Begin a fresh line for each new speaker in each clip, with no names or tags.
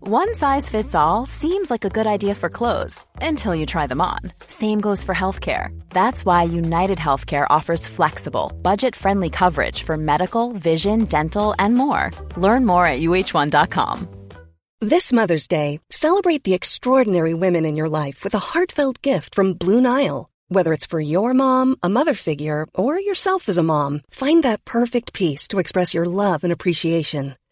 One size fits all seems like a good idea for clothes until you try them on. Same goes for healthcare. That's why United Healthcare offers flexible, budget friendly coverage for medical, vision, dental, and more. Learn more at uh1.com.
This Mother's Day, celebrate the extraordinary women in your life with a heartfelt gift from Blue Nile. Whether it's for your mom, a mother figure, or yourself as a mom, find that perfect piece to express your love and appreciation.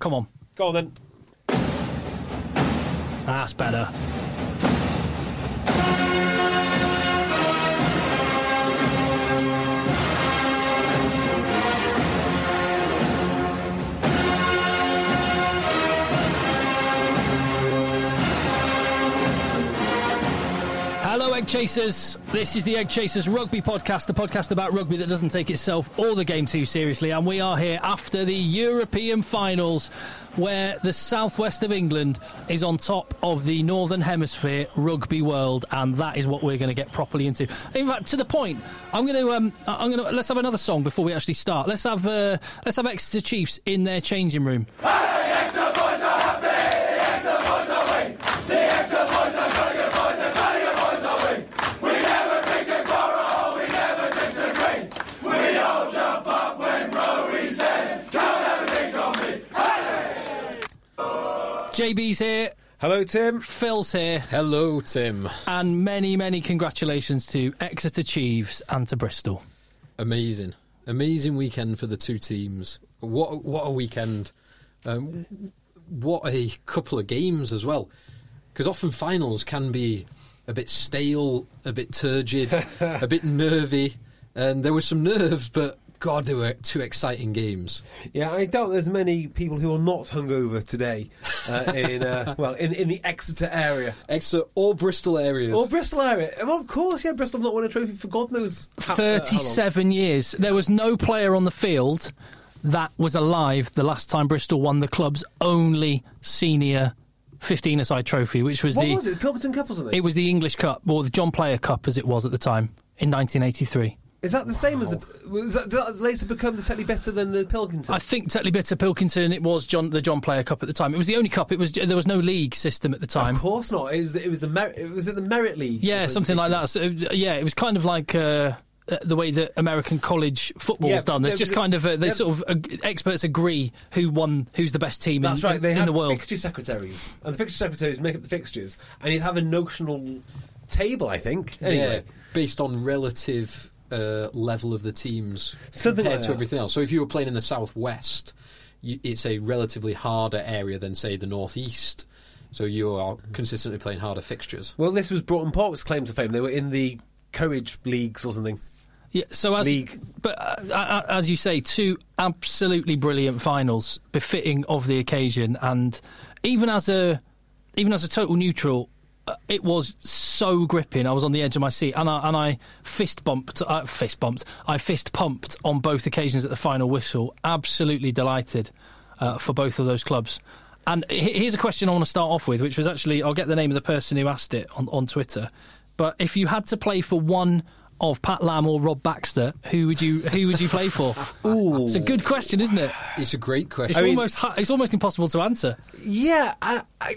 Come on.
Go on then.
That's better. Hello, Egg Chasers. This is the Egg Chasers Rugby Podcast, the podcast about rugby that doesn't take itself or the game too seriously. And we are here after the European finals, where the southwest of England is on top of the Northern Hemisphere rugby world, and that is what we're going to get properly into. In fact, to the point, I'm going to um, I'm going to let's have another song before we actually start. Let's have uh, let's have Exeter Chiefs in their changing room. JB's here,
Hello, Tim.
Phil's here.
Hello, Tim.
And many, many congratulations to Exeter Chiefs and to Bristol.
uh,
Amazing, amazing weekend for the two teams. What what a weekend! Um, what a couple of games as well, because often finals can be a bit stale, a bit turgid, a bit nervy, and there were some nerves, but God, they were two exciting games.
Yeah, I doubt there's many people who are not hungover today uh, in uh, well in, in the Exeter area
Exeter or Bristol areas.
or Bristol area. Well, of course, yeah, Bristol have not won a trophy for God knows how- uh, how long.
37 years. There was no player on the field that was alive the last time Bristol won the club's only senior 15 aside trophy, which was
What
the
was it? Pilkerton Cup or something?
it was the English Cup or the John Player Cup as it was at the time in 1983.
Is that the same as the? Was that, did that later become the Tetley better than the Pilkington?
I think Tetley Bitter Pilkington it was John the John Player Cup at the time. It was the only cup. It was there was no league system at the time.
of course not. It was, it was the merit. It was it the merit league.
Yeah, something like that. So, uh, yeah, it was kind of like uh, uh, the way that American college football's
Yeah,
done. There's
there
just
was a-
kind of uh they
there-
sort of ag- experts agree who won, who's the best team in,
That's right. They
in
had
the world.
fixture secretaries, and the fixture secretaries make up the fixtures, and you'd have a notional table, I think. Anyway,
Yeah, based on relative uh, level of the teams
Something
compared
like
to
that.
everything else. So if you were playing in the southwest, you, it's a relatively harder area than say the northeast. So you are consistently playing harder fixtures.
well, this was Broughton Park's claim to fame. They were in the Courage leagues or something.
Yeah, so as
League.
but uh, uh, as you say, two absolutely brilliant finals, befitting of the occasion, and even as a even as a total neutral, uh, it was so gripping. I was on the edge of my seat, and I and I fist bumped, uh, fist bumped, I fist pumped on both occasions at the final whistle. Absolutely delighted uh, for both of those clubs. And he- here's a question I want to start off with, which was actually I'll get the name of the person who asked it on, on Twitter. But if you had to play for one of Pat Lam or Rob Baxter, who would you who would you play for? It's a good question, isn't it?
It's a great question.
It's almost ha it's almost impossible to answer.
Yeah, I, I,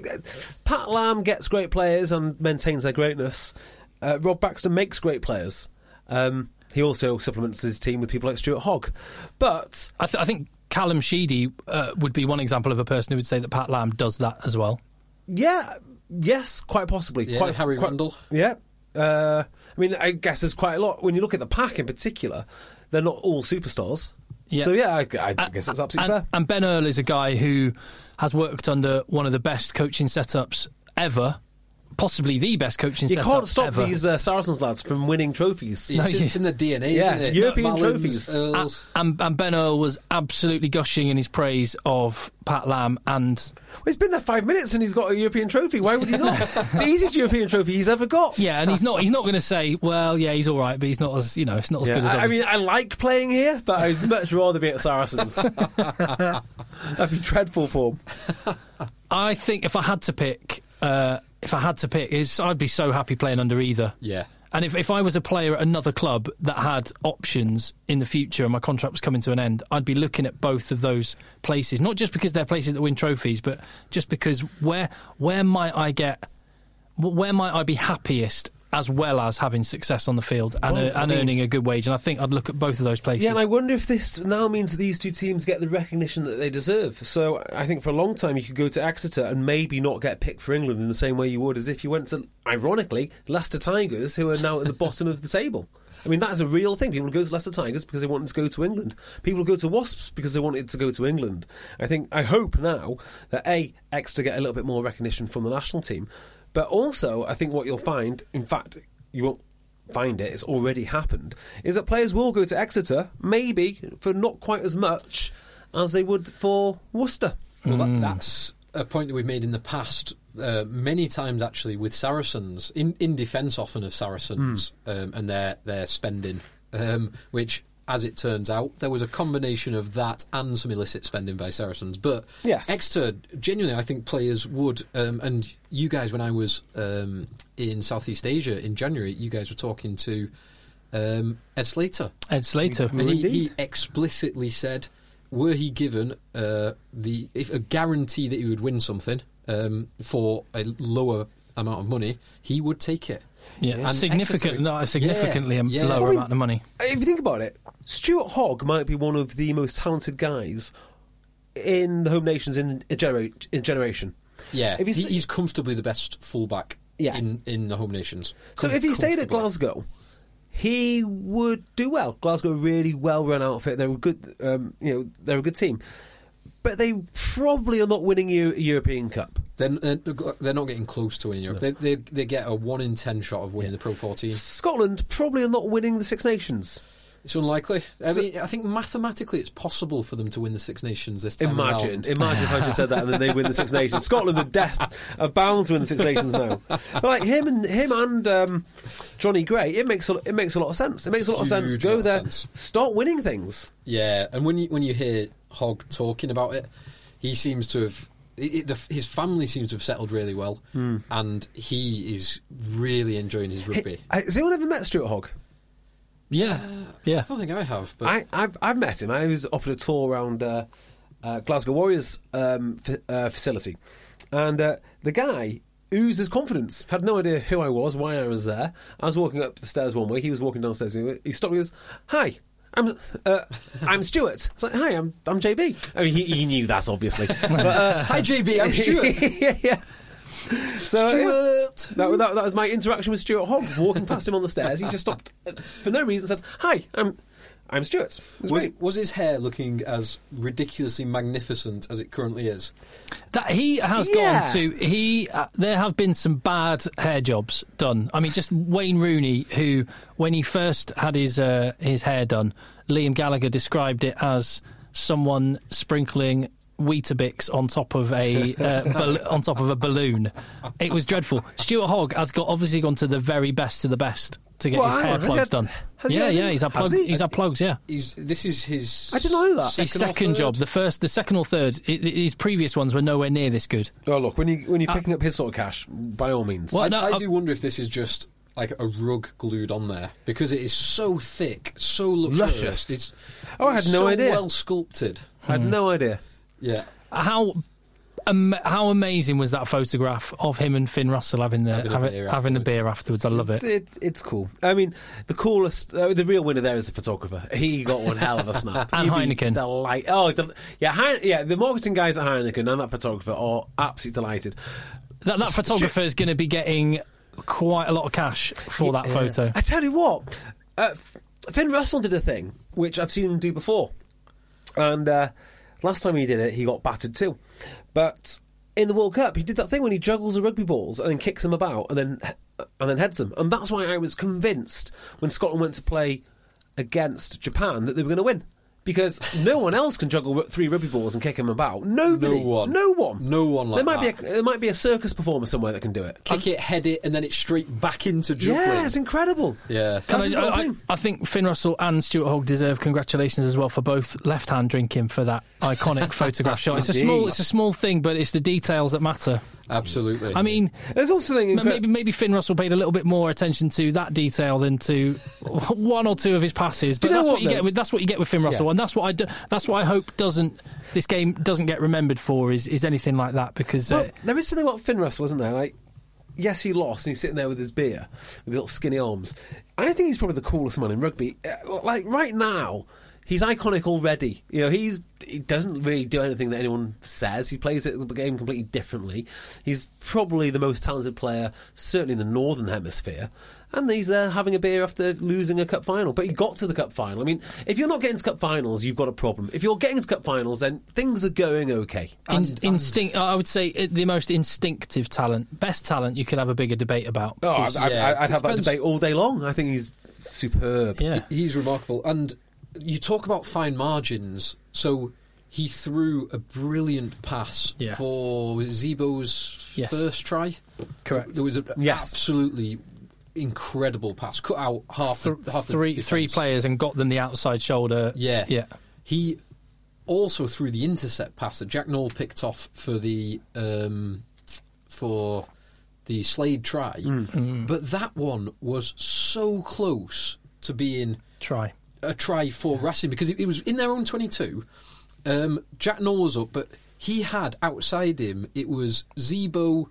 Pat Lam gets great players and maintains their greatness. Uh, Rob Baxter makes great players. Um, he also supplements his team with people like Stuart Hogg. But
I, th- I think Callum Sheedy uh, would be one example of a person who would say that Pat Lam does that as well.
yeah, yes, quite possibly.
Yeah,
quite,
Harry
quite-
Rundle.
Yeah. Uh, I mean, I guess there's quite a lot when you look at the pack in particular. They're not all superstars.
Yeah.
So yeah, I, I guess that's absolutely
and,
fair.
and Ben Earl is a guy who has worked under one of the best coaching setups ever. possibly the best coaching
You
setup
can't stop
ever.
these uh, Saracens lads from winning trophies.
No,
It's,
you-
it's in the DNA,
Yeah,
isn't it?
European
Mullins,
trophies. Ah.
Earls.
And, and Ben Earl was absolutely gushing in his praise of Pat Lam and
It's been there five minutes and he's got a European trophy. Why would he not? it's the easiest European trophy he's ever got.
yeah, and he's not he's not going to say well yeah he's all right, but he's not as you know it's not as
Yeah,
good as
I, I
others.
mean, I like playing here, but I'd much rather be at Saracens. That'd be dreadful form.
I think if I had to pick, uh, if I had to pick, is I'd be so happy playing under either.
yeah.
And if, if I was a player at another club that had options in the future and my contract was coming to an end, I'd be looking at both of those places. Not just because they're places that win trophies, but just because where where might I get where might I be happiest as well as having success on the field and,
Well,
uh,
I
and
mean-
earning a good wage. And I think I'd look at both of those places.
Yeah, and I wonder if this now means these two teams get the recognition that they deserve. So I think for a long time you could go to Exeter and maybe not get picked for England in the same way you would as if you went to, ironically, Leicester Tigers, who are now at the bottom of the table. I mean, that is a real thing. People go to Leicester Tigers because they wanted to go to England. People go to Wasps because they wanted to go to England. I think, I hope now that A, Exeter get a little bit more recognition from the national team, but also I think what you'll find, in fact, you won't find it, it's already happened, is that players will go to Exeter, maybe for not quite as much as they would for Worcester.
Well, that, that's a point that we've made in the past uh, many times, actually, with Saracens in in defence often of Saracens um, and their their spending, um, which. As it turns out, there was a combination of that and some illicit spending by Saracens. But
Yes.
Exeter, genuinely, I think players would. Um, and you guys, when I was um, in Southeast Asia in January, you guys were talking to um, Ed Slater,
Ed Slater.
and he,
Oh, Indeed.
he explicitly said, were he given uh, the if a guarantee that he would win something um, for a lower amount of money, he would take it.
Yeah,
And
significant,
Exeter-
no, a significantly
Yeah,
am-
yeah.
lower
I mean,
amount of money.
If you think about it, Stuart Hogg might be one of the most talented guys in the home nations in a, genera- in a generation.
Yeah,
If he's-
he, he's comfortably the best fullback
Yeah.
in, in the home nations.
So
Com-
if he stayed at
comfortably.
Glasgow, he would do well. Glasgow are a really well run outfit. They're a good, um, you know, they're a good team, but they probably are not winning Eu- European Cup.
Then they're, they're not getting close to winning Europe. They, they, they get a one in ten shot of winning the Pro 14.
Scotland probably are not winning the Six Nations.
It's unlikely. I
So-
mean, I think mathematically it's possible for them to win the Six Nations this time.
Imagine,
around.
imagine if I just said that and then they win the Six Nations. Scotland are death are bound to win the Six Nations now. But like him and him and um, Johnny Gray, it makes a, it makes a lot of sense. It makes a lot of sense.
Huge
Go
lot of
there,
sense.
start winning things.
Yeah, and when you when you hear Hogg talking about it, he seems to have it, it- the, f- his family seems to have settled really well,
Hmm.
and he is really enjoying his rugby.
I, has anyone ever met Stuart Hogg?
Yeah, yeah.
I don't think I have, but
I, I've I've met him. I was offered a tour around uh, uh, Glasgow Warriors um, f- uh, facility, and uh, the guy oozes confidence. Had no idea who I was, why I was there. I was walking up the stairs one way. He was walking downstairs. the other way. He stopped. me and goes, "Hi." I'm uh, I'm Stuart. It's like hi, I'm I'm JB. I mean, Oh, he, he knew that obviously. But, uh,
hi JB, I'm Stuart.
yeah, yeah. So, yeah. That, that, that was my interaction with Stuart Hogg. Walking past him on the stairs, he just stopped uh, for no reason. Said, "Hi, I'm I'm Stuart." It was
was,
great.
was his hair looking as ridiculously magnificent as it currently is?
That he has
Yeah.
gone to he. Uh, there have been some bad hair jobs done. I mean, just Wayne Rooney, who when he first had his uh, his hair done, Liam Gallagher described it as someone sprinkling Weetabix on top of a uh, bal- on top of a balloon. It was dreadful. Stuart Hogg has got obviously gone to the very best of the best to get
Well,
his
hang
hair
on, has he
plugs
had-
done.
has he
Yeah,
had-
yeah, he's had
has
plugs.
he?
He's had plugs. Yeah.
He's this is his.
I didn't know that.
His
or
second
third?
job, the first, the second or third, i i his previous ones were nowhere near this good.
Oh look, when you when
Uh,
you're picking up his sort of cash, by all means.
Well,
I,
no,
I
I-
do wonder if this is just like a rug glued on there because it is so thick, so luxurious.
Luscious.
It's
Oh, I had no
so
idea.
Well sculpted.
I had no idea.
Yeah.
how um, how amazing was that photograph of him and Finn Russell having the
Having a
having,
beer
having the
afterwards.
beer afterwards? I love
It's,
it.
it's it's cool. I mean, the coolest, uh, the real winner there is the photographer. He got one hell of a snap.
And
He'd be
Heineken.
delight- oh, the, yeah, Hein- yeah. The marketing guys at Heineken and that photographer are absolutely delighted.
That that photographer is going to be getting quite a lot of cash for that photo.
I tell you what, uh, F- Finn Russell did a thing which I've seen him do before, and uh, last time he did it, he got battered too. But in the World Cup, he did that thing when he juggles the rugby balls and then kicks them about and then and then heads them. And that's why I was convinced when Scotland went to play against Japan that they were going to win because no one else can juggle ru- three rugby balls and kick them about. Nobody,
No one.
no one,
No one like
there might
that.
be a, there might be a circus performer somewhere that can do it.
Kick it, head it, and then it's straight back into juggling.
yeah, it's incredible.
yeah.
Can
That's the
I,
whole
I, I,
thing.
I think Finn Russell and Stuart Hogg deserve congratulations as well for both left hand drinking for that iconic photograph shot. It's a small,
Indeed.
it's a small thing, but it's the details that matter.
Absolutely.
I mean,
There's also the thing.
Ma- Maybe maybe Finn Russell paid a little bit more attention to that detail than to one or two of his passes. But
you know
that's what,
what,
you
though?
get. With, that's what you get with Finn Russell,
Yeah.
and that's what I do, that's what I hope doesn't this game doesn't get remembered for is is anything like that because uh,
Well, there is something about Finn Russell, isn't there? Like, yes, he lost, and he's sitting there with his beer, with his little skinny arms. I think he's probably the coolest man in rugby. Uh, Like right now, he's iconic already. You know, he's he doesn't really do anything that anyone says. He plays it, the game completely differently. He's probably the most talented player, certainly in the northern hemisphere. And he's there having a beer after losing a cup final. But he got to the cup final. I mean, if you're not getting to cup finals, you've got a problem. If you're getting to cup finals, then things are going okay.
in, instinct. I would say it- the most instinctive talent, best talent you could have a bigger debate about.
Oh, I,
because-
I,
yeah,
I, I'd
it
have that
depends.
debate all day long. I think he's superb.
yeah.
He's remarkable. And you talk about fine margins. So he threw a brilliant pass
Yeah.
for Zebo's
Yes.
first try.
Correct.
There was an
Yes.
absolutely incredible pass. Cut out half, the
Th-
half the
three three
defence.
players and got them the outside shoulder.
Yeah.
yeah.
He also threw the intercept pass that Jack Knoll picked off for the um, for the Slade try. But that one was so close to being
Try.
a try for Racing because it, it was in their own 22. Um, Jack Knoll was up, but he had outside him, it was Zebo,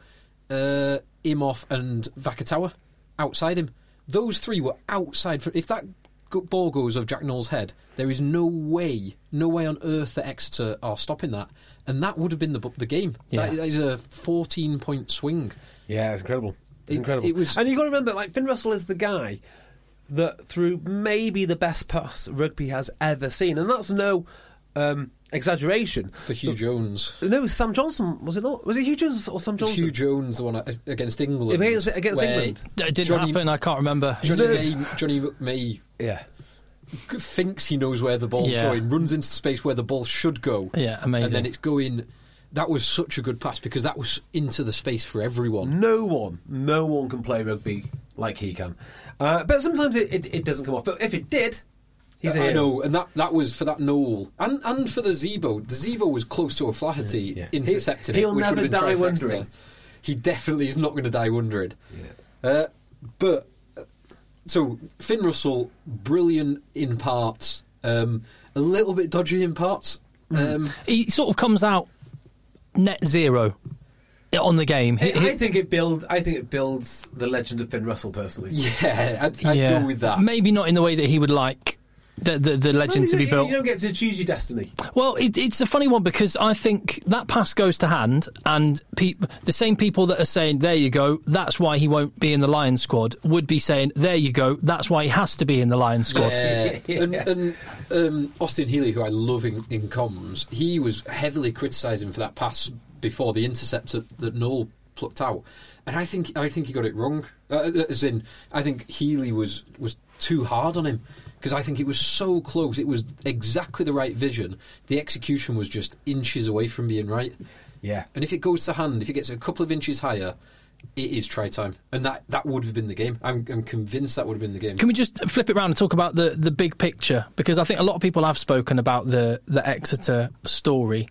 uh, Imhoff, and Vakatawa outside him. Those three were outside. For, if that go- ball goes over Jack Knoll's head, there is no way, no way on earth that Exeter are stopping that. And that would have been the, bu- the game. That,
Yeah.
that is a 14 point swing.
Yeah, it's incredible. It's
It-
incredible.
it was-
and you've got to remember, like Finn Russell is the guy that through maybe the best pass rugby has ever seen, and that's no um, exaggeration.
For Hugh Jones.
No, Sam Johnson was it not? Was it Hugh Jones or Sam Johnson?
Hugh Jones, the one uh, against England.
Against- against
where
England.
It didn't
Johnny-
happen. I can't remember.
Johnny May, Johnny May
yeah.
thinks he knows where the ball's
Yeah.
going, runs into space where the ball should go.
Yeah, amazing.
And then it's going. That was such a good pass because that was into the space for everyone.
No one, no one can play rugby like he can. Uh, but sometimes it, it, it doesn't come off. But if it did, he's a
I
hero.
know, and that, that was for that Noel and and for the Zebo. The Zebo was close to O'Flaherty
Yeah, yeah.
intercepting
He-
it.
he'll
which would
never
have been try
die
for Exeter.
wondering.
He definitely is not going to die wondering. Uh, but uh, so Finn Russell, brilliant in parts, um, a little bit dodgy in parts.
Hmm.
Um,
he sort of comes out net zero on the game. He-
I
he-
think it build. I think it builds the legend of Finn Russell personally.
Yeah, I'd, I'd go with that.
Maybe not in the way that he would like the the, the legend to
Well,
be
you, you-
built.
You don't get to choose your destiny.
Well, it, it's a funny one because I think that pass goes to hand, and peop the same people that are saying, there you go, that's why he won't be in the Lions squad, would be saying, there you go, that's why he has to be in the Lions squad.
Yeah.
Yeah.
And, and um, Austin Healy, who I love in, in comms, he was heavily criticising for that pass before the intercept that, that Noel plucked out, and I think I think he got it wrong. Uh, as in, I think Healy was was too hard on him because I think it was so close. It was exactly the right vision. The execution was just inches away from being right.
Yeah.
And if it goes to hand, if it gets a couple of inches higher, it is try time, and that, that would have been the game. I'm, I'm convinced that would have been the game.
Can we just flip it around and talk about the, the big picture? Because I think a lot of people have spoken about the, the Exeter story.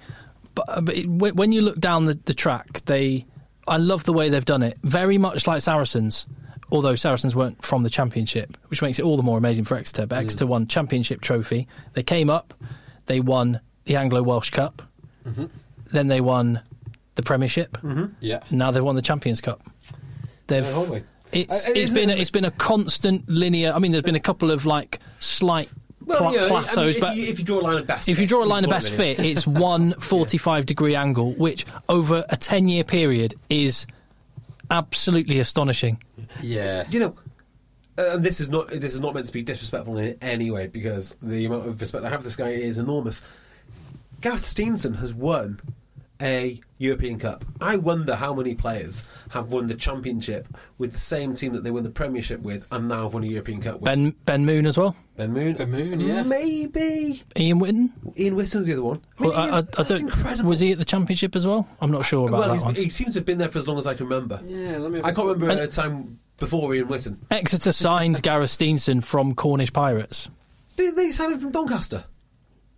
But, but it, when when you look down the, the track, they I love the way they've done it. Very much like Saracens, although Saracens weren't from the championship, which makes it all the more amazing for Exeter. But Exeter won championship trophy. They came up, they won the Anglo Welsh Cup, then they won the Premiership,
Yeah.
and now they've won the Champions Cup. They've
Yeah, Oh, haven't we?
it's
Uh,
it's
isn't
been a,
it-
it's been a constant linear. I mean, there's been a couple of like slight pla-
you know,
plateaus,
I mean, if,
but
you, if you draw a line of best,
if you draw a
fit,
line of
what
best
it is.
fit, it's one 45 degree angle, which over a 10 year period is absolutely astonishing.
Yeah.
you know. uh, And this is not this is not meant to be disrespectful in any way because the amount of respect I have for this guy is enormous. Gareth Steenson has won a European Cup. I wonder how many players have won the Championship with the same team that they won the Premiership with and now have won a European Cup with.
Ben Ben Moon as well.
Ben Moon.
Ben Moon, yeah.
Maybe.
Ian Witten.
Ian Whitton's the other one. I mean,
Well, I-
Ian-
I- I
that's
don't-
incredible.
Was he at the championship as well? I'm not sure about
well,
that one.
he's- he seems to have been there for as long as I can remember.
Yeah, let me have
I
a-
can't remember
And-
a time before Ian Whitton.
Exeter signed Gareth Steenson from Cornish Pirates.
Did they sign him from Doncaster?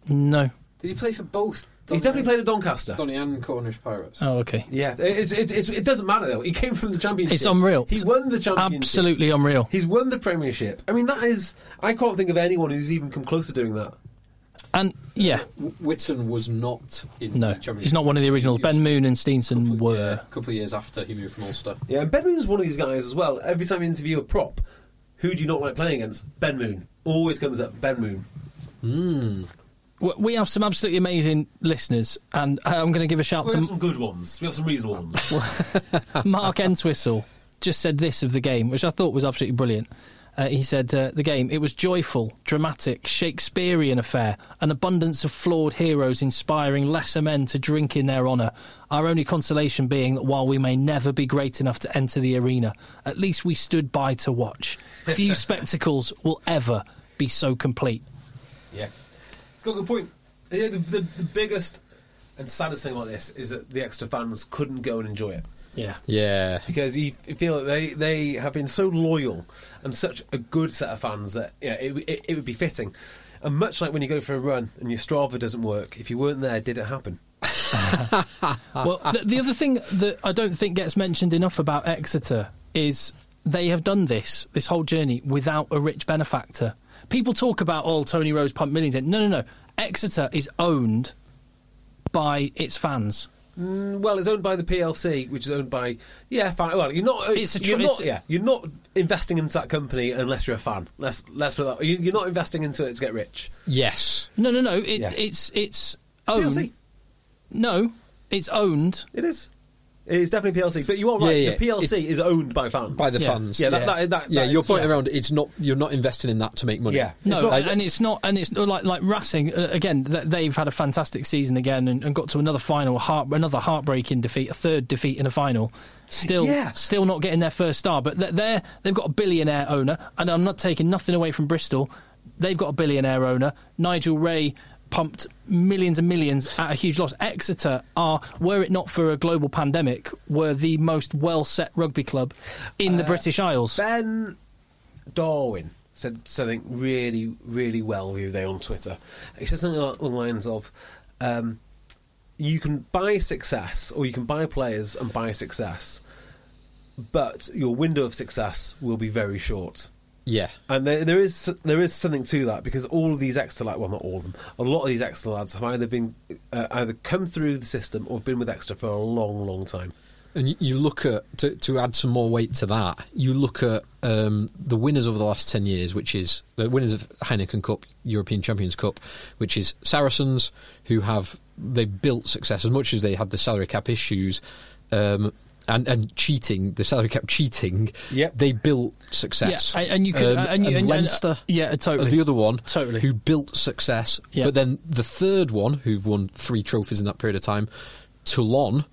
No.
Did he play for both?
He's definitely played at Doncaster.
Donny and Cornish Pirates.
Oh, okay.
Yeah, it's, it's, it's, it doesn't matter though. He came from the championship.
It's unreal.
He won the championship.
Absolutely unreal.
He's won the Premiership. I mean, that is. I can't think of anyone who's even come close to doing that.
And yeah,
W- Whitton was not in
no,
the championship.
he's not one of the originals.
He was
Ben Moon and
a couple
Steenson
of- yeah,
were.
a couple of years after he moved from Ulster.
Yeah, and Ben Moon's one of these guys as well. Every time you interview a prop, who do you not like playing against? Ben Moon. Always comes up Ben Moon.
W- We have some absolutely amazing listeners, and I'm going to give a shout
We have
to
some good ones. We have some reasonable ones.
Mark Entwistle. Just said this of the game, which I thought was absolutely brilliant. Uh, he said uh, the game it was joyful, dramatic, Shakespearean affair, an abundance of flawed heroes inspiring lesser men to drink in their honour. Our only consolation being that while we may never be great enough to enter the arena, at least we stood by to watch. Few spectacles will ever be so complete.
yeah, it's got a good point. Yeah, the, the, the biggest and saddest thing about this is that the extra fans couldn't go and enjoy it.
Yeah.
Yeah.
because you you feel that they, they have been so loyal and such a good set of fans that yeah, it, it, it would be fitting. And much like when you go for a run and your Strava doesn't work, if you weren't there, did it happen?
well, the, the other thing that I don't think gets mentioned enough about Exeter is they have done this this whole journey without a rich benefactor. People talk about oh Tony Rose pumped millions in. No, no, no. Exeter is owned by its fans.
Mm, Well, it's owned by the PLC, which is owned by yeah. Fan, well, you're not. uh,
It's a tr-
you're
it's
not.
a-
yeah, you're not investing into that company unless you're a fan. Let's let's put that. You, you're not investing into it to get rich.
Yes.
No, no, no. It,
Yeah.
It's it's
PLC.
owned. No, it's owned.
It is. It is definitely PLC. But you are right.
Yeah, yeah,
The PLC
it's-
is owned by fans.
By the
Yeah.
fans.
Yeah, that- that- that-
yeah
that
your
is-
point
yeah.
around it's not you're not investing in that to make money.
Yeah.
No,
It's not-
and it's not, and it's not like like Racing uh, again. th- They've had a fantastic season again and, and got to another final, heart, another heartbreaking defeat, a third defeat in a final. Still,
Yeah.
still not getting their first star, but they're- they're they've got a billionaire owner, and I'm not taking nothing away from Bristol. They've got a billionaire owner, Nigel Ray. Pumped millions and millions at a huge loss. Exeter are, were it not for a global pandemic, were the most well set rugby club in
Uh,
the British Isles.
Ben Darwin said something really, really well the other day on Twitter. He said something along the lines of, um, "You can buy success, or you can buy players and buy success, but your window of success will be very short."
Yeah.
And there, there is there is something to that because all of these extra lads, well not all of them, a lot of these extra lads have either been uh, either come through the system or have been with extra for a long, long time.
And you, you look at to, to add some more weight to that. You look at um, the winners over the last ten years, which is the winners of Heineken Cup, European Champions Cup, which is Saracens, who have they built success as much as they had the salary cap issues, um, and and cheating the salary cap cheating.
Yep.
they built success. Um,
Yeah, a- and you could- uh, and you- and- and-
Leinster.
yeah, totally.
The other one,
Totally.
who built success.
Yeah.
But then the third one, who've won three trophies in that period of time, Toulon,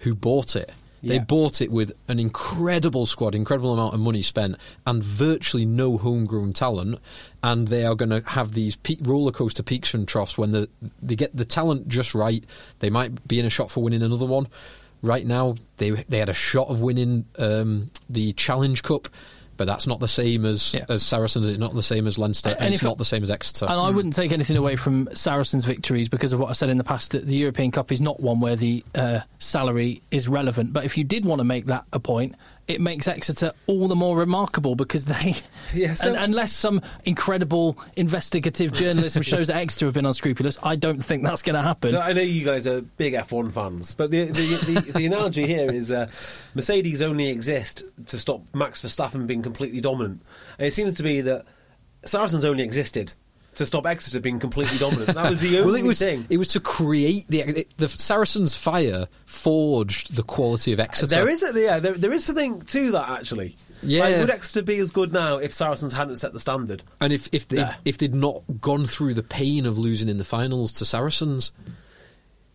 who bought it. They
Yeah.
bought it with an incredible squad, incredible amount of money spent, and virtually no homegrown talent. And they are going to have these peak roller coaster peaks and troughs when the, they get the talent just right. They might be in a shot for winning another one. Right now, they they had a shot of winning um, the Challenge Cup, but that's not the same as
Yeah.
as Saracens. It's not the same as Leinster, and,
And
it's
if-
not the same as Exeter.
And I wouldn't take anything away from Saracens' victories because of what I said in the past that the European Cup is not one where the uh, salary is relevant. But if you did want to make that a point, it makes Exeter all the more remarkable because they,
Yeah, so-
and, unless some incredible investigative journalism shows that Exeter have been unscrupulous, I don't think that's going to happen.
So I know you guys are big F1 fans, but the the, the, the analogy here is uh, Mercedes only exist to stop Max Verstappen being completely dominant, and it seems to be that Saracens only existed to stop Exeter being completely dominant. That was the only
well, it was
thing.
it was to create the the Saracens' fire forged the quality of Exeter.
there is a, yeah, there, there is something to that actually.
Yeah.
Like, would Exeter be as good now if Saracens hadn't set the standard?
and if if they
Yeah.
if they'd not gone through the pain of losing in the finals to Saracens,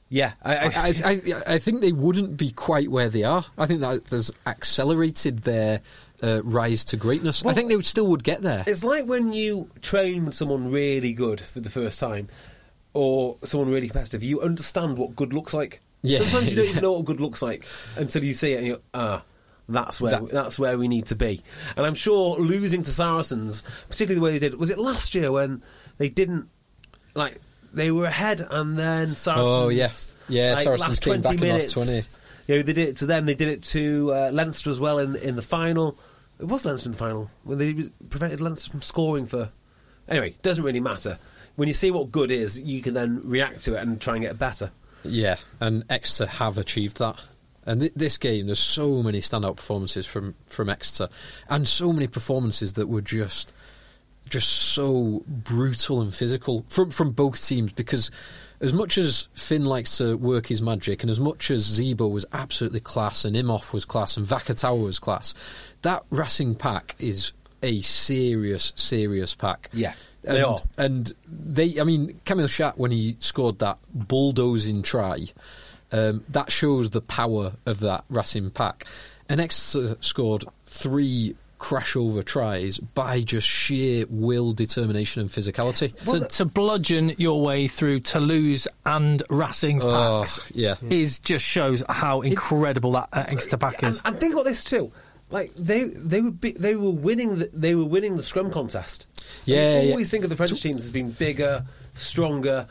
Yeah, I, I,
I, I- I, I think they wouldn't be quite where they are. I think that has accelerated their uh, rise to greatness. I think they would, still would get there.
It's like when you train with someone really good for the first time, or someone really competitive. You understand what good looks like.
Yeah,
Sometimes you don't even
yeah.
know what good looks like until you see it, and you're ah. That's where
That-
that's where we need to be, and I'm sure losing to Saracens, particularly the way they did, was it last year when they didn't like they were ahead and then Saracens,
Oh, yeah. Yeah,
like,
Saracens
last
came
20
back in
minutes,
last 20.
You know, they did it to them. They did it to uh, Leinster as well in, in the final. It was Leinster in the final when they prevented Leinster from scoring for. Anyway, doesn't really matter. When you see what good is, you can then react to it and try and get better.
Yeah, and Exeter have achieved that. And th- this game, there's so many standout performances from from Exeter, and so many performances that were just just so brutal and physical from from both teams. Because as much as Finn likes to work his magic, and as much as Zebo was absolutely class, and Imhoff was class, and Vakatawa was class, that Racing pack is a serious, serious pack.
Yeah,
and,
they are.
And they, I mean, Camille Shat when he scored that bulldozing try, um, that shows the power of that Racing pack. And Exeter scored three crash over tries by just sheer will, determination, and physicality.
to, to bludgeon your way through Toulouse and Racing's
Oh,
packs
yeah.
is just shows how incredible that uh, Exeter pack
And,
is.
and think about this too. Like they they would be they were winning the, they were winning the scrum contest.
Yeah,
you
yeah.
always think of the French teams as being bigger, stronger.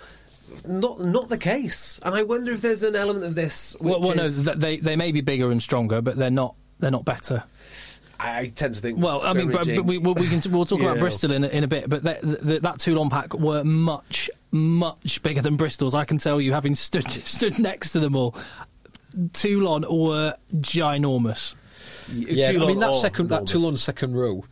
Not not the case. And I wonder if there's an element of this. Which
Well, well no,
is-
th- they they may be bigger and stronger, but they're not they're not better.
I I tend to think.
Well, I mean, but, but
scrimmaging-
we we we can we'll talk about
Yeah.
Bristol in a- in a bit, but that that that Toulon pack were much much bigger than Bristol's. I can tell you, having stood stood next to them all, Toulon were ginormous.
Yeah, I
Toulon
mean that
are
oh,
second, that
enormous.
Toulon second row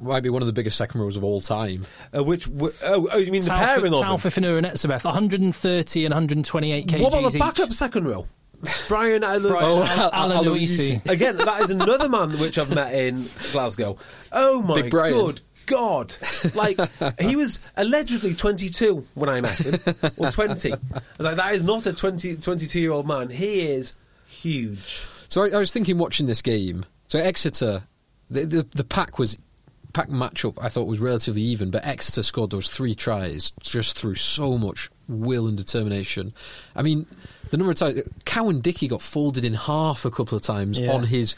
might be one of the biggest second rows of all time.
Uh, which w- oh, oh, you mean the pairing of them?
Finur and Etzebeth, 130 and 128 kgs.
What about the
each.
backup second row? Brian Allen.
Brian
Oh,
Al- Alan
Alan
Luisi.
Luisi.
Again, that is another man which I've met in Glasgow. Oh my
Big Brian.
good God. Like, he was allegedly 22 when I met him, or 20. I was like, that is not a 20, 22 year old man. He is huge.
So I, I was thinking, watching this game. So Exeter, the the, the pack was pack matchup. I thought was relatively even, but Exeter scored those three tries just through so much will and determination. I mean, the number of times Cowan Dickey got folded in half a couple of times
Yeah.
on his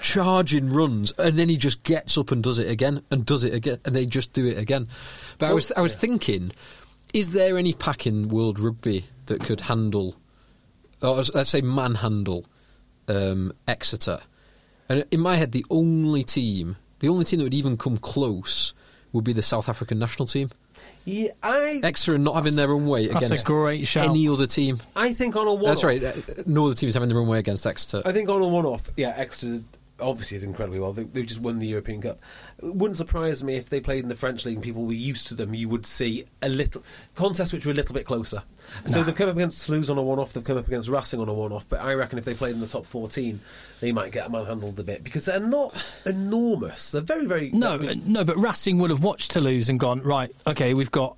charging runs, and then he just gets up and does it again, and does it again, and they just do it again. But I was I was thinking, is there any pack in world rugby that could handle or s- let's say manhandle um, Exeter. And in my head, the only team, the only team that would even come close would be the South African national team.
Yeah, I,
Exeter are not having their own way
That's a
against
great shout.
any other team.
I think on a one
That's right. uh, No other team is having their own way against Exeter.
I think on a one-off, yeah, Exeter obviously did incredibly well. They, they just won the European Cup. It wouldn't surprise me if they played in the French league and people were used to them. You would see a little contests which were a little bit closer. So they've come up against Toulouse on a one-off. They've come up against Racing on a one-off. But I reckon if they played in the top fourteen, they might get manhandled a bit because they're not enormous. They're very, very
No,
I mean,
uh, no, but Racing would have watched Toulouse and gone right. Okay, we've got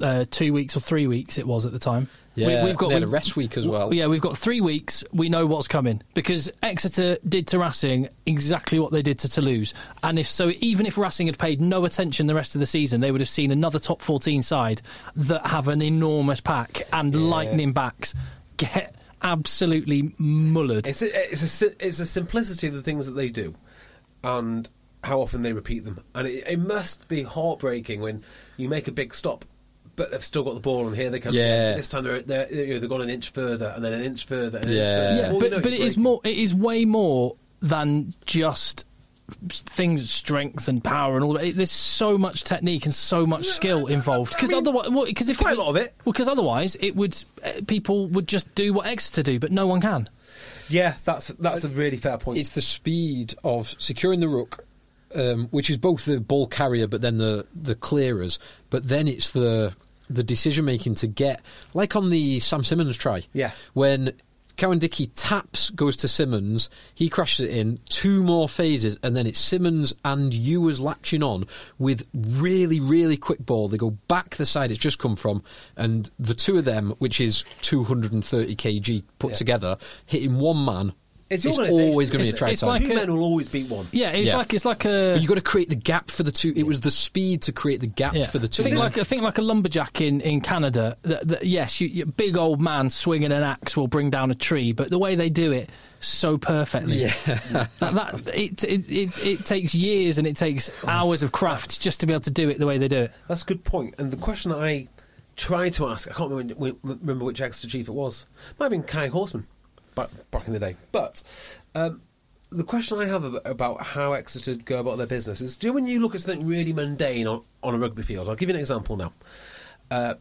uh, two weeks or three weeks. It was at the time.
Yeah, they had a rest week as well.
Yeah, we've got three weeks. We know what's coming because Exeter did to Racing exactly what they did to Toulouse. And if so, even if Racing had paid no attention the rest of the season, they would have seen another top fourteen side that have an enormous pack and lightning backs get absolutely mullered.
It's a, it's a si- it's a simplicity of the things that they do, and how often they repeat them. And it, it must be heartbreaking when you make a big stop, but they've still got the ball, and here they come.
Yeah.
again. This time they're, they're you know, they've gone an inch further, and then an inch further. And
Yeah.
An inch further.
yeah,
Well, you
but
know
but it
you're
is
breaking.
more. It is way more than just things, strength and power and all that. It- There's so much technique and so much skill involved. Because
mean,
otherwise, because if
quite a
was-
lot of it.
Well, because otherwise, it would uh, people would just do what Exeter do, but no one can.
Yeah, that's that's a really fair point.
It's the speed of securing the rook, um, which is both the ball carrier, but then the the clearers. But then it's the the decision making to get, like on the Sam Simmons try,
Yeah.
when Cowan Dickey taps, goes to Simmons. He crashes it in two more phases, and then it's Simmons and Ewers latching on with really, really quick ball. They go back the side it's just come from, and the two of them, which is 230 kg put together, hitting one man. It's,
organisation,
always going to be
isn't
a
it?
try
It's
time.
like
Two
a-
men will always beat one.
Yeah, it's
Yeah.
like it's like a.
But you got to create the gap for the two. It was the speed to create the gap
yeah.
for the two.
I think
men.
eh?
like I think like a lumberjack in in Canada. That, that, yes, you, you, big old man swinging an axe will bring down a tree, but the way they do it so perfectly.
yeah,
That, that it, it it it takes years and it takes hours of craft just to be able to do it the way they do it.
That's a good point. And the question that I tried to ask, I can't remember, wi- remember which Exeter chief it was. Might have been Kai Horseman back, back in the day. But um, the question I have ab- about how Exeter go about their business is do you know when you look at something really mundane on, on a rugby field? I'll give you an example now. Uh,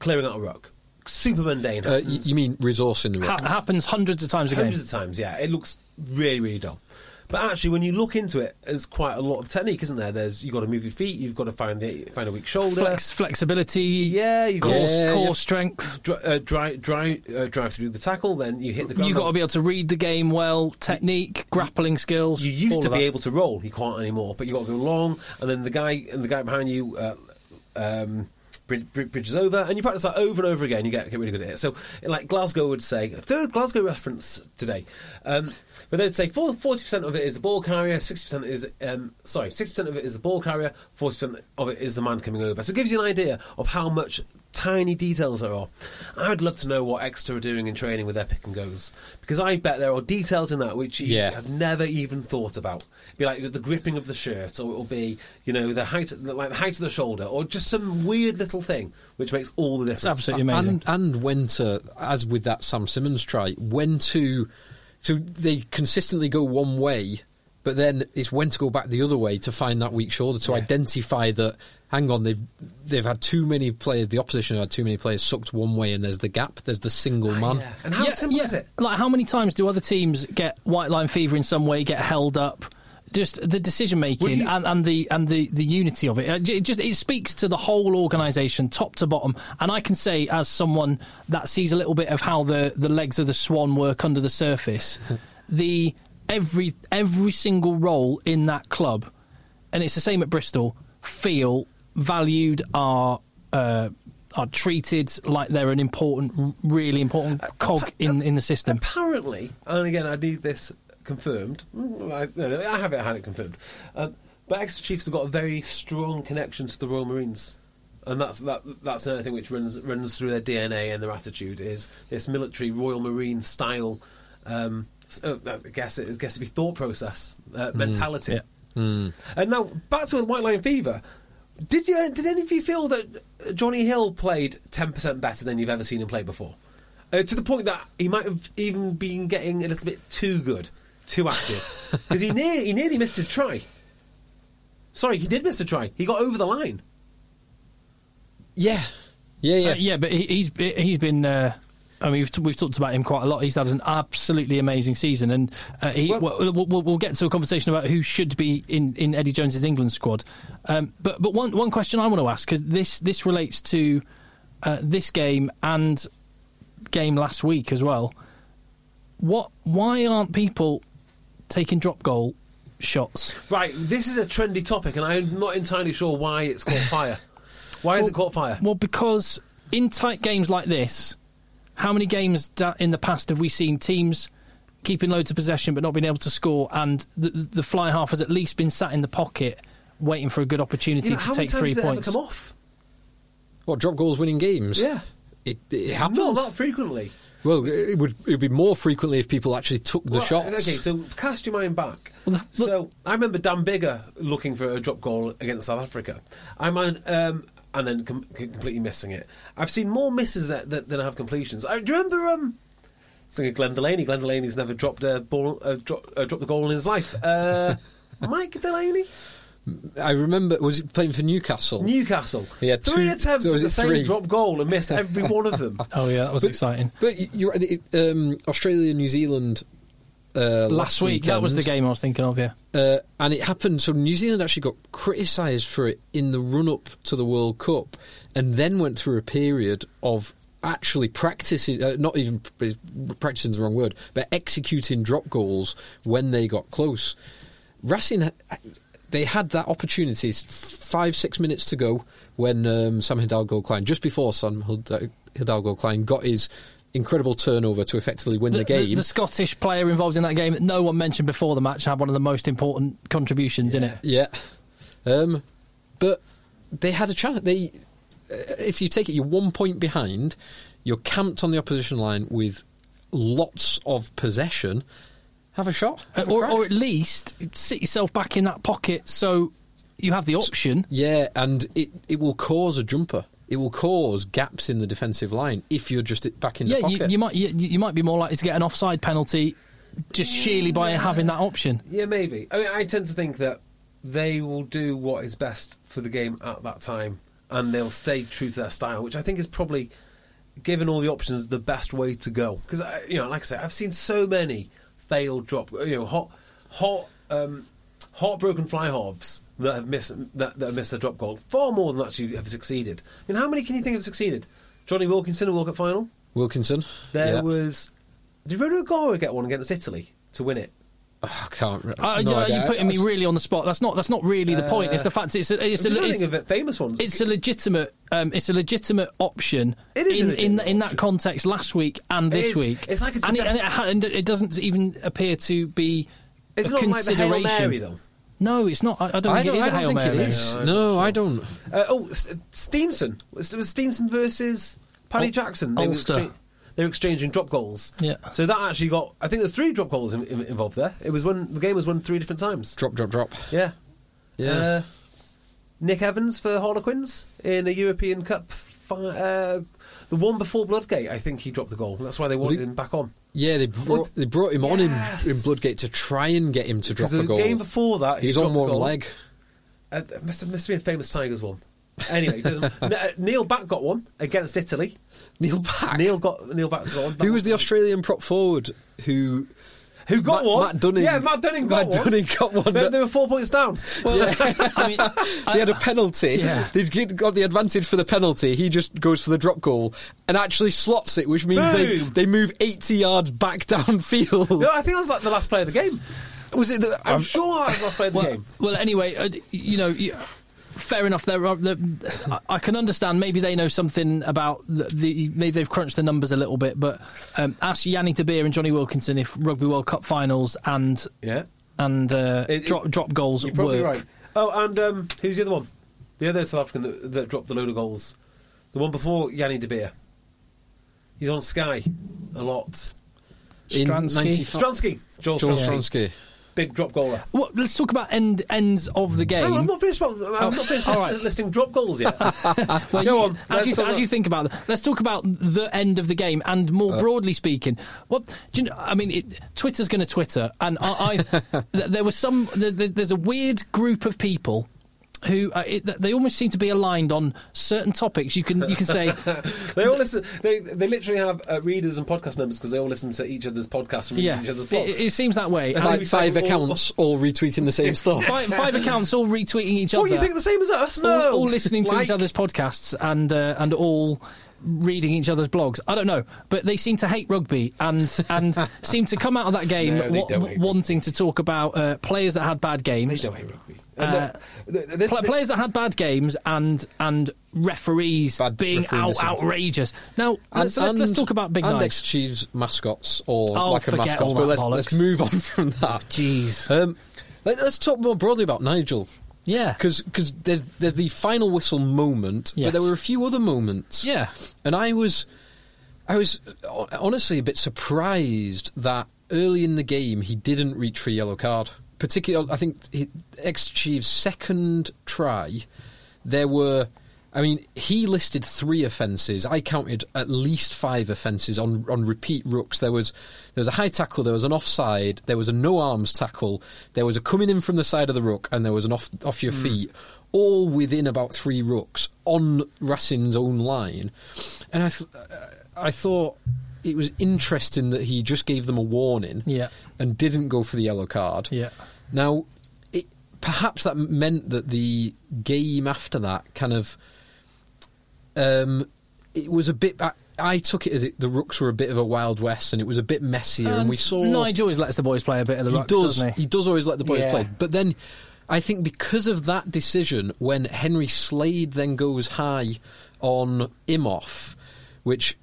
clearing out a ruck. Super mundane.
uh, you, you mean resourcing the
Ha- happens hundreds of times a game.
Hundreds of times, yeah. It looks really, really dull. But actually, when you look into it, there's quite a lot of technique, isn't there? There's you've got to move your feet, you've got to find the find a weak shoulder.
Flex, flexibility,
Yeah, you've
core,
got
Yeah,
core
yeah.
strength.
dri- uh, dri- dri- uh, drive through the tackle, then you hit the ground.
You've got to be able to read the game well, technique, grappling skills.
you used
all
to
of
be
that.
able to roll. You can't anymore. But you got to go long, and then the guy and the guy behind you. Uh, um, brid- brid- Bridges over, and you practice that over and over again. You get, get really good at it. So, like Glasgow would say, third Glasgow reference today, um, but they'd say forty percent of it is the ball carrier, sixty percent is um, sorry, sixty percent of it is the ball carrier, forty percent of it is the man coming over. So, it gives you an idea of how much tiny details there are. I'd love to know what Exeter are doing in training with their pick and goes because I bet there are details in that which you
Yeah.
have never even thought about. It'd be like the gripping of the shirt, or it'll be you know the height, like the height of the shoulder, or just some weird little thing which makes all the difference.
It's absolutely amazing.
And and when to, as with that Sam Simmons try, when to, so they consistently go one way, but then it's when to go back the other way to find that weak shoulder to identify that. Hang on, they've they've had too many players. The opposition have had too many players sucked one way, and there's the gap. There's the single man.
Ah, Yeah. And how
Ah, Yeah,
simple
yeah.
is it?
Like, how many times do other teams get white line fever in some way, get held up? Just the decision
Would
making
you-
and, and the and the, the unity of it. Uh, j- It just it speaks to the whole organisation, top to bottom. And I can say, as someone that sees a little bit of how the, the legs of the swan work under the surface, the every every single role in that club, and it's the same at Bristol. Feel valued are uh, are treated like they're an important, really important cog in in the
uh,
system.
Apparently, and again, I need this confirmed. Mm, I, no, I haven't had it confirmed, um, but Exeter Chiefs have got a very strong connection to the Royal Marines. And that's that. That's another thing which runs runs through their DNA and their attitude is this military Royal Marine style. Um, s- uh, I guess it I guess it'd be thought process uh, mentality.
yeah.
And now back to the White Lion Fever. Did you? Did any of you feel that Johnny Hill played ten percent better than you've ever seen him play before? Uh, to the point that he might have even been getting a little bit too good, too active, because he near, he nearly missed his try. Sorry, he did miss a try. He got over the line.
Yeah, yeah, yeah.
Uh, yeah, but he, he's he's been. Uh, I mean, we've, we've talked about him quite a lot. He's had an absolutely amazing season, and uh, he,
Well-
well, we'll, we'll, we'll get to a conversation about who should be in, in Eddie Jones's England squad. Um, but but one one question I want to ask because this this relates to uh, this game and game last week as well. What? Why aren't people taking drop goal shots?
Right, this is a trendy topic, and I'm not entirely sure why it's caught fire. Why has it caught fire?
Well, because in tight games like this, how many games da- in the past have we seen teams keeping loads of possession but not being able to score, and the, the fly half has at least been sat in the pocket waiting for a good opportunity
You know,
to
how many
take
times
three
has it ever
points?
come off?
What drop goals winning games?
Yeah.
it, it
Not
happens.
that frequently.
well, it would it would be more frequently if people actually took the
Well,
shots.
Okay, so cast your mind back.
Well, the- look-
so I remember Dan Bigger looking for a drop goal against South Africa. I mind, um, and then com- c- completely missing it. I've seen more misses that, that, than I have completions. I do you remember um, singing Glenn Delaney. Glenn Delaney's never dropped a ball, uh, drop, uh, dropped a goal in his life. Uh, Mike Delaney,
I remember was it playing for Newcastle?
Newcastle.
He had
three
two-
attempts
so
at
was
the
it
same
three?
drop goal and missed every one of them.
Oh yeah, that was exciting.
But y- you're right. it- Um, Australia, New Zealand. Uh,
Last
last,
week, that was the game I was thinking of. Yeah,
uh, and it happened. So New Zealand actually got criticised for it in the run-up to the World Cup, and then went through a period of actually practicing, uh, not even p- practicing is the wrong word, but executing drop goals when they got close. Racing, ha- they had that opportunity s- five, six minutes to go when um, Sam Hidalgo Klein, just before Sam Hid- Hidalgo Klein got his incredible turnover to effectively win the, game.
The, Scottish player involved in that game that no one mentioned before the match had one of the most important contributions in it.
Yeah, um, but they had a chance. They, uh, if you take it, you're one point behind. You're camped on the opposition line with lots of possession. Have a shot,
Uh,
Have a
or,
crack.
or at least sit yourself back in that pocket so you have the option.
yeah, and it it will cause a jumper. It will cause gaps in the defensive line if you're just back in the
Yeah, you,
pocket.
you might you, you might be more likely to get an offside penalty just sheerly by having that option.
Yeah, maybe. I mean, I tend to think that they will do what is best for the game at that time, and they'll stay true to their style, which I think is probably, given all the options, the best way to go. Because you know, like I said, I've seen so many failed drop, you know, hot, hot, um, heartbroken fly halves that have missed that, that have missed their drop goal far more than actually have succeeded. I mean, how many can you think have succeeded? Johnny Wilkinson in World Cup final.
Wilkinson.
There
yeah.
was. Did Rodo Agaro get one against Italy to win it?
Oh, I can't. re-
Uh,
no
yeah,
idea.
you're putting me
I-
really on the spot. That's not that's not really the point. It's the fact it's a, it's,
I'm
a,
trying to
it's,
think of famous ones.
it's a legitimate um, it's a legitimate option
It
in,
is a
in
legitimate
in that
option.
context last week and
It
this
is.
week.
It's like a-
and, it, and, it, ha- and it doesn't even appear to be
It's
a
not like the Hail
consideration.
Mary, though.
No, it's not. I, I don't
I
think
don't,
it is
I
a
don't
hail
think
mary.
it is.
No, I'm
No,
not sure.
I don't.
Uh, oh, S- Steenson. Was, was Steenson versus Paddy
Ul-
Jackson?
Ulster.
Were excha- they were exchanging drop goals.
Yeah.
So that actually got. I think there's three drop goals in, in- involved there. It was won. The game was won three different times.
Drop, drop, drop.
Yeah.
Yeah.
Uh, Nick Evans for Harlequins in the European Cup. Fi- uh, the one before Bloodgate, I think he dropped the goal. That's why they wanted
The-
him back on.
Yeah, they
Well,
brought, they brought him on
yes.
in, in Bloodgate to try and get him to drop
Because
a
the
goal.
game before that, he
he was on
dropped a
one
goal.
leg.
Uh, it must have, must have been famous Tigers one. Anyway, it doesn't, N- uh, Neil Back got one against Italy.
Neil Back.
Neil got Neil Back's got one.
who was the Australian prop forward who
who got
Matt-
one?
Matt Dunning.
Yeah, Matt Dunning got
Matt
one.
Dunning got one.
They, they were four points down.
Well, I mean,
they had a penalty.
Yeah.
They'd get, got the advantage for the penalty. He just goes for the drop goal and actually slots it, which means they,
Boom.
they move 80 yards back downfield.
No, I think that was like the last play of the game.
Was it the,
I'm sure that was the last play of the
well,
game.
well, anyway, uh, you know, you, fair enough. There, are, there- I I can understand. Maybe they know something about the, the. Maybe they've crunched the numbers a little bit, but um, ask Yanni De Beer and Johnny Wilkinson if Rugby World Cup finals and
Yeah,
and uh,
It- it-
drop drop goals
you're probably
work.
right. Oh, and um, who's the other one? The other South African that, that dropped the load of goals. The one before Yanni De Beer. He's on Sky a lot.
in
Stransky.
95
Stransky, Joel,
Joel
Stransky.
Stransky.
big drop goaler.
Well, let's talk about end ends of the game.
Hang on, I'm not finished. I'm
Oh.
not finished
all right.
listing drop goals yet.
Well,
Go
you-
on, let's
As, you,
talk
as
about- Uh.
you think about that, let's talk about the end of the game and more broadly speaking. What do you know? I mean, it, Twitter's going to Twitter, and I, I th- there was some. There's, there's, there's a weird group of people. Who uh, it, they almost seem to be aligned on certain topics. You can you can say
they all listen. They they literally have uh, readers and podcast numbers because they all listen to each other's podcasts and read
yeah.
each other's
It,
blogs.
it seems that way.
It's
And
we
Five, five
say all-
accounts all retweeting the same stuff.
five, five accounts all retweeting each
what
other.
you think the same as us? No,
all, all listening to
Like,
each other's podcasts and uh, and all reading each other's blogs. I don't know, but they seem to hate rugby and and seem to come out of that game
No, they
wa-
don't hate
wanting to talk about uh, players that had bad
They
games.
don't hate rugby. And, uh, they- they-
Pla
they-
players that had bad games and and referees
Bad
being
referee
out-
missing.
outrageous. Now let's, let's, let's talk about big
and
nights.
ex Chiefs mascots or
Oh,
lack of
forget all
mascots. But
that
let's, let's
bollocks.
move on from that.
Jeez,
Um, let, us talk more broadly about Nigel.
yeah,
Because there's, there's the final whistle moment,
Yes.
but there were a few other moments.
Yeah.
And I was, I was hon- honestly a bit surprised that early in the game he didn't reach for a yellow card. Particularly, I think he- ex Chiefs' second try, there were. I mean, he listed three offences. I counted at least five offences on on repeat rooks. There was there was a high tackle, there was an offside, there was a no arms tackle, there was a coming in from the side of the rook, and there was an off off your feet, all within about three rooks on Racin's own line. And I th- I thought it was interesting that he just gave them a warning,
Yeah.
and didn't go for the yellow card.
Yeah.
Now, it, perhaps that meant that the game after that kind of um, it was a bit. I, I took it as it, the Rooks were a bit of a Wild West and it was a bit messier, and, we saw
Nigel always lets the boys play a bit of the
he
rocks,
does.
not
He
he?
does always let the boys
Yeah.
play. But then, I think because of that decision, when Henry Slade then goes high on Imhoff, which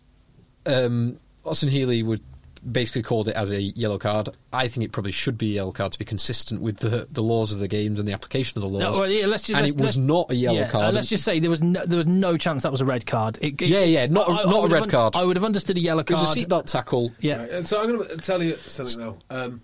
um, Austin Healy would basically called it as a yellow card. I think it probably should be a yellow card to be consistent with the, the laws of the games and the application of the laws.
No, well, yeah, let's just,
and
let's-
it was
let's-
not a yellow
yeah,
card.
Uh, let's just say there was no, there was no chance that was a red card. It, it-
Yeah, yeah, not a- not a
would
red
have un-
card.
I would have understood a yellow
it
card.
was a seatbelt tackle.
Yeah,
Right, So I'm going to tell you something now. Um,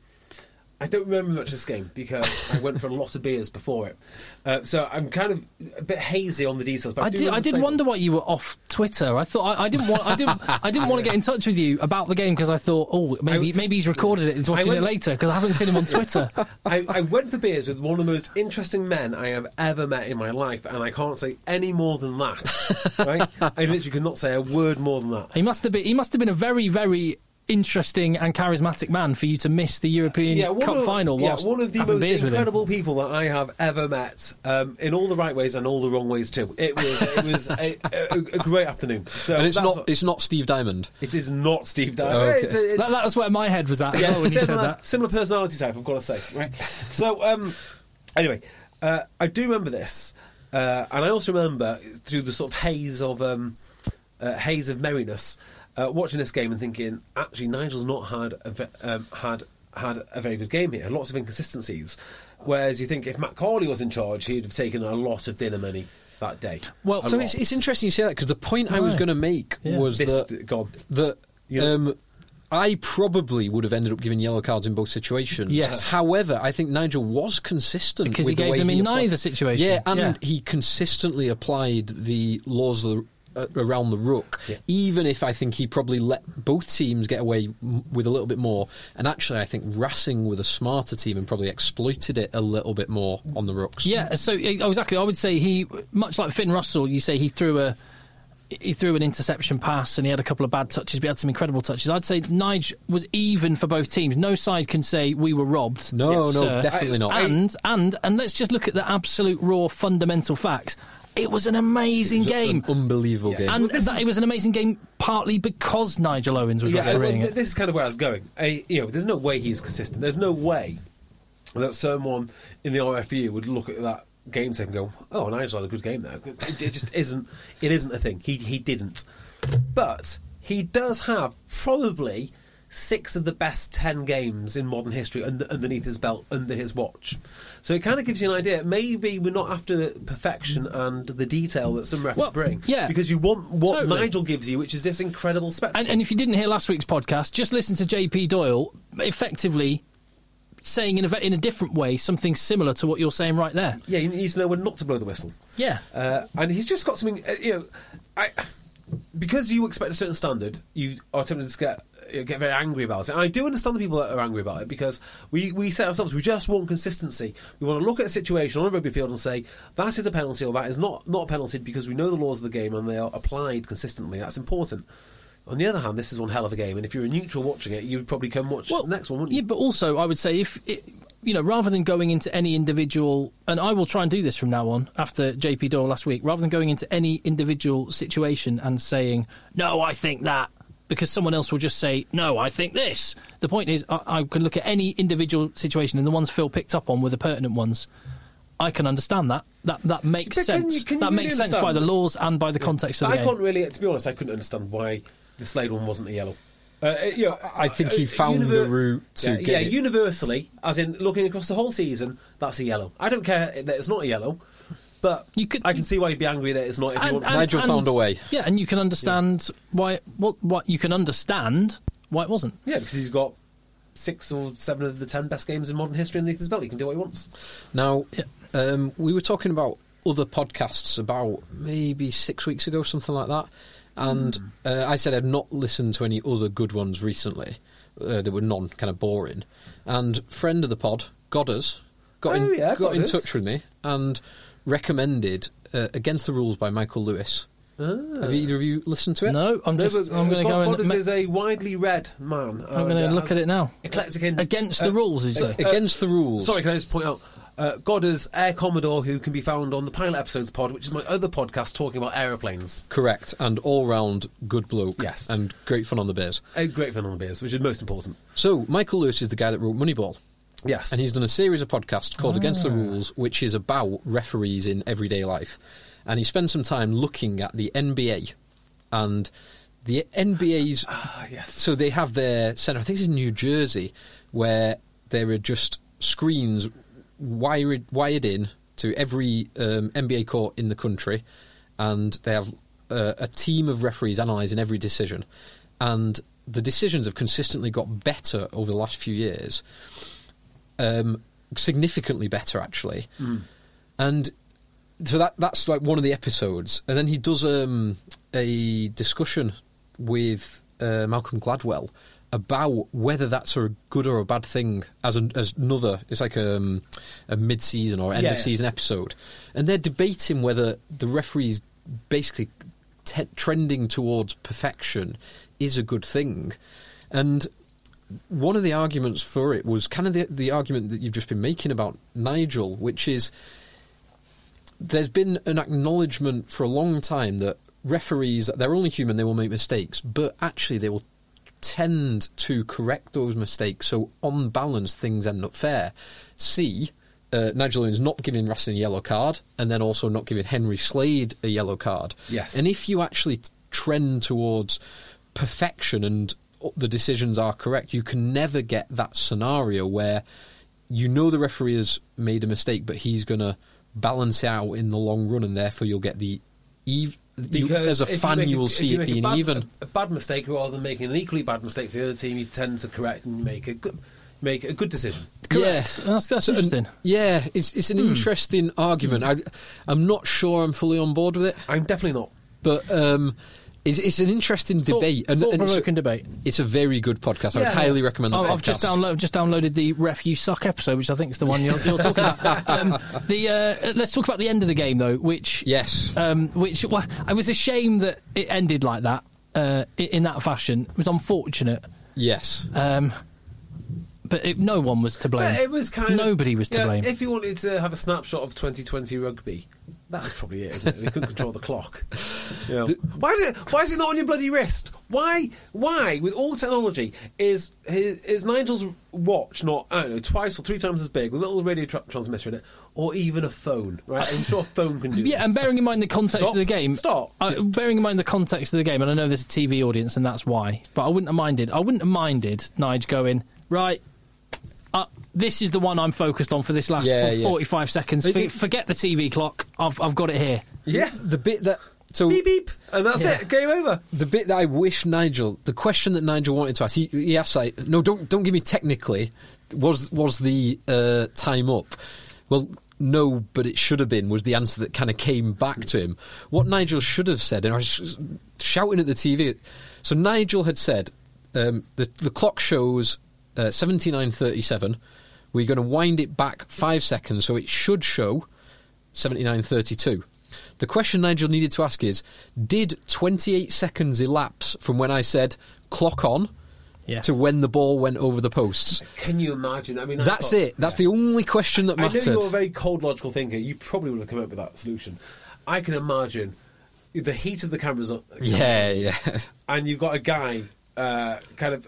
I don't remember much of this game because I went for a lot of beers before it. Uh, so I'm kind of a bit hazy on the details. But I,
I
do
did. I
remember
did
saying-
wonder why you were off Twitter. I thought I, I didn't want. I didn't. I didn't want to get in touch with you about the game because I thought, oh, maybe maybe he's recorded it. He's watching
went-
it later because I haven't seen him on Twitter.
I, I went for beers with one of the most interesting men I have ever met in my life, and I can't say any more than that. right? I literally could not say a word more than that.
he must have been. He must have been a very very interesting and charismatic man for you to miss the European Cup final.
yeah,
whilst
one of the
having beers
most
with him.
incredible people that I have ever met, um, in all the right ways and all the wrong ways too. It was it was a, a, a great afternoon. So
And it's
that's
not
what-
it's not Steve Diamond.
It is not Steve Dyer.
Okay.
It's a- it-
That, that was where my head was at as
Oh,
well when you said
similar,
that.
similar personality type, I've got to say. Right. so, um, anyway, uh, I do remember this, uh, and I also remember through the sort of haze of um, uh, haze of merriness, uh, watching this game and thinking, actually, Nigel's not had a ve- um, had had a very good game here. Lots of inconsistencies. Whereas you think if Matt Corley was in charge, he'd have taken a lot of dinner money that day.
Well,
A
So
lot.
it's, it's interesting you say that because the point I was
Right.
going to make
Yeah.
was
This-
that
go on.
that
Yeah.
um, I probably would have ended up giving yellow cards in both situations.
Yes.
However, I think Nigel was consistent
Because he
with the
gave
way
them in
applied-
neither situation.
Yeah, and
Yeah.
he consistently applied the laws of the, uh, around the rook.
Yeah.
Even if I think he probably let both teams get away m- with a little bit more, and actually I think Racing were the smarter team and probably exploited it a little bit more on the rooks.
Yeah, so eh, exactly. I would say he, much like Finn Russell, you say he threw a he threw an interception pass and he had a couple of bad touches, but he had some incredible touches. I'd say Nige was even for both teams. No side can say we were robbed.
No,
Yes,
no,
sir.
definitely not.
And and and let's just look at the absolute raw fundamental facts. It was an amazing
It was
game.
an unbelievable game.
and that, it was an amazing game partly because Nigel Owens was
Yeah, well,
refereeing
th-
it.
this is kind of where I was going. I, you know, there's no way he's consistent. There's no way that someone in the RFU would look at that game tape and go, "Oh, Nigel had a good game there." It, it just isn't. It isn't a thing. He he didn't. But he does have probably six of the best ten games in modern history under, underneath his belt, under his watch. So it kind of gives you an idea. Maybe we're not after the perfection and the detail that some refs
Well,
bring.
yeah.
because you want what
Totally.
Nigel gives you, which is this incredible spectacle.
And, and if you didn't hear last week's podcast, just listen to JP Doyle effectively saying in a, ve- in a different way something similar to what you're saying right there.
Yeah, he needs to know when not to blow the whistle.
Yeah.
Uh, and he's just got something. Uh, you know, I because you expect a certain standard, you are tempted to get uh, get very angry about it. And I do understand the people that are angry about it because we we say ourselves we just want consistency. We want to look at a situation on a rugby field and say that is a penalty or that is not not a penalty because we know the laws of the game and they are applied consistently. That's important. On the other hand, this is one hell of a game, and if you're a neutral watching it, you would probably come watch the next one, wouldn't
Yeah,
you?
but also I would say if it, you know, rather than going into any individual, and I will try and do this from now on after JP Doyle last week, rather than going into any individual situation and saying no, I think that. Because someone else will just say, "No, I think this." The point is, I, I can look at any individual situation, and the ones Phil picked up on were the pertinent ones. I can understand that. That that makes
But can
sense.
you- can you
that
really
makes sense by
understand?
the laws and by the context of the
I
game.
can't really, to be honest, I couldn't understand why the Slade one wasn't a yellow. Uh, you know,
I think he
uh,
found a route to
yeah,
get
yeah,
it.
universally, as in looking across the whole season, that's a yellow. I don't care that it's not a yellow, but
You could-
I can see why you'd be angry that it's not. If you want
and- Nigel found a way.
Yeah, and you can understand why. What? What? You can understand why it wasn't.
yeah, because he's got six or seven of the ten best games in modern history underneath his belt. He can do what he wants.
Now,
Yeah.
um, we were talking about other podcasts about maybe six weeks ago, something like that. And
Hmm.
uh, I said I'd not listened to any other good ones recently. Uh, they were non kind of boring. And friend of the pod, Godders, got,
Oh,
in,
yeah,
got in
Godders.
touch with me and recommended uh, Against the Rules by Michael Lewis.
Ah.
Have either of you listened to it?
No, I'm just. I'm going to go
Goddard
and. ma-
is a widely read man. uh,
I'm going to look at it now.
Eclectic in, uh,
Against the rules, is it?
Against the Rules.
Sorry, can I just point out? Uh, Goddard's Air Commodore, who can be found on the Pilot Episodes Pod, which is my other podcast talking about aeroplanes.
Correct, and all round good bloke.
Yes.
and great fun on the beers.
A great fan on the beers, which is most important.
So Michael Lewis is the guy that wrote Moneyball,
Yes.
and he's done a series of podcasts called Against the Rules, which is about referees in everyday life. And he spends some time looking at the NBA and the NBA's.
Ah, yes.
So they have their center. I think it's in New Jersey, where there are just screens wired wired in to every um, NBA court in the country, and they have uh, a team of referees analysing every decision, and the decisions have consistently got better over the last few years, um, significantly better actually, and. So that that's like one of the episodes, and then he does um, a discussion with uh, Malcolm Gladwell about whether that's a good or a bad thing as, an, as another. It's like um, a mid-season or end
Yeah,
of season episode, and they're debating whether the referees basically te- trending towards perfection is a good thing, and. One of the arguments for it was kind of the, the argument that you've just been making about Nigel, which is there's been an acknowledgement for a long time that referees they're only human they will make mistakes but actually they will tend to correct those mistakes so on balance things end up fair see uh, Nigel Owens not giving Rassin a yellow card and then also not giving Henry Slade a yellow card
Yes.
and if you actually t- trend towards perfection and the decisions are correct, you can never get that scenario where you know the referee has made a mistake, but he's going to balance it out in the long run, and therefore you'll get the eve. you- as a
if you
fan,
make
you will
if
see it
make a
being
bad,
even.
A, a bad mistake rather than making an equally bad mistake for the other team, you tend to correct and make a good, make a good decision.
Correct. Oh,
Yeah.
That's- that's
So, and-
interesting.
yeah, it's it's an
Hmm.
interesting argument. I, I'm not sure I'm fully on board with it,
I'm definitely not.
but um, it's, it's an interesting debate. and- and it's,
Thought-provoking debate.
it's a very good podcast. I would
Yeah.
highly recommend that
I've
podcast.
I've just downloaded just downloaded the ref you suck episode, which I think is the one you're, you're talking about. Um, the uh, let's talk about the end of the game though, which
Yes.
um, which well, I was ashamed that it ended like that uh, i- in that fashion. It was unfortunate,
Yes.
Uh,
um, but it, no one was to blame.
But it was kind of
nobody was to
yeah,
blame.
If you wanted to have a snapshot of 2020 rugby, that's probably it, isn't it? They couldn't control the clock. Yeah. why, did, why is it not on your bloody wrist? Why? Why, with all technology, is is, is Nigel's watch not I don't know twice or three times as big with a little radio tra- transmitter in it, or even a phone? Right? I'm sure a phone can do.
yeah,
this.
and bearing in mind the context of
Stop.
the game,
Stop.
Uh, bearing in mind the context of the game, and I know there's a TV audience, and that's why. But I wouldn't have minded. I wouldn't have minded Nige going right. Uh, this is the one I'm focused on for this last
Yeah,
f-
yeah.
45 seconds.
It-
For-
it-
forget the TV clock. I've I've got it here.
yeah.
The bit that so
Beep beep, and that's it. Game over.
the bit that I wish Nigel, the question that Nigel wanted to ask, he, he asked like, no, don't don't give me technically. Was was the uh, time up? Well, no, but it should have been. Was the answer that kind of came back to him? What Nigel should have said, and I was sh- shouting at the TV. So Nigel had said, um, the the clock shows uh, seventy nine thirty seven. We're going to wind it back five seconds, so it should show 7932. The question Nigel needed to ask is Did 28 seconds elapse from when I said clock on
Yes.
to when the ball went over the posts?
Can you imagine? I mean, I
That's
thought-
it. That's the only question that
I know
mattered.
you're a very cold, logical thinker. You probably would have come up with that solution. I can imagine the heat of the cameras, on,
Yeah, yeah.
and you've got a guy uh, kind of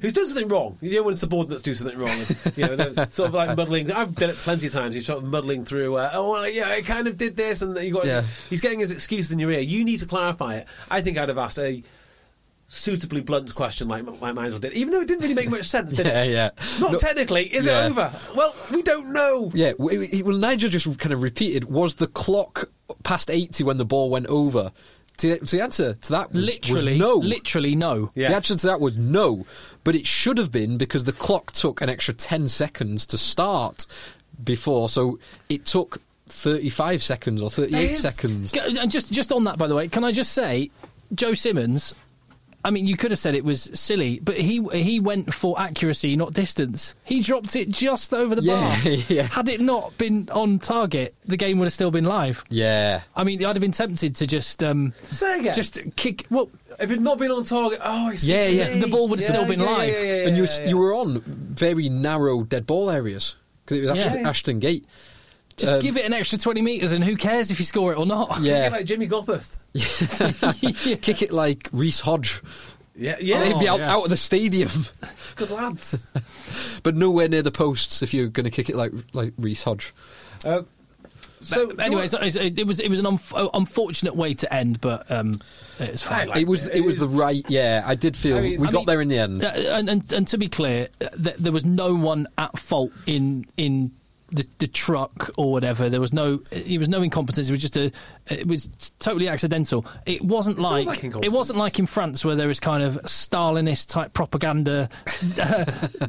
who's done something wrong. You know when subordinates do something wrong, and, you know, they're sort of like muddling. I've done it plenty of times. You're sort of muddling through. Uh, oh, well, yeah, I kind of did this, and you got.
Yeah.
He's getting his excuses in your ear. You need to clarify it. I think I'd have asked a suitably blunt question like, like Nigel did, even though it didn't really make much sense. Did
Yeah,
it?
yeah.
Not
No-
technically. Is
Yeah.
it over? Well, we don't know.
Yeah, well, it- it- well, Nigel just kind of repeated was the clock past 80 when the ball went over? To, to the answer to that was, was
Literally,
no.
literally no.
Yeah.
The answer to that was no, but it should have been because the clock took an extra 10 seconds to start before, so it took 35 seconds or 38
is-
seconds.
Go- And just just on that, by the way, can I just say, Joe Simmons? I mean, you could have said it was silly, but he he went for accuracy, not distance. He dropped it just over the
Yeah,
bar.
yeah.
Had it not been on target, the game would have still been live.
Yeah.
I mean, I'd have been tempted to just um,
Say again.
just kick. Well,
If it had not been on target, oh, I see.
Yeah, yeah.
The ball would have still been live.
and you, were- you were on very narrow dead ball areas. 'Cause because it was
Yeah.
Ashton, Ashton Gate.
Just
Um,
give it an extra 20 metres and who cares if you score it or not?
Yeah,
Yeah,
like Jimmy Gopeth.
kick it like Reese Hodge.
Yeah, Oh, yeah.
Oh. They'd be out,
yeah.
out of the stadium,
good lads. Uh,
but nowhere near the posts if you're going to kick it like like Reese Hodge.
Uh, so, do you
anyway,
want-
so it's- it was it was an unf- uh, unfortunate way to end, but um, it's fine.
Like,
it was
it
it was
is-
the right. Yeah, I did feel
I mean-
we
I
got
mean-
there in the end.
Uh, and, and and to be clear, uh, th- there was no one at fault in in the, the truck or whatever. There was no it was no incompetence. It was just a it was totally accidental. It wasn't
It sounds
like,
like
it
incompetence.
wasn't like in France where there is kind of Stalinist type propaganda uh,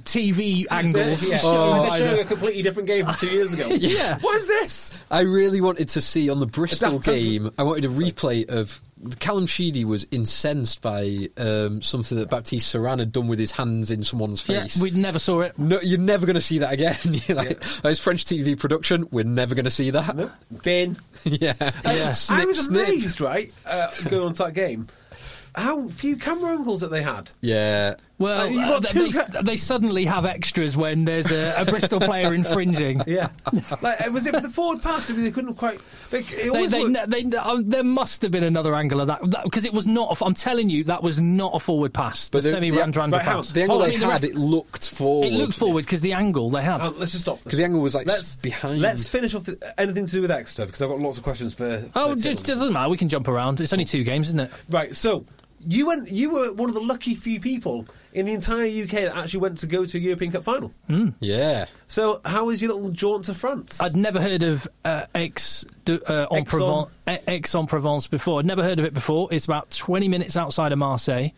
TV angles.
Yeah.
Oh,
they're
I
showing
know.
a completely different game from two years ago.
Yeah.
What is this?
I really wanted to see on the Bristol
Daft Punk.
game. I wanted a replay of Callum Sheedy was incensed by um, something that Baptiste Saran had done with his hands in someone's
Yeah,
face.
we never saw it.
no, you're never going to see that again. You're like, oh, it's French TV production. We're never going to see that.
Bin.
yeah.
I
Uh,
Snip,
was
snip.
amazed, right? Uh, going on to that game, how few camera angles that they had.
Yeah.
Uh,
Well,
you
uh,
got
th-
two
they,
ca-
they suddenly have extras when there's a, a Bristol player infringing.
Yeah, like uh, was it the forward pass? I mean, they couldn't quite. They, it
They,
always
they,
looked-
they, um, there must have been another angle of that because it was not. a f- I'm telling you, that was not a forward pass.
But
the
the-
semi
the-
round round
right, hang on.
pass.
The angle
Oh, I
they
mean, the
had,
ref-
it looked forward.
it looked forward because the angle they had.
Oh, let's just stop
Because the angle was like s- behind.
Let's finish off the, anything to do with Exeter because I've got lots of questions for.
oh,
for
it
Tim.
just doesn't matter. We can jump around. It's only two games, isn't it?
right. So you went. You were one of the lucky few people in the entire UK that actually went to go to a European Cup final.
Yeah.
So how was your little jaunt to France?
Hmm. I'd never heard of uh, Aix de, uh, en
Aix-en.
Provence, en Provence before. I'd never heard of it before. It's about 20 minutes outside of Marseille.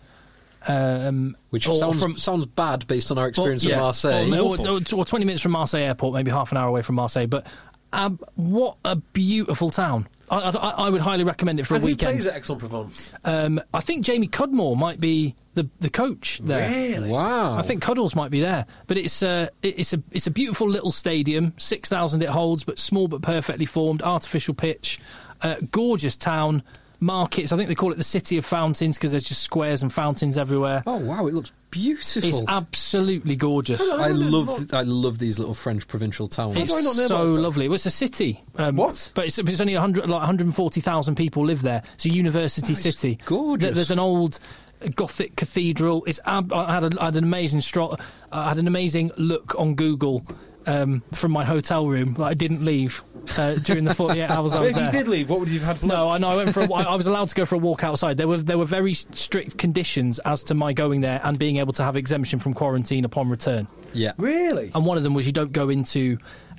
Um,
Which
or
sounds,
from-
sounds bad based on our
Well,
experience
yes.
in Marseille.
Or- Or, or 20 minutes from Marseille airport, maybe half an hour away from Marseille. But um, what a beautiful town. I, I, I would highly recommend it for
and
a
who plays
weekend.
at Aix-en-Provence?
Um, I think Jamie Cudmore might be the, the coach there.
Really?
Wow.
I think Cuddles might be there, but it's a it's a it's a beautiful little stadium, six thousand it holds, but small but perfectly formed, artificial pitch, uh, gorgeous town, markets. I think they call it the city of fountains because there's just squares and fountains everywhere.
Oh, wow. It looks beautiful.
It's absolutely gorgeous.
I love I love these little French provincial towns.
It's
do I not know
so
about this place?
lovely. Well, it's a city. Um,
What?
But it's, it's only 100, like 140,000 people live there. It's a university city.
gorgeous.
There- There's an old Gothic cathedral. It's ab- I had, a, I had an amazing stro- I had an amazing look on Google um, from my hotel room that I didn't leave uh, during the 48 hours I
But
was
if
there.
you did leave, what would you have had for
No, I
lunch?
know. I went for. A, I I was allowed to go for a walk outside. There were there were very strict conditions as to my going there and being able to have exemption from quarantine upon return
yeah.
Really?
and one of them was you don't go into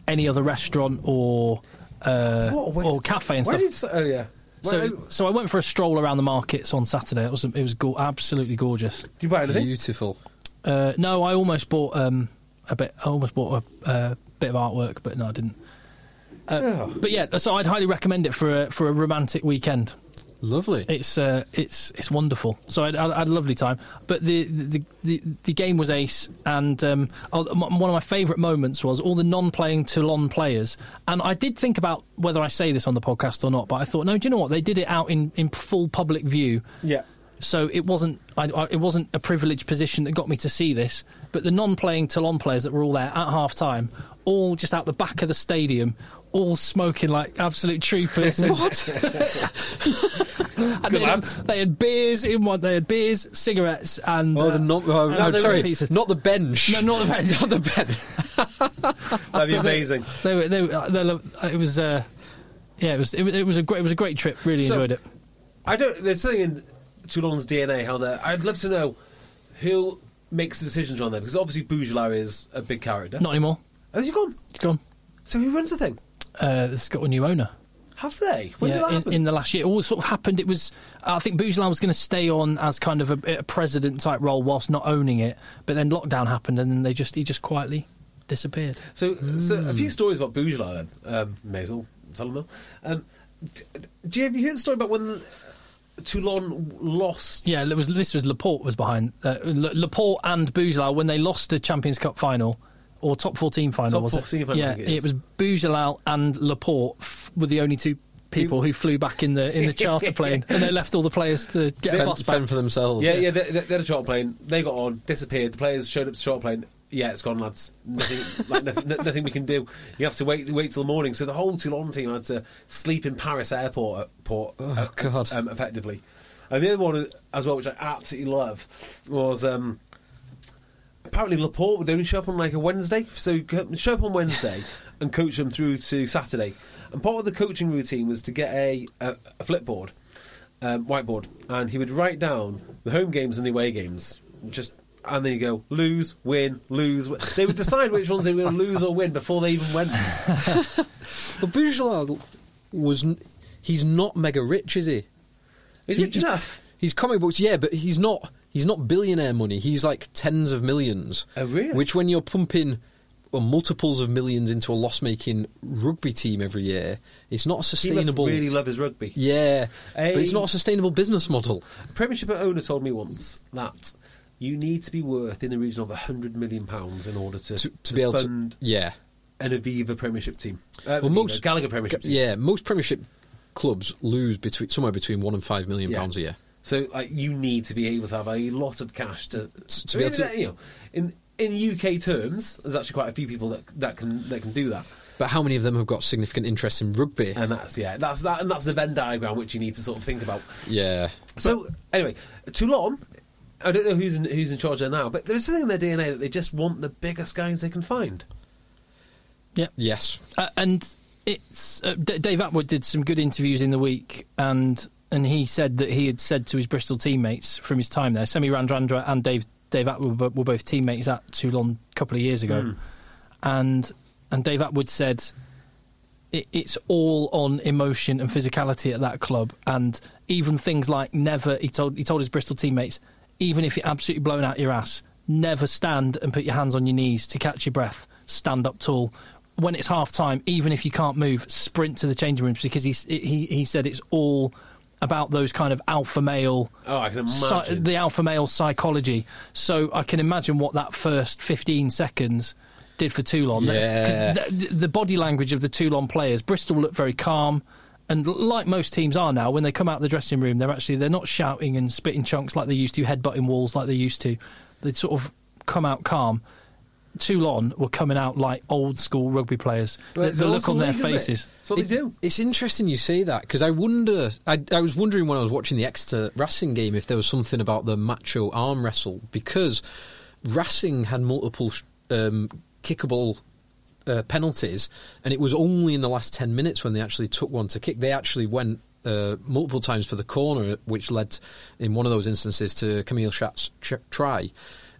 any other restaurant or uh,
What a waste
or
of time.
cafe and
Why
stuff.
Did, s- oh yeah. Why-
so,
did
so I went for a stroll around the markets on Saturday. It was it was go- absolutely gorgeous.
you buy anything?
Beautiful.
Uh, no, I almost bought um, a bit. I almost bought a uh, bit of artwork, but no, I didn't.
Oh.
But yeah, so I'd highly recommend it for a, for a romantic weekend.
Lovely.
It's uh, it's it's wonderful. So I had, I had a lovely time. But the the, the, the game was ace, and um, oh, m- one of my favourite moments was all the non-playing Toulon players. And I did think about whether I say this on the podcast or not, but I thought, no, do you know what? They did it out in, in full public view.
Yeah.
So it wasn't I, I, it wasn't a privileged position that got me to see this, but the non-playing Toulon players that were all there at half time, all just out the back of the stadium, all smoking like absolute troopers. what?
Good
they,
lads.
Had, they had beers in one. They had beers, cigarettes, and
Oh,
uh,
the non, oh,
and
I'm
other
sorry,
pieces.
not the bench.
No, not the bench.
not the bench.
That'd be amazing.
They were. They, were- they, lo- it was. Uh, yeah, it was. It, was- it was a great. It was a great trip. Really
So-
enjoyed it.
I don't. There's something in Toulon's DNA. How there? I'd love to know who makes the decisions on there because obviously Bougelaar is a big character.
Not anymore.
Has he gone?
It's gone.
So who runs the thing?
Uh, it's got a new owner.
Have they? When did that
yeah, in,
happen?
in the last year, it all sort of happened. It was, I think, Bougelain was going to stay on as kind of a, a president type role whilst not owning it, but then lockdown happened, and then they just he just quietly disappeared.
so, so a
Hmm.
few stories about Bougelaar then. Um, may as well tell them now. Um, d- d- do you have you heard the story about when Toulon lost?
Yeah, it was this was Laporte was behind uh, La- Laporte and Bougelain when they lost the Champions Cup final or top fourteen final.
Top
was
14
it?
final, I
yeah,
think it is.
was Bougelain and Laporte f- were the only two people who flew back in the in the charter plane, and they left all the players to get a
Fend,
bus back.
fend for themselves.
Yeah, yeah. They, they they had a short plane. They got on, disappeared. The players showed up to short plane. yeah, it's gone, lads. Nothing, like, nothing, no- nothing we can do. You have to wait wait till the morning. So the whole Toulon team had to sleep in Paris airport. uh, Port,
Oh, God.
Um, effectively. And the other one as well, which I absolutely love, was um, apparently Laporte would only show up on like a Wednesday, so go- show up on Wednesday and coach them through to Saturday. And part of the coaching routine was to get a, a, a flipboard, um, whiteboard, and he would write down the home games and the away games, just and then you go lose, win, lose. Win. They would decide which ones they were going to lose or win before they even went.
But Bourgelat was. n- He's not mega rich, is he?
He's
He-
rich enough.
He's comic books, yeah, but he's not. He's not billionaire money. He's like tens of millions.
Oh, really?
Which, when you're pumping well, multiples of millions into a loss-making rugby team every year, it's not a
He must
sustainable.
really love his rugby.
yeah, but it's
Hey.
not a sustainable business model.
Premiership owner told me once that you need to be worth in the region of hundred million pounds in order to
To, to be able to,
fund
yeah,
an Aviva Premiership team. Uh,
Well,
Aviva,
most-
Gallagher Premiership team.
yeah. Most Premiership clubs lose between somewhere between one and five million
Yeah.
pounds a year.
So like you need to be able to have a lot of cash to
To- to
I
be
mean,
able to-
you know, in in UK terms, there's actually quite a few people that that can that can do that.
But how many of them have got significant interest in rugby?
And that's yeah, that's that and that's the Venn diagram which you need to sort of think about.
yeah,
So anyway, Toulon. I don't know who's in, who's in charge there now, but there's something in their DNA that they just want the biggest guys they can find.
Yeah.
yes.
uh, and it's uh, D- Dave Atwood did some good interviews in the week, and and he said that he had said to his Bristol teammates from his time there, Semi Randrandra and Dave Dave Atwood were, were both teammates at Toulon a couple of years ago, and and Dave Atwood said. "It- It's all on emotion and physicality at that club, and even things like never. He told he told his Bristol teammates, even if you're absolutely blown out your ass, never stand and put your hands on your knees to catch your breath. Stand up tall. When it's half time, even if you can't move, sprint to the changing rooms because he he he said it's all about those kind of alpha male.
Oh, I can
psy-
imagine.
the alpha male psychology. So I can imagine what that first 15 seconds did for Toulon.
Yeah.
'Cause The, the body language of the Toulon players, Bristol looked very calm. And like most teams are now, when they come out of the dressing room, they're actually they're not shouting and spitting chunks like they used to, headbutting walls like they used to. They sort of come out calm. Toulon were coming out like old school rugby players. The,
It's
the
an
look on
awesome
their
league, isn't it?
faces.
That's what
It-
they do.
It's interesting you say that because I wonder. I, I was wondering when I was watching the Exeter Racing game if there was something about the macho arm wrestle because Racing had multiple sh- um, kickable uh, penalties, and it was only in the last ten minutes when they actually took one to kick. They actually went. Uh, multiple times for the corner, which led in one of those instances to Camille Schatz's ch- try.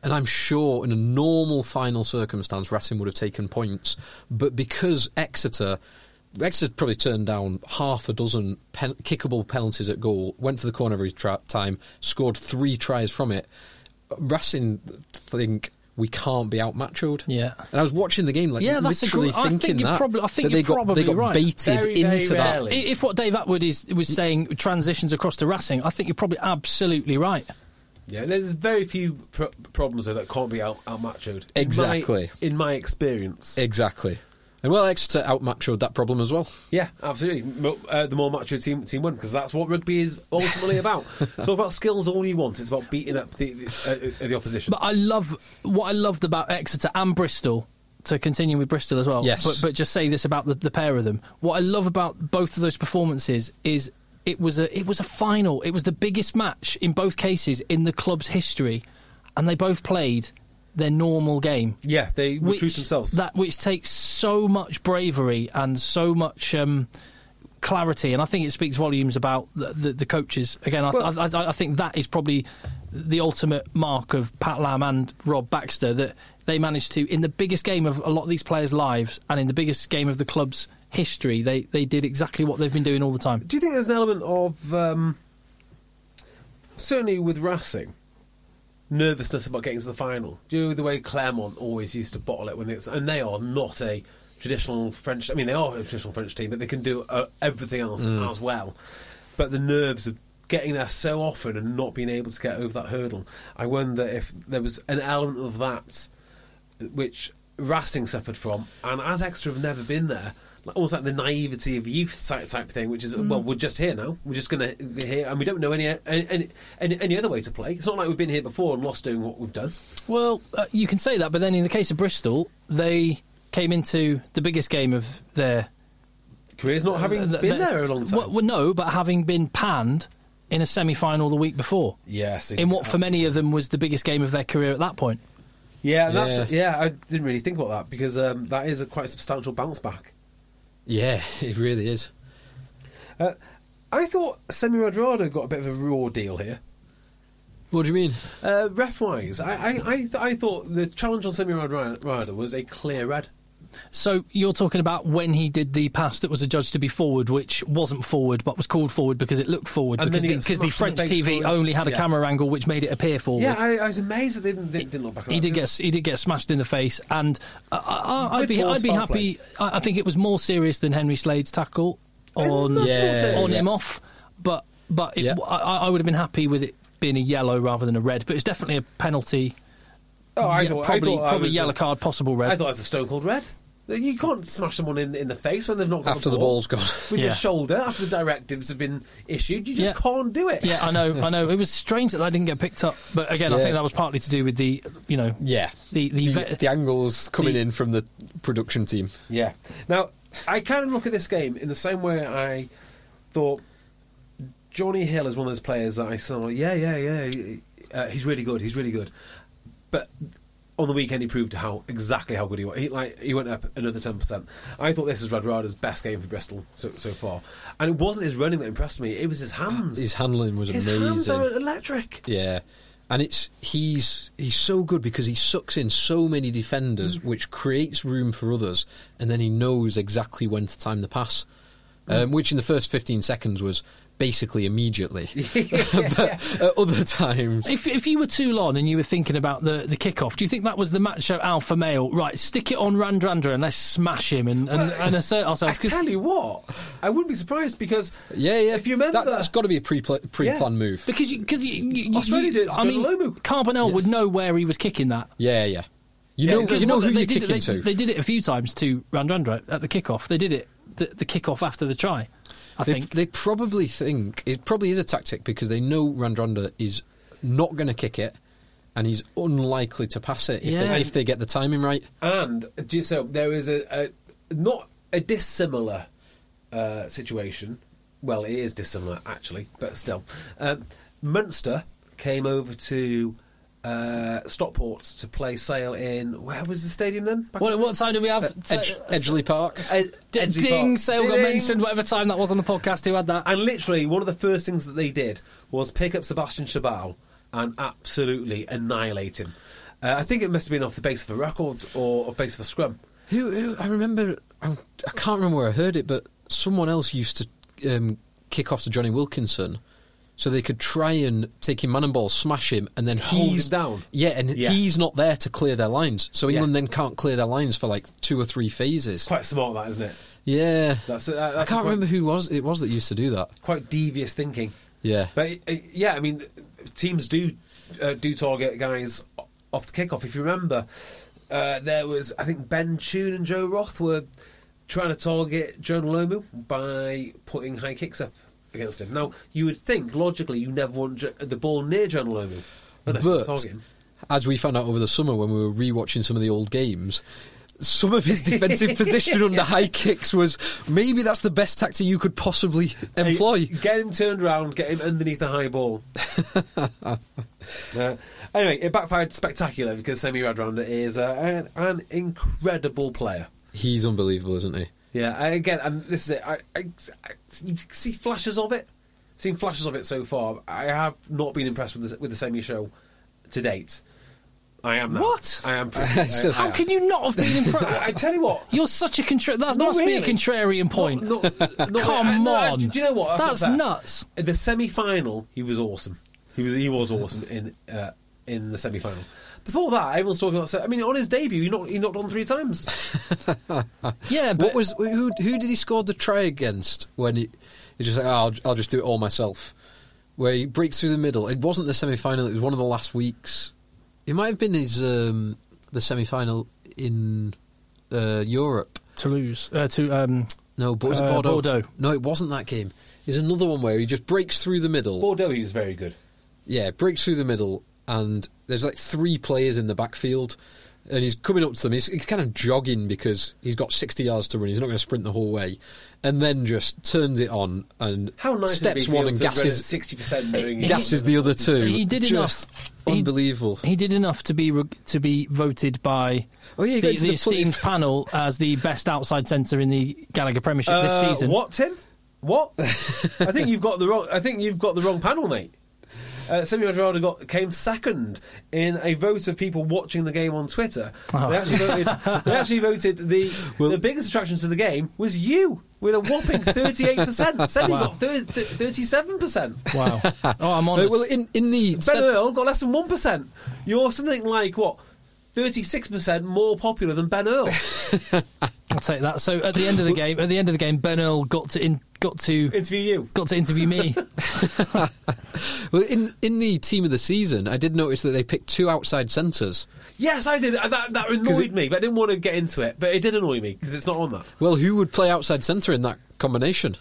And I'm sure in a normal final circumstance, Racing would have taken points. But because Exeter Exeter's probably turned down half a dozen pen- kickable penalties at goal, went for the corner every tra- time, scored three tries from it. Racing think we can't be outmachoed.
Yeah.
and I was watching the game like
Yeah, that's a
literally
good- I think
thinking
you're
that,
probably- I think
that they
you're
got
probably
they got
right.
baited
Very, very
into that.
rarely.
If what Dave Atwood is was saying transitions across to Racing, I think you're probably absolutely right.
Yeah, there's very few pro- problems though, that can't be out- outmachoed. In my-
Exactly.
In my, experience.
Exactly, and well, Exeter outmachoed that problem as well.
yeah, absolutely. Mo- Uh, the more macho team team win because that's what rugby is ultimately about. It's all about skills all you want. It's about beating up the the, uh, uh, the opposition.
But I love what I loved about Exeter and Bristol. To continue with Bristol as well,
Yes.
But, but just say this about the, the pair of them. What I love about both of those performances is it was a it was a final. It was the biggest match in both cases in the club's history, and they both played their normal game
yeah, they were true to themselves.
that which takes so much bravery and so much um, clarity, and I think it speaks volumes about the, the, the coaches. Again, I,
Well-
I, I, I think that is probably the ultimate mark of Pat Lam and Rob Baxter that they managed to, in the biggest game of a lot of these players' lives, and in the biggest game of the club's history, they they did exactly what they've been doing all the time.
Do you think there's an element of um, certainly with Racing nervousness about getting to the final? Do you know the way Clermont always used to bottle it when it's and they are not a traditional French. I mean, they are a traditional French team, but they can do uh, everything else as well. But the nerves of getting there so often and not being able to get over that hurdle, I wonder if there was an element of that which Racing suffered from, and as extra have never been there. like, almost like the naivety of youth type, type thing, which is
Mm.
well, we're just here now. We're just going to here, and we don't know any any, any any other way to play. It's not like we've been here before and lost doing what we've done.
Well, uh, you can say that, but then in the case of Bristol, they came into the biggest game of their
Careers not having
th-
been
their-
there a long time.
Well, well, no, but having been panned in a semi-final the week before,
yes,
in what for many of them was the biggest game of their career at that point.
Yeah, and that's yeah. I didn't really think about that because um, that is a quite substantial bounce back.
Yeah, it really is.
I thought Semi Rodrado got a bit of a raw deal here.
What do you mean?
Uh, ref wise, I I, I, th- I thought the challenge on Semi Rodrado was a clear red.
So you're talking about when he did the pass that was adjudged to be forward, which wasn't forward but was called forward because it looked forward
And
because
then
the,
he gets
because the
smashed in
French
the face
TV
forwards.
only had a
Yeah.
camera angle which made it appear forward.
Yeah, I, I was amazed they didn't, they didn't look back. at
he
that.
did get
It's-
he did get smashed in the face, and I, I, I'd
With
be
forced
I'd be
foul
happy. I, I think it was more serious than Henry Slade's tackle on
much more Yeah, serious.
on him
yes.
off, but but it,
Yeah.
I, I would have been happy with it being a yellow rather than a red. But it's definitely a penalty.
Oh, I
yeah,
thought,
probably
I thought that
probably
was
yellow
a,
card, possible red.
I thought it was a stone cold red. You can't smash someone in, in the face when they've not got
After the
ball.
ball's gone.
with
Yeah.
your shoulder after the directives have been issued. You just
Yeah.
can't do it.
yeah, I know, I know. It was strange that that didn't get picked up, but again, I
Yeah.
think that was partly to do with the you know
Yeah.
the the,
the, the angles coming in from the production team.
Yeah. Now, I kind of look at this game in the same way I thought Johnny Hill is one of those players that I saw, yeah, yeah, yeah, uh, he's really good, he's really good. But on the weekend, he proved how exactly how good he was. He, like, he went up another 10%. I thought this was Radrada's best game for Bristol so, so far. And it wasn't his running that impressed me, it was his hands.
His handling was
His
amazing.
hands are electric.
Yeah, and it's he's he's so good because he sucks in so many defenders,
Mm.
which creates room for others, and then he knows exactly when to time the pass,
Mm.
um, which in the first fifteen seconds was basically immediately. but at other times,
If, if you were too on and you were thinking about the, the kickoff, do you think that was the macho alpha male? Right, stick it on Randrandra and let's smash him and, and, and assert
I
ourselves. 'cause-
tell you what, I wouldn't be surprised because
yeah, yeah,
if you remember,
that, that's got to be a pre pre planned move.
because you, cause you, you, you,
Australia did it to
I mean,
Gunalomu.
Carbonell would know where he was kicking that.
yeah, yeah, you
Yeah,
know,
Because
you know
what
who
they
you're
did,
kicking
they,
to.
They did it a few times to Randrandra at the kickoff. They did it the, the kickoff after the try. I
They,
think
they probably think it probably is a tactic because they know Randronda is not going to kick it, and he's unlikely to pass it if,
Yeah.
they, if they get the timing right.
And do you- so there is a, a not a dissimilar uh, situation. Well, it is dissimilar actually, but still, um, Munster came over to uh, Stockport to play Sale in where was the stadium then? Back
What, what time do we have?
Edge, Edgley Park.
Ed-
D-
Edgley
uh, ding,
Park.
Sale got
Ding.
mentioned, whatever time that was on the podcast. Who had that?
And literally, one of the first things that they did was pick up Sebastian Chabal and absolutely annihilate him. Uh, I think it must have been off the base of a record or, or base of a scrum.
Who, who I remember, I, I can't remember where I heard it, but someone else used to um, kick off to Johnny Wilkinson. So they could try and take him man and ball, smash him, and then
Hold
he's
him down.
Yeah, and
Yeah.
he's not there to clear their lines. So
Yeah.
England then can't clear their lines for like two or three phases.
Quite smart, that isn't it?
Yeah,
That's, uh, that's
I can't
quite-
remember who was it was that used to do that.
quite devious thinking.
Yeah.
but uh, yeah, I mean, teams do uh, do target guys o- off the kickoff. If you remember, uh, there was I think Ben Tune and Joe Roth were trying to target Joe Lomu by putting high kicks up against him. Now you would think logically you never want jo- the ball near Joe Lomu unless you
But
target him.
as we found out over the summer when we were rewatching some of the old games, some of his defensive position under high kicks was maybe that's the best tactic you could possibly employ.
Get him turned around, get him underneath the high ball. Uh, anyway, it backfired spectacular because Semi Radranda is uh, an, an incredible player.
He's unbelievable, isn't he?
Yeah, I, again, and this is it. I, I, I- you see flashes of it. Seen flashes of it so far. I have not been impressed with the, with the semi show to date. I am now.
What?
I am. Pretty, I,
Still-
I
How
am.
can you not have been
I,
impressed?
I tell you what.
You're such a contrarian. That
Not
must be a
really.
contrarian point.
Not, not, not-
Come
I- no, I-
on.
do you know what?
That's
not fair.
nuts.
In The semi final, he was awesome. He was he was awesome in uh, in the semi final. Before that, everyone's talking about. se- I mean, on his debut, he knocked he knocked on three times.
Yeah, but
What was who? Who did he score the try against? When he, he's just like, oh, I'll, I'll just do it all myself. Where he breaks through the middle. It wasn't the semi final. It was one of the last weeks. It might have been his um, the semi final in uh, Europe
Toulouse uh, to um,
No, but it was
Uh,
Bordeaux.
Bordeaux.
No, it wasn't that game. There's another one where he just breaks through the middle.
Bordeaux he was very good.
Yeah, breaks through the middle, and there's like three players in the backfield, and he's coming up to them. He's, he's kind of jogging because he's got 60 yards to run. He's not going to sprint the whole way, and then just turns it on and
How nice
steps
would it be
one and gasses
sixty percent doing it.
gasses the other two.
He did
just
enough. He-
unbelievable.
he did enough to be reg- to be voted by
Oh, yeah, he got
the,
into
the
the play-
esteemed panel as the best outside centre in the Gallagher Premiership
Uh,
this season.
What, Tim? What? I think you've got the wrong. I think you've got the wrong panel, mate. Uh, Samuel Gerrard got came second in a vote of people watching the game on Twitter.
Oh.
They, actually voted, they actually voted the the biggest attraction to the game was you with a whopping thirty eight percent. Sammy
Wow.
got thirty seven percent.
Wow! oh, I'm on.
Uh, well, in in the
Ben
sen-
Earl got less than one percent. You're something like what thirty six percent more popular than Ben Earl.
I'll take that. So at the end of the game, at the end of the game, Ben Earl got to in, got to
Interview you.
got to interview me.
well, in in the team of the season, I did notice that they picked two outside centres.
Yes, I did. Uh, That, that annoyed me, but I didn't want to get into it. But it did annoy me because it's not on that.
Well, who would play outside centre in that combination?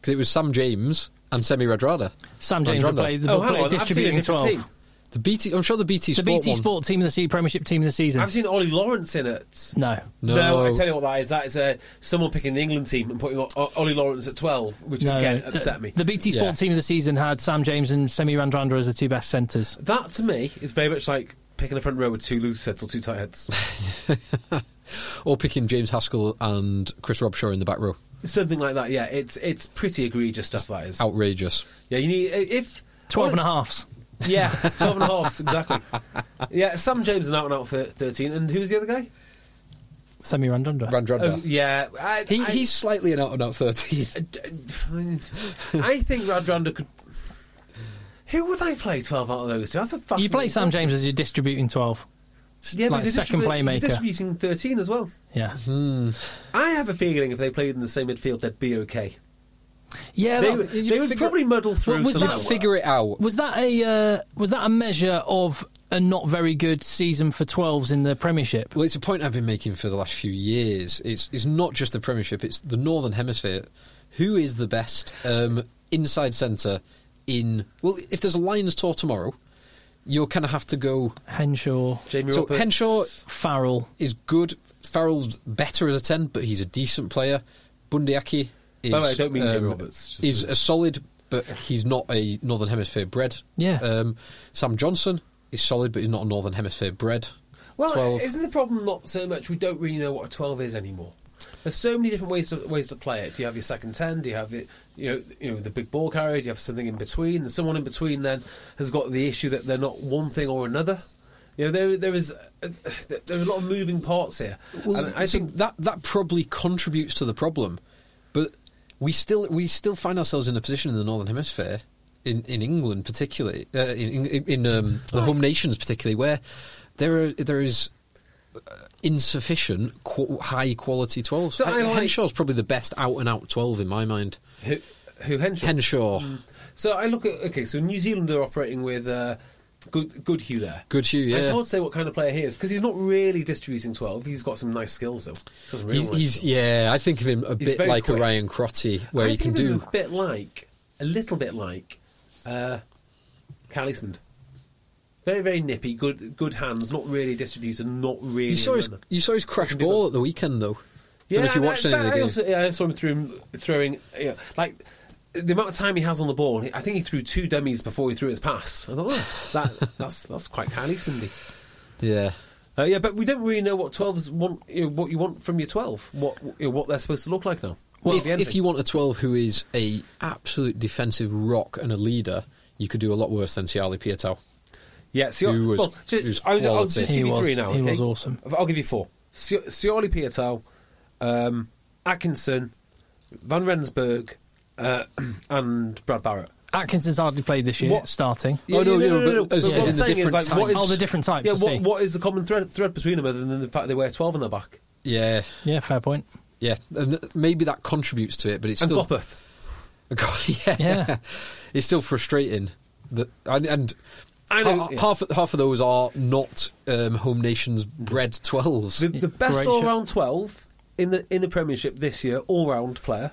Because it was Sam James and Semi Radrada.
Sam James would
Andronda.
play the
oh, hang
play
on. I've seen a
distributing
different
twelve.
team.
The BT, I'm sure the BT
The
Sport
BT
one.
Sport team of the season, Premiership team of the season.
I've seen Ollie Lawrence in it.
no,
No.
I tell you what that is. That is uh, someone picking the England team and putting O- O- Ollie Lawrence at 12, which
no,
again
no.
upset
the,
me.
The BT Sport
Yeah.
team of the season had Sam James and Semi Randrandra as the two best centres.
that to me is very much like picking a front row with two loose heads or two tight heads.
or picking James Haskell and Chris Robshaw in the back row.
Something like that, yeah. It's it's pretty egregious stuff, that is.
Outrageous.
Yeah, you need. If.
Twelve and a halfs.
Yeah, 12 and a half, exactly. Yeah, Sam James is an out and out thir- 13. And who's the other guy?
Semi Randrandra.
Randrada.
Oh, yeah. I,
he,
I-
he's slightly an out and out 13.
I think Radranda could. Who would I play twelve out of those two? That's a
you
fascinating.
play Sam
question.
James as your distributing twelve. S-
Yeah,
like
but he's a
second
distribu- he's
playmaker.
distributing thirteen as well.
yeah,
I have a feeling if they played in the same midfield, they'd be okay.
yeah.
They,
that-
would-
you'd
they would
figure-
probably muddle through.
was
you
somehow.
that-
figure it out.
Was that a uh, was that a measure of a not very good season for twelves in the Premiership?
Well, it's a point I've been making for the last few years. It's, it's not just the Premiership, it's the Northern Hemisphere. Who is the best um, inside centre in. Well, if there's a Lions tour tomorrow, you'll kind of have to go.
Henshaw,
Jamie
so
Roberts.
Henshaw
Farrell.
is good. Farrell's better as a ten, but he's a decent player. Bundyaki is. um,
By the way, I don't mean Jamie Roberts.
Is a solid, but he's not a Northern Hemisphere bred.
Yeah.
Um, Sam Johnson is solid, but he's not a Northern Hemisphere bred.
Well,
12.
isn't the problem not so much we don't really know what a twelve is anymore? There's so many different ways to, ways to play it. Do you have your second ten? Do you have it? You know, you know the big ball carrier. Do you have something in between? And someone in between then has got the issue that they're not one thing or another. You know, there there is uh, there are a lot of moving parts here.
Well,
and I
so
think
that that probably contributes to the problem, but we still we still find ourselves in a position in the northern hemisphere, in in England particularly, uh, in in, in um, the home nations particularly, where there are there is uh, insufficient qu- high quality twelves.
So I like-
Henshaw's probably the best out and out twelve in my mind.
who, who Henshaw?
Henshaw,
Mm. So I look at okay. So New Zealand are operating with uh, good good Hugh there.
Goodhue,
And It's
yeah.
hard to say what kind of player he is because he's not really distributing twelve. He's got some nice skills though. Some real
he's,
nice
he's
skills.
yeah. I think of him a
He's
bit
very
like
quick.
a Ryan Crotty, where
I
he can
think of him
do.
a bit like a little bit like uh, Cal Eastman. Very very nippy, good good hands, not really distributed, not really.
You saw
a
his
runner.
you saw his crash
can do
ball
that.
at the weekend though. Don't know if you
and
watched
I,
any of the
but I
game.
also- yeah, I saw him through throwing you know, like. The amount of time he has on the ball, I think he threw two dummies before he threw his pass. I thought, oh, that, that's that's quite Kyle Eastman-y.
Yeah.
Uh, yeah, but we don't really know what twelves want. You know, what you want from your twelve? What you know, what they're supposed to look like now?
if, if you want a 12 who is a absolute defensive rock and a leader, you could do a lot worse than Ciali Pietau.
yeah, so
Who was-
well, ju-
who's
I was, I'll
quality.
just
He
give you
was-
three now.
he
okay?
was awesome.
I'll give you four: Si- Sioli Pietel, um, Atkinson, Van Rensburg, uh, and Brad Barrett.
Atkinson's hardly played this year,
What-
starting.
Oh, no, no, but as- as
what I'm
in the
saying is,
different
like, what
types.
is-
Oh, the different types,
Yeah,
I
what,
see.
what is the common thread, thread between them other than the fact they wear twelve on their back?
Yeah,
Yeah, fair point.
yeah. And th- maybe that contributes to it, but it's
And
still.
Gopeth.
yeah.
Yeah.
It's still frustrating. That, and and
I know,
ha-
yeah.
half, half of those are not um, Home Nations bred 12s.
The, the best
Great
all round 12 in the in the Premiership this year, all round player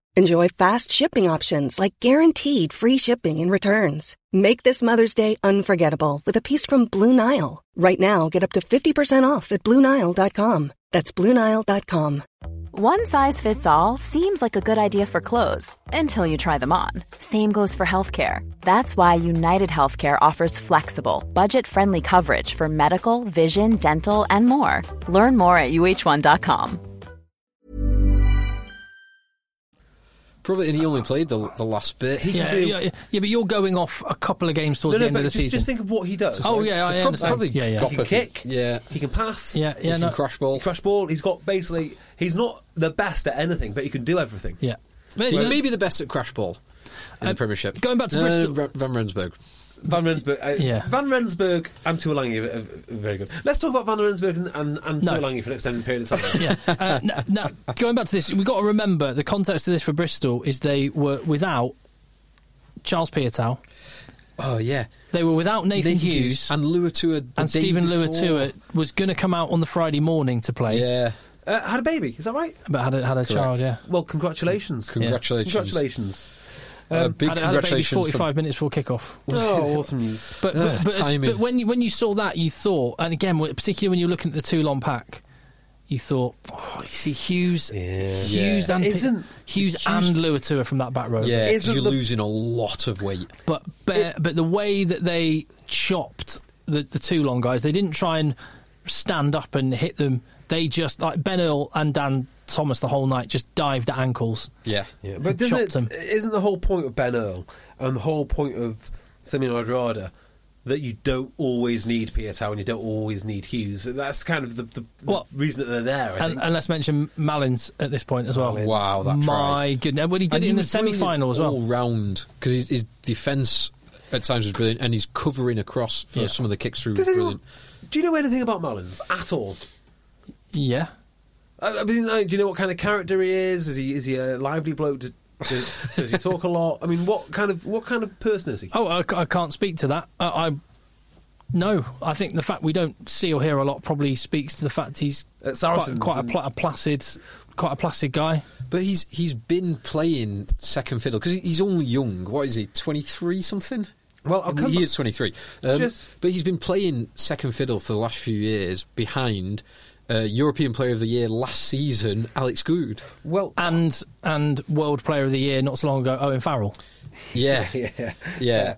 Enjoy fast shipping options like guaranteed free shipping and returns. Make this Mother's Day unforgettable with a piece from Blue Nile. Right now, get up to 50% off at BlueNile.com. That's BlueNile.com.
One size fits all seems like a good idea for clothes until you try them on. Same goes for healthcare. That's why United Healthcare offers flexible, budget friendly coverage for medical, vision, dental, and more. Learn more at uh1.com.
Probably, and he only played the, the last bit.
He
Yeah,
can do.
yeah, yeah, but you're going off a couple of games towards
no,
the
no,
end
but
of the
just,
season.
just think of what he does.
oh yeah, I
Prob-
understand.
probably
yeah, yeah.
got
He can
a-
kick.
Yeah,
He can pass.
yeah,
he
yeah,
can
no,
crash ball.
Crash ball. He's got basically. He's not the best at anything, but he can do everything.
yeah. But
He's
it's-
maybe the best at crash ball in
Uh,
the Premiership.
going back to
No,
Bristol-
Van- Van Rensburg.
Van Rensburg. Uh,
Yeah.
Van Rensburg and Tuolangi are, are very good. Let's talk about Van Rensburg and, and, and
No.
Tuolangi for an extended period of time.
yeah. Uh, n- now, going back to this, we've got to remember the context of this for Bristol is they were without Charles Piatow,
Oh yeah,
they were without Nathan,
Nathan
Hughes, and,
and Luatua the day
Stephen
before.
Luatua was going to come out on the Friday morning to play,
Yeah,
uh, had a baby. Is that right?
but had a, had a child. Yeah,
Well, congratulations.
congratulations.
Congratulations.
Uh, big
Um, had, a- had a baby
congratulations. for-
45 minutes before kickoff.
Oh, awesome news.
But
Ugh,
but, but, as-
timing.
but when you, when you saw that, you thought, and again, w- particularly when you were looking at the Toulon pack, you thought, oh, you see Hughes, Hughes,
Yeah.
and Pi-
Isn't-
Hughes, and Luatua from that back row.
yeah, 'cause
Isn't
you're
the-
losing a lot of weight.
but but, but the way that they chopped the the two long guys, they didn't try and stand up and hit them. They just like Ben Earl and Dan Thomas the whole night just dived at ankles.
Yeah,
Yeah, but doesn't
chopped
it,
him.
isn't the whole point of Ben Earl and the whole point of Simeon Odrada that you don't always need Pietau and you don't always need Hughes? That's kind of the, the, the
Well,
reason that they're there. I
And,
think.
and let's mention Malins at this point as well.
Mallins.
Wow, that
my
try.
goodness! Well, he did
And
it
he
in the
was
semi final
brilliant Oh.
as well.
All round because his, his defence at times was brilliant, and his covering across for
Yeah.
some of the kicks through was
Does anyone,
brilliant.
do you know anything about Mullins at all?
Yeah,
I, I mean, like, do you know what kind of character he is? Is he is he a lively bloke? Does, does, does he talk a lot? I mean, what kind of what kind of person is he?
Oh, I, ca- I can't speak to that. I, I no, I think the fact we don't see or hear a lot probably speaks to the fact he's
At
quite,
Saracens
quite a,
and-
pla- a placid, quite a placid guy.
But he's he's been playing second fiddle because he's only young. What is he? Twenty three something.
Well,
I
I'll
mean,
come
he
back-
is twenty three. Um,
Just-
But he's been playing second fiddle for the last few years behind uh, European Player of the Year last season, Alex Good.
Well,
And and World Player of the Year not so long ago, Owen Farrell.
Yeah,
yeah.
yeah.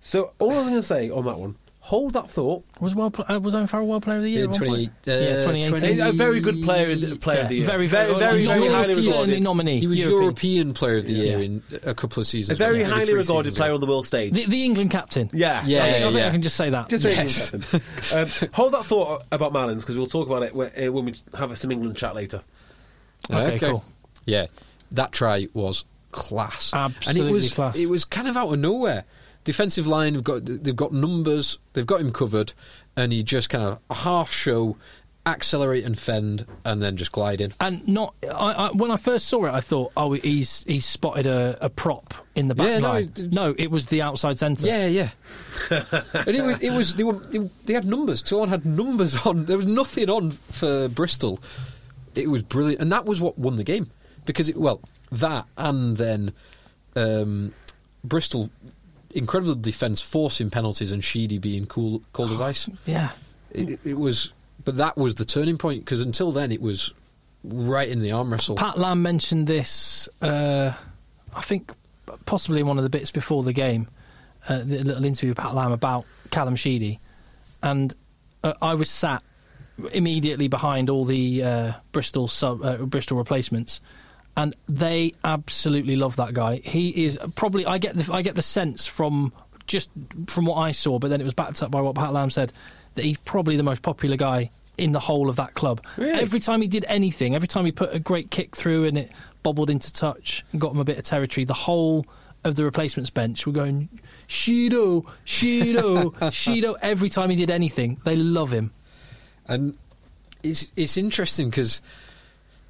So all I'm going to say on that one, hold that thought.
Was world Pla- uh, was Owen Farrell World Player of the Year? at
Yeah,
one
20,
point? yeah,
uh,
2018.
20
A very good player, in the, player
Yeah,
of the year.
very,
very, very,
very,
very highly
certainly
regarded.
nominee.
He was
European.
European. Player of the Year
Yeah.
in a couple of
A
seasons.
very
back, maybe
highly
three
regarded
seasons
player
ago.
on the world stage.
The, the England captain.
yeah,
Yeah,
I think,
yeah,
I think
yeah.
I can just say that.
Just
Yeah.
saying. um, hold that thought about Malins because we'll talk about it when, uh, when we have some England chat later.
Okay, cool.
Yeah, that try was class. and
Absolutely
it was,
class.
It was kind of out of nowhere. Defensive line have got they've got numbers. They've got him covered, and he just kind of half show, accelerate and fend, and then just glide in.
And not I, I, when I first saw it, I thought, oh, he's he's spotted a, a prop in the back
Yeah, no,
line.
it-
No, it was the outside centre.
Yeah, yeah. and it was, it was they were they, they had numbers. Toulon had numbers on. There was nothing on for Bristol. It was brilliant, and that was what won the game because it well that and then um, Bristol incredible defence, forcing penalties, and Sheedy being cool cold as ice.
yeah.
It, it was, but that was the turning point because until then it was right in the arm wrestle.
Pat Lamb mentioned this, uh, I think, possibly in one of the bits before the game, uh, the little interview with Pat Lamb about Callum Sheedy. And uh, I was sat immediately behind all the uh, Bristol sub, uh, Bristol replacements. And they absolutely love that guy. He is probably I get the I get the sense from just from what I saw, but then it was backed up by what Pat Lamb said that he's probably the most popular guy in the whole of that club.
Really?
Every every time he did anything, every time he put a great kick through and it bobbled into touch and got him a bit of territory, the whole of the replacements bench were going Shido, Shido, Shido. Every time he did anything, they love him.
And it's it's interesting because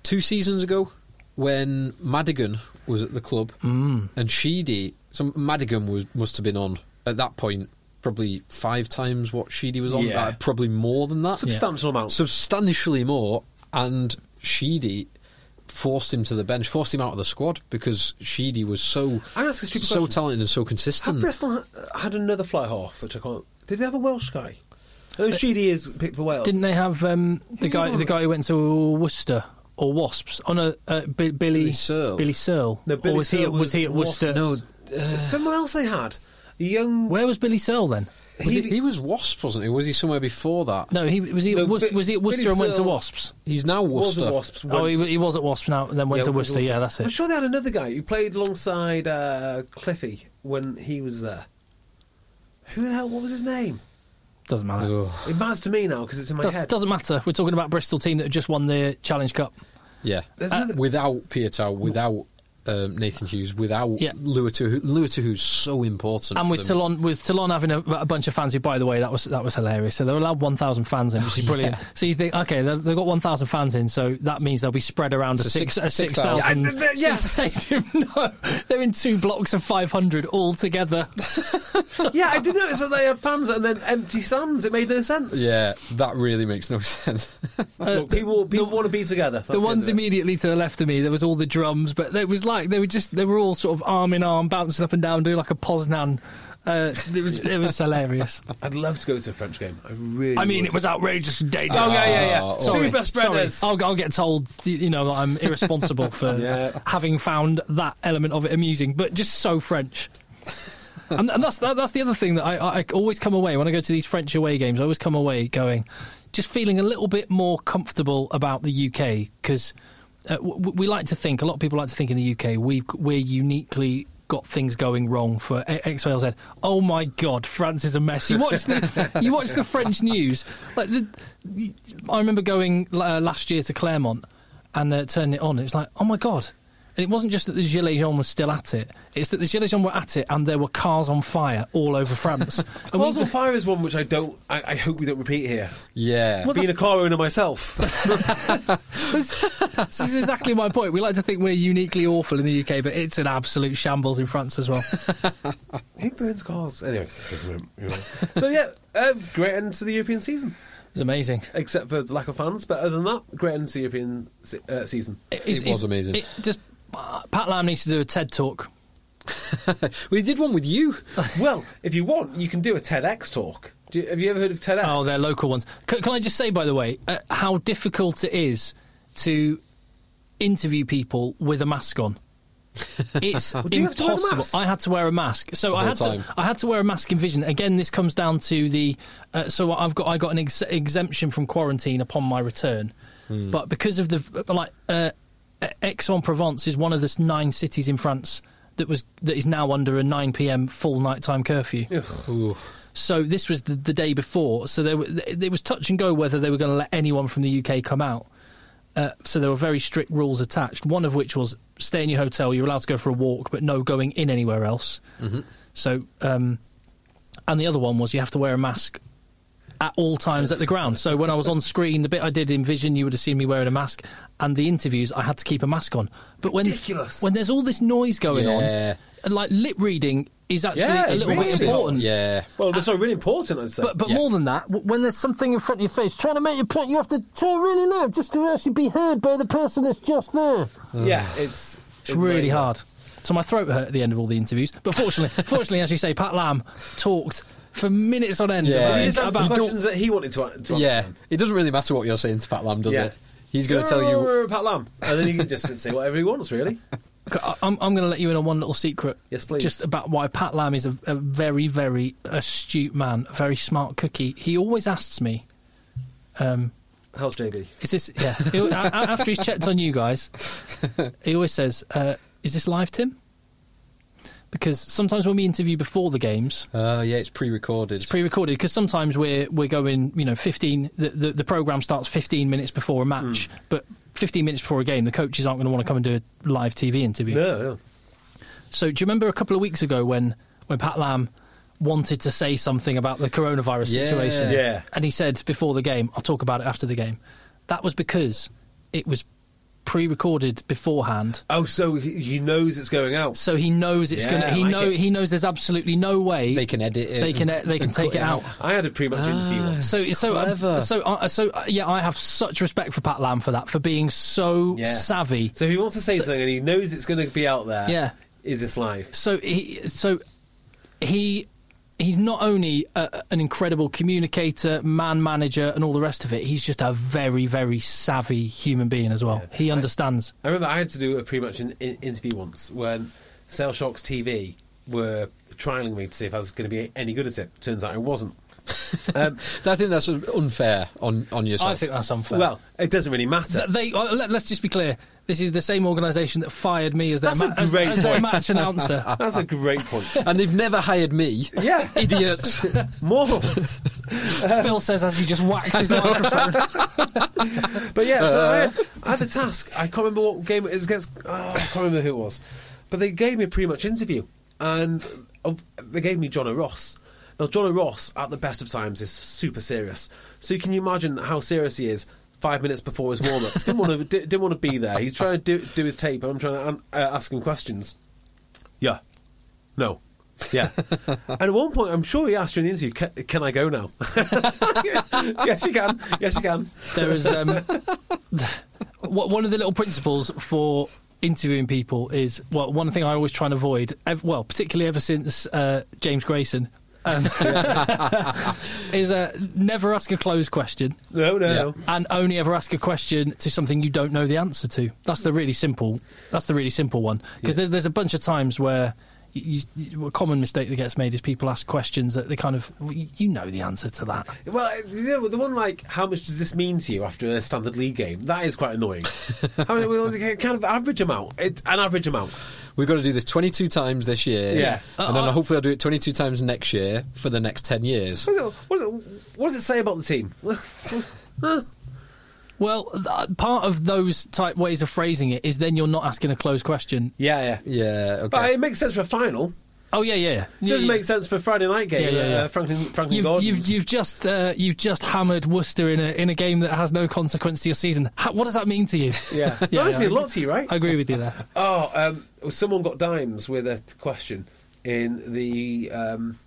two seasons ago, when Madigan was at the club and Sheedy, so Madigan was must have been on at that point probably five times what Sheedy was on,
Yeah.
uh, probably more than that,
Substantial amounts.
substantially more. And Sheedy forced him to the bench, forced him out of the squad because Sheedy was so
I ask a stupid
so
question.
talented and so
Have
Hmm.
consistent.
Bristol ha- had another fly half, which I can't. Did they have a Welsh guy? Oh, Sheedy is picked for Wales.
Didn't they have um, the
Who's
guy?
on
The
it?
guy who went to Worcester or Wasps on a uh, B- Billy
Billy Searle.
Billy Searle.
No, Billy
or was he
Searle
at, was,
was
he at
Wasps. Uh,
Worcester?
no,
Someone else they had. A young.
Where was Billy Searle then?
was he, he was Wasps, wasn't he? Was he somewhere before that?
No, he was he
No,
at Worc-
Bi-
was he at Worcester
Billy
and went to
Searle-
Wasps.
He's now
was
Worcester.
a Wasps.
Oh,
went-
he, he was at Wasps now, and then went
Yeah,
to
went to
Worcester. Yeah, that's
I'm
it.
sure they had another guy who played alongside uh, Cliffy when he was there. Who the hell? What was his name?
Doesn't matter.
Ugh,
It matters to me now because it's in my
Does,
head.
doesn't matter. We're talking about Bristol team that just won the Challenge Cup.
yeah.
There's
Uh,
another-
without Pietau, without um, Nathan Hughes, without
Yeah.
Luatu, Luatu, who's so important.
And
for
with
them.
Toulon, with Toulon having a, a bunch of fans who, by the way, that was that was hilarious. So they're allowed 1,000 fans in, which is brilliant. So you think, okay, they've they've got 1,000 fans in, so that means they'll be spread around
So
a
six-
six- a
six
6,000.
thousand. Yeah, I- yes.
stadium. No, they're in two blocks of 500 all together.
yeah, I did notice that they had fans and then empty stands. It made no sense.
Yeah, that really makes no sense.
Look, people people want to be together. That's
Uh, the ones
end of it.
immediately to the left of me, there was all the drums, but it was like they were just they were all sort of arm in arm, bouncing up and down, doing like a Poznan. Uh, it was it was hilarious.
I'd love to go to a French game. I really.
I mean,
would.
it was outrageous and dangerous.
Oh yeah, yeah, yeah.
Oh,
Sorry,
Super spreaders.
sorry. I'll, I'll get told, y- you know, that I'm irresponsible for
Yeah.
having found that element of it amusing, but just so French. and, and that's that, that's the other thing that I, I I always come away when I go to these French away games. I always come away going, just feeling a little bit more comfortable about the UK because uh, w- w- we like to think a lot of people like to think in the UK we we're uniquely got things going wrong for A- X Y or Z. Oh my God, France is a mess. You watch the you watch the French news. Like the, I remember going uh, last year to Claremont and uh, turning it on. It's like, oh my god. And it wasn't just that the Gilets jaunes were still at it; it's that the Gilets jaunes were at it, and there were cars on fire all over France. And we-
Wheels on Fire is one which I don't. I, I hope we don't repeat here.
yeah.
Well,
Being a
that's-
car owner myself,
this is exactly my point. We like to think we're uniquely awful in the UK, but it's an absolute shambles in France as well.
who burns cars anyway? doesn't matter. so yeah, uh, great end to the European season,
It's amazing.
except for the lack of fans. But other than that, great end to the European se- uh, season.
was amazing.
It just uh, Pat Lam needs to do a TED talk.
We did one with you.
Well, if you want, you can do a TEDx talk. Do you, have you ever heard of TEDx?
Oh, they're local ones. Can, can I just say, by the way, uh, how difficult it is to interview people with a mask on? It's
do you have to wear a
impossible.
mask?
I had to wear a mask, so I
whole
had
time.
to. I had to wear a mask in Vision. Again, this comes down to the. Uh, so I've got I got an ex- exemption from quarantine upon my return,
Hmm.
but because of the like, uh, Aix-en-Provence is one of the nine cities in France that was that is now under a nine p.m. full nighttime curfew.
Ooh.
So this was the, the day before. So there, were- it was touch and go whether they were going to let anyone from the UK come out. Uh, so there were very strict rules attached. One of which was stay in your hotel. You're allowed to go for a walk, but no going in anywhere else.
Mm-hmm.
So, um, and the other one was you have to wear a mask at all times at the ground. So when I was on screen, the bit I did in Vision, you would have seen me wearing a mask, and the interviews I had to keep a mask on. But when
Ridiculous.
when there's all this noise going
Yeah.
on, and like lip reading is actually
Yeah,
a
it's
little bit
really
important.
Yeah.
Well, that's really important. I'd say.
But but
Yeah.
more than that, w- when there's something in front of your face trying to make your point, you have to talk really loud just to actually be heard by the person that's just there.
yeah, it's
It's really hard. So my throat hurt at the end of all the interviews. But fortunately, fortunately, as you say, Pat Lamb talked for minutes on end
Yeah. He
He
about,
just answered
about-
the questions that he wanted to, to
Yeah.
answer.
It doesn't really matter what you're saying to Pat Lam, does
Yeah.
it? He's going to tell you.
Pat Lam, and then he can just say whatever he wants. Really,
I- I'm, I'm going to let you in on one little secret.
Yes, please.
Just about why Pat Lamb is a, a very, very astute man, a very smart cookie. He always asks me,
how's JB?
"Is this yeah?" He'll- a- a- after he's checked on you guys, he always says, uh, "Is this live, Tim?" Because sometimes when we interview before the games,
Uh, yeah, it's pre-recorded.
it's pre-recorded because sometimes we're we're going you know 15 the, the the program starts 15 minutes before a match but 15 minutes before a game the coaches aren't going to want to come and do a live tv interview
No, no.
So do you remember a couple of weeks ago when when Pat Lam wanted to say something about the coronavirus
Yeah.
situation?
Yeah.
And he said before the game, I'll talk about it after the game. That was because it was pre-recorded beforehand.
Oh, so he he knows it's going out.
So he knows it's
Yeah,
gonna.
I
He
like
know
it.
he knows there's absolutely no way
They can edit it.
They can e-,
and-
they can
and cut
take it out.
I had a pre-match interview once.
So so uh,
Clever.
so uh, so uh, yeah, I have such respect for Pat Lam for that for being so
Yeah.
savvy.
So if he wants to say something and he knows it's going to be out there,
Yeah.
is this live?
so he so he he's not only a, an incredible communicator man manager and all the rest of it he's just a very very savvy human being as well he understands
I remember I had to do a pre-match in, in, interview once when Sale Shocks TV were trialing me to see if I was going to be any good at it. Turns out I wasn't. um,
I think that's sort of unfair on on yourself.
i think that's unfair
well, it doesn't really matter.
they uh, let, us just be clear this is the same organization that fired me as their,
That's a
ma- as,
great
as their
point.
match announcer
That's a great point.
and they've never hired me.
Yeah.
idiots.
Morals.
phil says as he just whacks his microphone
But yeah, so I, had, I had the task. I can't remember what game it was against. Oh, I can't remember who it was. But they gave me a pretty much interview, and uh, they gave me John O'Ross. Now, John O'Ross, at the best of times, is super serious. So can you imagine how serious he is? Five minutes before his warm up, didn't want to di- didn't want to be there. He's trying to do, do his tape, and I'm trying to um, uh, ask him questions. Yeah, no. Yeah. and at one point, I'm sure he asked you in the interview, can, can I go now? yes, you can. Yes, you can.
there is um, wh- one of the little principles for interviewing people is well one thing I always try and avoid ev- well particularly ever since uh, James Grayson um, is uh, never ask a closed question
No, no,
Yeah.
no.
and only ever ask a question to something you don't know the answer to. That's the really simple. That's the really simple one because there's, there's a bunch of times where you, you, a common mistake that gets made is people ask questions that they kind of "Well, you know the answer to that.
Well, uh, you know, the one like, how much does this mean to you after a standard league game? That is quite annoying. I mean, well, like, kind of average amount. It, an average amount.
We've got to do this 22 times this year.
Yeah.
And then hopefully I'll do it 22 times next year for the next 10 years.
What does it, what does it, what does it say about the team?
Well, th- uh, part of those type ways of phrasing it is then you're not asking a closed question.
yeah, yeah.
Yeah, okay.
But it makes sense for a final.
Oh yeah, yeah.
It
yeah,
doesn't
yeah.
make sense for a Friday night game.
Yeah, yeah, yeah.
Uh, Franklin, Franklin
You've,
Gordon's.
you've, you've just uh, you've just hammered Worcester in a in a game that has no consequence to your season. How, what does that mean to you?
yeah. yeah,
Yeah,
that must
yeah.
be a lot to you, right?
I agree with you there.
Oh, um, someone got dimes with a th- question in the um,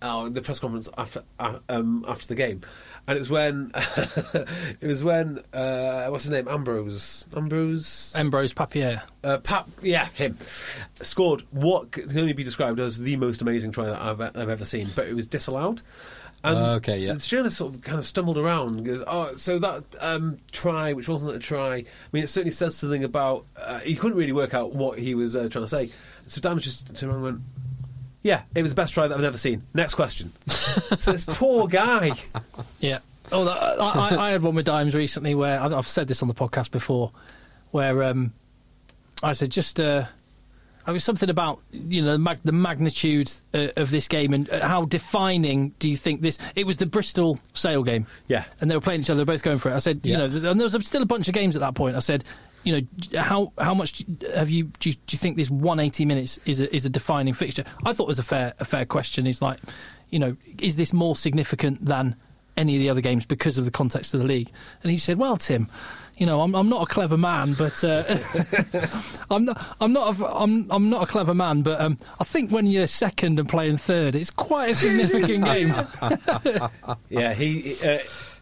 oh, the press conference after uh, um, after the game, and it was when it was when uh, what's his name Ambrose Ambrose
Ambrose Papier.
uh, Pap yeah him scored what c- can only be described as the most amazing try that I've, I've ever seen, but it was disallowed. And
Oh, okay, yeah.
The journalist sort of kind of stumbled around and goes, "Oh, so that um, try, which wasn't a try. I mean, it certainly says something about uh, he couldn't really work out what he was uh, trying to say." So Damage just turned around and went, "Yeah, it was the best try that I've ever seen." Next question. so this poor guy.
Yeah. Oh, that- I, I, I had one with Dimes recently where I- I've said this on the podcast before, where um, I said just uh, I was something about you know the, mag- the magnitude uh, of this game and uh, how defining do you think this? It was the Bristol Sale game.
Yeah.
And they were playing each other, they were both going for it. I said, you
Yeah.
know, th- and there was still a bunch of games at that point. I said. You know j- how how much do you- have you do, you do you think this 180 minutes is a, is a defining fixture? I thought it was a fair a fair question. It's like, you know, is this more significant than any of the other games because of the context of the league. And he said, "Well, Tim, you know, I'm, I'm not a clever man, but uh, I'm not I'm not a, I'm I'm not a clever man, but um, I think when you're second and playing third, it's quite a significant game."
Yeah, he. Uh,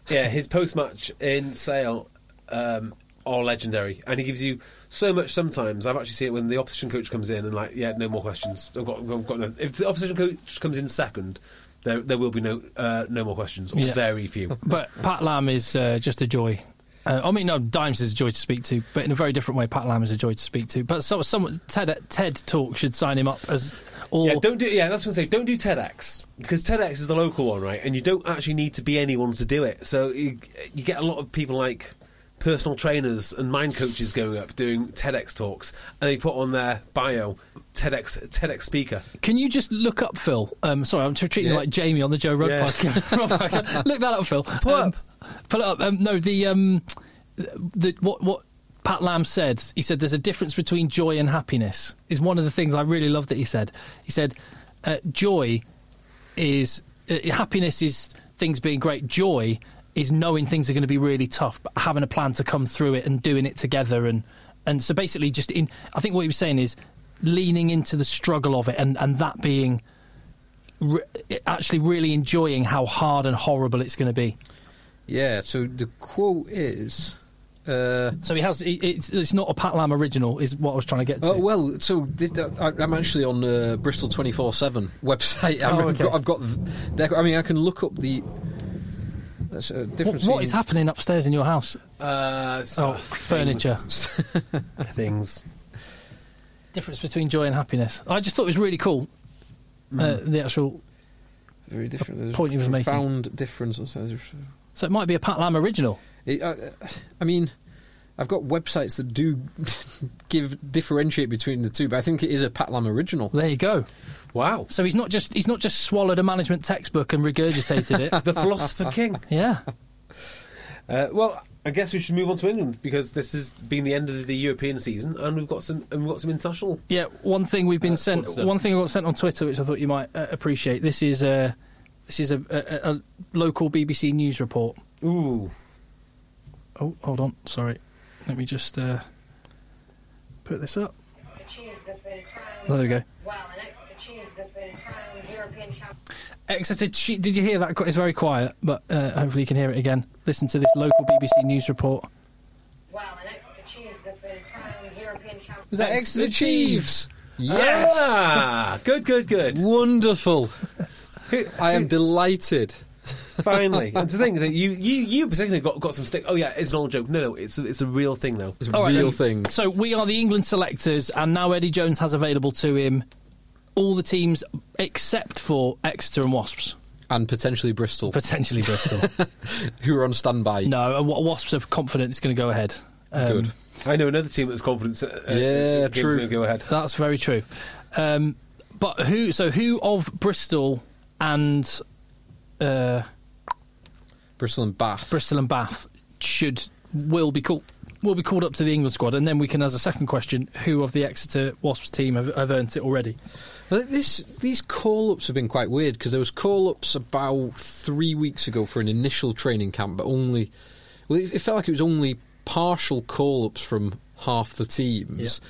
yeah, his post match in Sale um, are legendary, and he gives you so much. Sometimes I've actually seen it when the opposition coach comes in and like, yeah, no more questions. I've got, I've got no. If the opposition coach comes in second, there there will be no uh, no more questions, or
Yeah.
very few.
But Pat Lam is uh, just a joy. Uh, I mean, no, Dimes is a joy to speak to, but in a very different way, Pat Lam is a joy to speak to. But so, someone TED TED Talk should sign him up as or
Yeah, don't do. Yeah, that's what I say. Don't do TEDx because TEDx is the local one, right? And you don't actually need to be anyone to do it. So you, you get a lot of people like personal trainers and mind coaches going up doing TEDx talks, and they put on their bio TEDx TEDx speaker.
Can you just look up Phil? Um, sorry, I'm treating you
Yeah.
like Jamie on the Joe Rogan
Yeah.
podcast. Rob podcast. look that up, Phil. Um, Pull
up.
Pull it up. Um, no, the um, the what what Pat Lam said, he said, there's a difference between joy and happiness. Is one of the things I really love that he said. He said, uh, joy is uh, happiness is things being great. Joy is knowing things are going to be really tough, but having a plan to come through it and doing it together. And and so basically, just in, I think what he was saying is leaning into the struggle of it and and that being re- actually really enjoying how hard and horrible it's going to be.
Yeah, so the quote is. Uh,
So he has. he- It's, it's not a Pat Lam original, is what I was trying to get to.
Oh, well, so did, I, I'm actually on uh, Bristol 24 7 website.
Oh,
I mean, I've
okay.
got. I've got th- there- I mean, I can look up the. That's a
What-
difference.
what is happening upstairs in your house?
Uh, s-
Oh,
uh,
furniture.
Things. things.
Difference between joy and happiness. I just thought it was really cool. Uh, the actual.
Very different. There's
point he was making.
profound difference.
So it might be a Pat Lam original.
It, I, I mean, I've got websites that do give differentiate between the two, but I think it is a Pat Lam original.
There you go.
Wow.
So he's not just he's not just swallowed a management textbook and regurgitated it.
The Philosopher King.
Yeah.
Uh, well, I guess we should move on to England because this has been the end of the European season, and we've got some and we've got some international.
Yeah, one thing we've been
That's
sent.
what's up.
One thing I got sent on Twitter, which I thought you might uh, appreciate. This is a this is a, a, a- a local BBC news report.
Ooh,
Oh, hold on. Sorry. Let me just uh, put this up.
Cheers have been crowned.
Oh, there we go.
Wow, and Exeter Cheers have been crowned European champions.
Exeter. Che- Did you hear that? It's very quiet, but uh, hopefully you can hear it again. Listen to this local BBC news report.
Wow, and Exeter Cheers have been crowned European champions.
Was that
Exeter
Exeter Chiefs? Yes!
Ah, good, good, good.
Wonderful. I am delighted.
Finally, and to think that you, you, you particularly got, got some stick. Oh yeah, it's an old joke. No, no, it's a, it's a real thing though.
It's
All right,
real
then.
things.
So we are the England selectors, and now Eddie Jones has available to him all the teams except for Exeter and Wasps,
And potentially Bristol,
potentially Bristol.
who are on standby.
no, and Wa- Wasps are confident it's going to go ahead. Um,
Good.
I know another team that's confident. Uh, uh,
Yeah,
game's
true.
gonna Go ahead.
That's very true. Um, but who? So who of Bristol and uh,
Bristol and Bath.
Bristol and Bath should will be called will be called up to the England squad, and then we can, as a second question, who of the Exeter Wasps team have, have earned it already?
But this these call ups have been quite weird because there was call ups about three weeks ago for an initial training camp, but only well, it, it felt like it was only partial call ups from half the teams.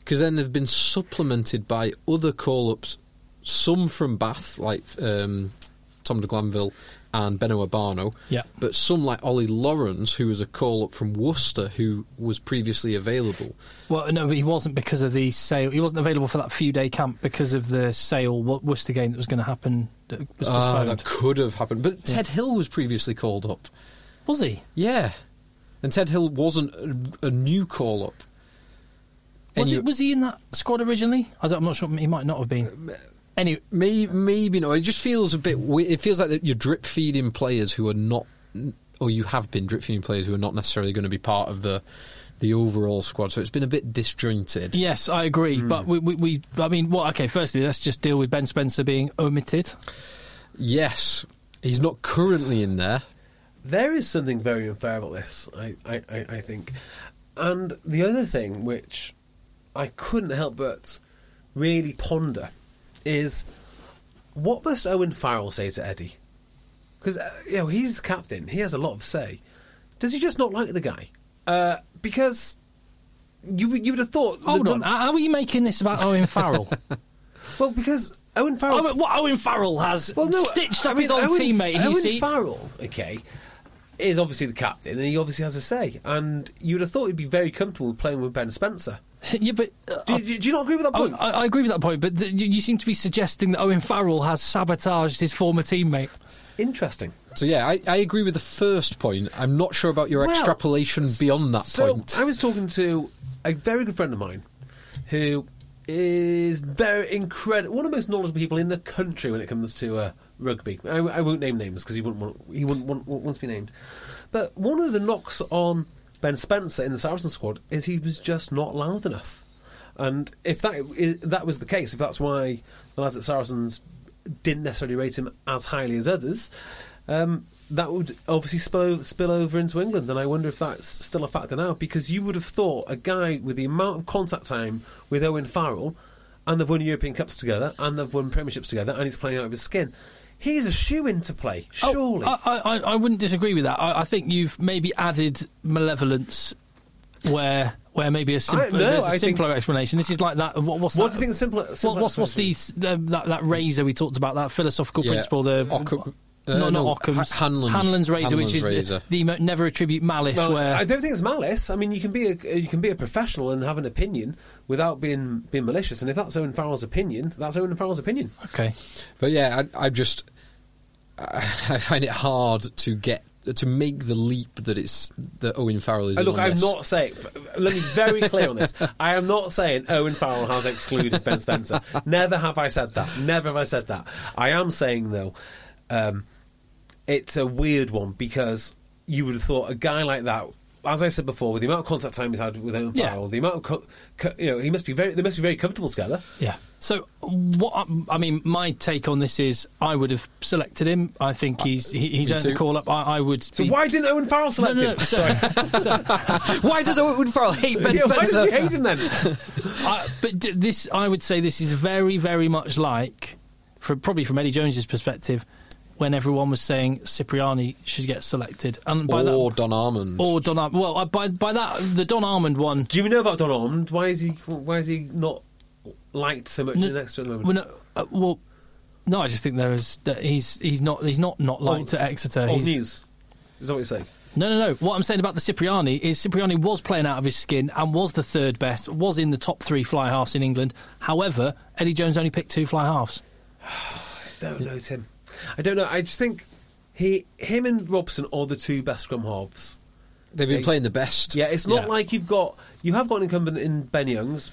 Because then they've been supplemented by other call ups, some from Bath, like um, Tom de Glanville and Beno Urbano,
Yeah.
but some like Ollie Lawrence, who was a call up from Worcester, who was previously available.
Well, no, he wasn't because of the sale. He wasn't available for that few day camp because of the sale. What was the game that was going to happen? That was
Ah,
postponed.
that could have happened. But Ted Hill was previously called up.
was he?
Yeah. And Ted Hill wasn't a, a new call up.
Was,
Any-
it, was he in that squad originally? I don't, I'm not sure. He might not have been. Anyway,
May, maybe not. It just feels a bit. we- It feels like that you're drip feeding players who are not, or you have been drip feeding players who are not necessarily going to be part of the the overall squad. So it's been a bit disjointed.
yes, I agree.
Hmm.
But we, we, we, I mean, well, okay. Firstly, let's just deal with Ben Spencer being omitted.
Yes, he's not currently in there.
There is something very unfair about this, I, I, I, I think. And the other thing which I couldn't help but really ponder is what must Owen Farrell say to Eddie? Because uh, you know he's the captain, he has a lot of say. Does he just not like the guy? Uh, because you you would have thought.
Hold on, how are you making this about Owen Farrell?
Well, because Owen Farrell.
Owen, what Owen Farrell has
Oh. Well, no,
stitched
I
up
mean,
his old
Owen,
teammate.
Owen
he's he-
Farrell, okay, is obviously the captain, and he obviously has a say. And you'd have thought he'd be very comfortable playing with Ben Spencer. oh, uh,
yeah, but uh,
Do, do, do you not agree with that
I,
point?
I, I agree with that point, but th- you, you seem to be suggesting that Owen Farrell has sabotaged his former teammate.
Interesting.
So yeah, I, I agree with the first point. I'm not sure about your
Well,
extrapolation beyond that
so
point.
I was talking to a very good friend of mine who is very incredible, one of the most knowledgeable people in the country when it comes to uh, rugby. I, I won't name names because he wouldn't want he wouldn't want, want, want to be named. But one of the knocks on Ben Spencer in the Saracen squad is he was just not loud enough. And if that i- that was the case, if that's why the lads at Saracens didn't necessarily rate him as highly as others, um, that would obviously spill, spill over into England. And I wonder if that's still a factor now because you would have thought a guy with the amount of contact time with Owen Farrell, and they've won European Cups together, and they've won Premierships together, and he's playing out of his skin. He's a shoe in to play,
Oh,
surely.
I, I, I I wouldn't disagree with that. I, I think you've maybe added malevolence where where maybe a, sim-
I- no,
there's a
I think-
simpler explanation. This is like that. What, what's
what
that?
do you think? the Simpler.
What,
simpler
what's what's the s- uh, that, that razor we talked about? That philosophical
Yeah,
principle. The
Occam- uh,
no,
no,
not Occam's.
Ha- Hanlon's-
razor,
Hanlon's
which is the-
razor.
the, mo- never attribute malice.
Well,
where
I don't think it's malice. I mean, you can be a you can be a professional and have an opinion without being being malicious. And if that's Owen Farrell's opinion, that's Owen Farrell's opinion.
okay,
But yeah, I, I just I, I find it hard to get to make the leap that it's that Owen Farrell is.
Uh,
in
look,
on
I'm
this.
not saying. Let me be very clear on this. I am not saying Owen Farrell has excluded Ben Spencer. Never have I said that. Never have I said that. I am saying though, um, it's a weird one because you would have thought a guy like that. As I said before, with the amount of contact time he's had with Owen
Yeah.
Farrell, the amount of co- co- you know, he must be very they must be very comfortable together.
yeah. So what? um, I- I mean, my take on this is I would have selected him. I think he's he, he's
Uh, me
earned the
too.
call up. I, I would.
So
be-
why didn't Owen Farrell
No,
select
no, no,
him?
sorry. So-
Why does Owen Farrell hate Ben
Yeah, why does
Spencer?
he hate him then?
I, but d- this, I would say, this is very, very much like, from probably from Eddie Jones's perspective, when everyone was saying Cipriani should get selected, and by
or
that,
Don Armand.
or Don. Ar- Well, I- by by that, the Don Armand one.
Do you know about Don Ormond? Why is he? Why is he not liked so much in the next at the moment?
Well, no, uh, well, no, I just think there is that he's he's not he's not not liked
Old-
at Exeter.
Old
He's-
news. Is that what you're saying?
No, no, no. What I'm saying about the Cipriani is Cipriani was playing out of his skin and was the third best, was in the top three fly halves in England. However, Eddie Jones only picked two fly halves.
Don't know Tim. I don't know. I just think he, him, and Robson are the two best scrum halves.
They've been
Yeah.
playing the best.
Yeah, it's not
Yeah.
like you've got you have got an incumbent in Ben Youngs,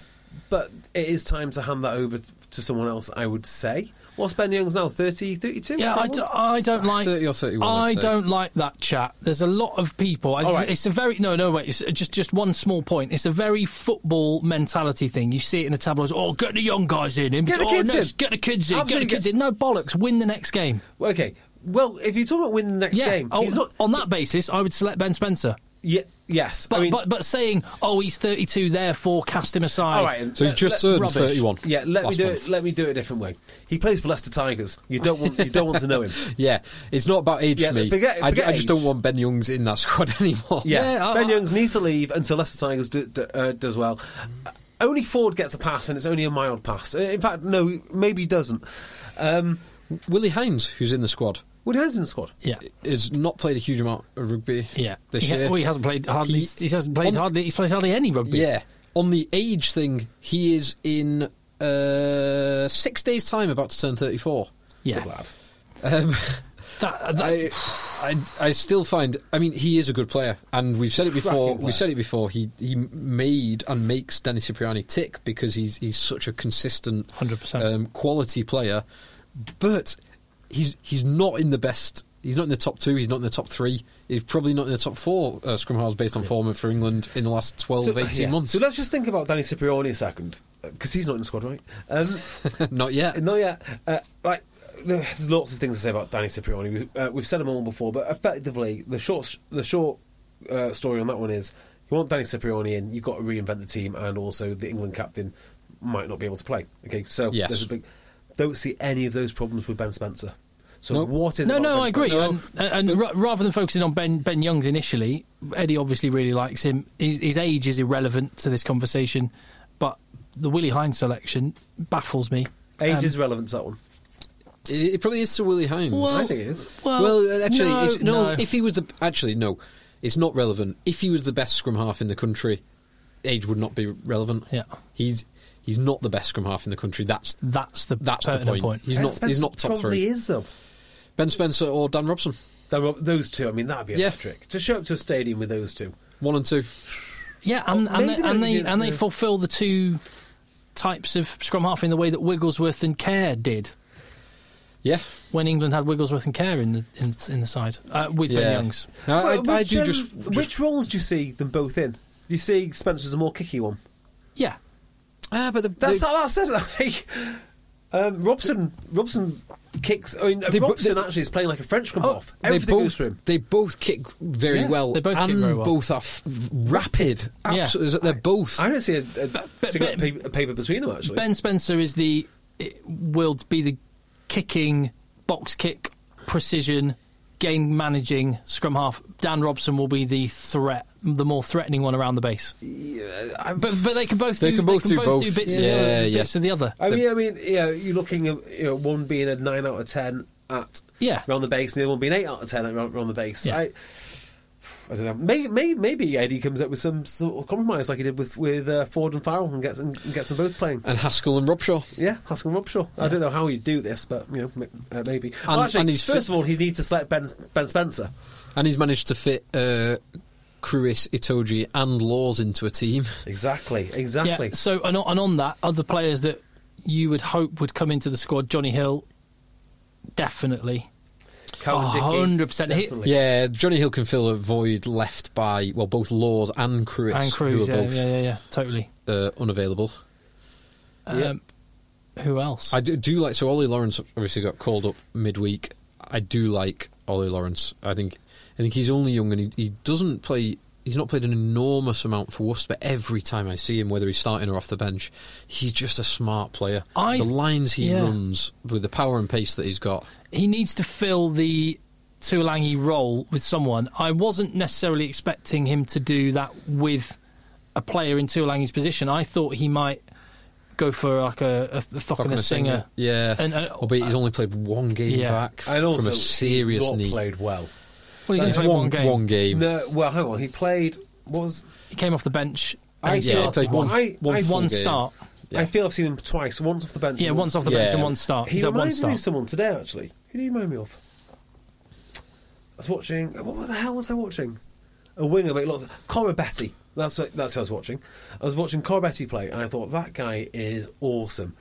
but it is time to hand that over t- to someone else. I would say. What's Ben Youngs now? 30, 32?
Yeah, I, d- I don't like
30 or 31, I'd
I
say.
don't like that chat. There's a lot of people. I,
All right.
It's a very no, no wait. It's just just one small point. It's a very football mentality thing. You see it in the tabloids. Oh, get the young guys in.
Get the
oh,
kids
next,
in.
Get the kids in.
Absolutely
Get the kids
get-
in. No bollocks. Win the next game.
Okay. Well, if you talk about winning the next
yeah.
game,
Oh,
he's not.
on that basis, I would select Ben Spencer.
Ye- yes,
But,
I mean,
but but saying oh he's 32, therefore cast him aside.
all right.
So he's
let-
just
let-
turned
rubbish.
31.
Yeah, let me
last
do
month.
it. Let me do it a different way. He plays for Leicester Tigers. You don't want. You don't want to know him.
Yeah, it's not about age
Yeah,
for me.
forget-
I, ju-
forget
I just
age.
don't want Ben Youngs in that squad anymore.
Yeah,
Yeah, I-
Ben
I-
Youngs needs to leave until Leicester Tigers do, do, uh, does well. Uh, Only Ford gets a pass, and it's only a mild pass. Uh, In fact, no, maybe he doesn't. Um,
Willie Hines, who's in the squad,
Wood has in the squad.
Yeah.
has not played a huge amount of rugby.
Yeah.
this
He ha-
year.
well, he hasn't played hardly.
He-
He, hasn't played
on-
hardly. He's played hardly any rugby.
Yeah. On the age thing, he is in uh, six days' time about to turn 34.
Yeah.
Um,
That, that,
I, I, I still find. I mean, he is a good player, and we've said it before.
Cracking player.
We said it before. He he made and makes Danny Cipriani tick because he's he's such a consistent,
100%.
um, quality player. But he's he's not in the best. He's not in the top two. He's not in the top three. He's probably not in the top four uh, scrum halves based on form for England in the last 12, 18
yeah.
months.
So let's just think about Danny Cipriani a second, because he's not in the squad, right? Um,
not yet.
No, yeah. Uh, like, there's lots of things to say about Danny Cipriani. We've, uh, we've said them all before, but effectively, the short, the short uh, story on that one is you want Danny Cipriani in, you've got to reinvent the team, and also the England captain might not be able to play. Okay, so
Yes.
there's a big, don't see any of those problems with Ben Spencer. So
Nope.
what is
No,
about
no,
Ben
I agree.
Spencer?
And, and, and ra- rather than focusing on Ben Ben Youngs initially, Eddie obviously really likes him. His, his age is irrelevant to this conversation, but the Willie Hines selection baffles me.
Age
Um,
is relevant to that one.
It, it probably is to Willie Hines.
I think it is.
Well,
Well, actually,
no,
it's, no,
no.
If he was the actually no, it's not relevant. If he was the best scrum half in the country, age would not be relevant.
Yeah.
he's he's not the best scrum half in the country. That's
that's the
that's the
pertinent
point. He's
Ben
not he's
Spencer
not top
probably
three.
is, though.
Ben Spencer or Dan Robson,
There were- Those two, I mean, that'd be
Yeah.
electric. To show up to a stadium with those two.
one and two.
Yeah, and,
Oh,
and
maybe
they,
they
and they
didn't
and they
know.
fulfil the two types of scrum half in the way that Wigglesworth and Kerr did
Yeah,
when England had Wigglesworth and Kerr in the in, in the side uh, with
yeah.
Ben Youngs.
No, I,
Well,
I
which,
do
um,
just, just-
Which roles do you see them both in? Do you see Spencer's a more kicky one?
Yeah,
ah, but the,
That's
the-
how that's it. Like, Um, Robson, Robson kicks. I mean,
They bo-
Robson
they- Oh,
actually is playing like a French come off.
They
Everything
both,
goes through him.
They both kick very
Yeah,
well.
they both kick
and
very well.
both are f- rapid.
Yeah.
Absolutely, they're both.
I don't see a, a
but-
cigarette
but-
pa- a paper between them actually.
Ben Spencer is the it will be the kicking box kick precision game managing scrum half. Dan Robson will be the threat, the more threatening one around the base. but but they can both
They
do,
can both do both.
bits of the
Yeah,
other,
yeah.
bits of the other.
I
The-
mean, I mean, yeah, you're looking at you know, one being a nine out of ten at
Yeah.
around the base, and the other one being eight out of ten at around, around the base.
Yeah.
I, I don't know. Maybe, maybe, maybe Eddie comes up with some sort of compromise like he did with with uh, Ford and Farrell and gets and gets them both playing.
Uh.
and Haskell and Robshaw.
Yeah, Haskell Robshaw. I don't know how you do this, but you know, m- uh, maybe.
And-
well, actually,
and he's
first
fit-
of all, he needs to select Ben Ben Spencer.
And he's managed to fit uh, Cruis, Itoji, and Laws into a team.
Exactly, exactly.
Yeah. So and on, and on that, other players that you would hope would come into the squad, Johnny Hill, definitely,
Cowan Dickey,
hundred percent. He-
definitely.
Yeah, Johnny Hill can fill a void left by, well, both Laws and Cruis,
And
who are
Cruz, yeah,
both
yeah, yeah, yeah, totally.
Uh, unavailable.
Um, Who else?
I do, do like so. Ollie Lawrence obviously got called up midweek. I do like Ollie Lawrence. I think I think he's only young and he, he doesn't play. He's not played an enormous amount for Worcester. But every time I see him, whether he's starting or off the bench, he's just a smart player.
I-
the lines he
yeah.
runs with the power and pace that he's got.
he needs to fill the Tuolangi role with someone. I wasn't necessarily expecting him to do that with a player in Tuolangi's position. I thought he might go for like a, a, a Thock and a singer.
yeah.
And, uh,
Albeit he's only played one game
Yeah.
back
And also,
from a serious
he's not
knee.
played well.
Well, he's only
He's
played
won
one game.
One game.
No, well, hang on. He played. What was
He came off the bench.
I
and he
yeah, he
started
played one,
I-
one,
I-
full
one
game.
start.
Yeah.
I feel I've seen him twice. Once off the bench.
Yeah, once off the
Yeah.
bench and one start.
He
he's at one
reminded me
start.
of someone today, actually. Who do you remind me of? I was watching. What the hell was I watching? A winger, but lots of Cora Betty. That's what, that's who I was watching. I was watching Cora Betty play, and I thought that guy is awesome.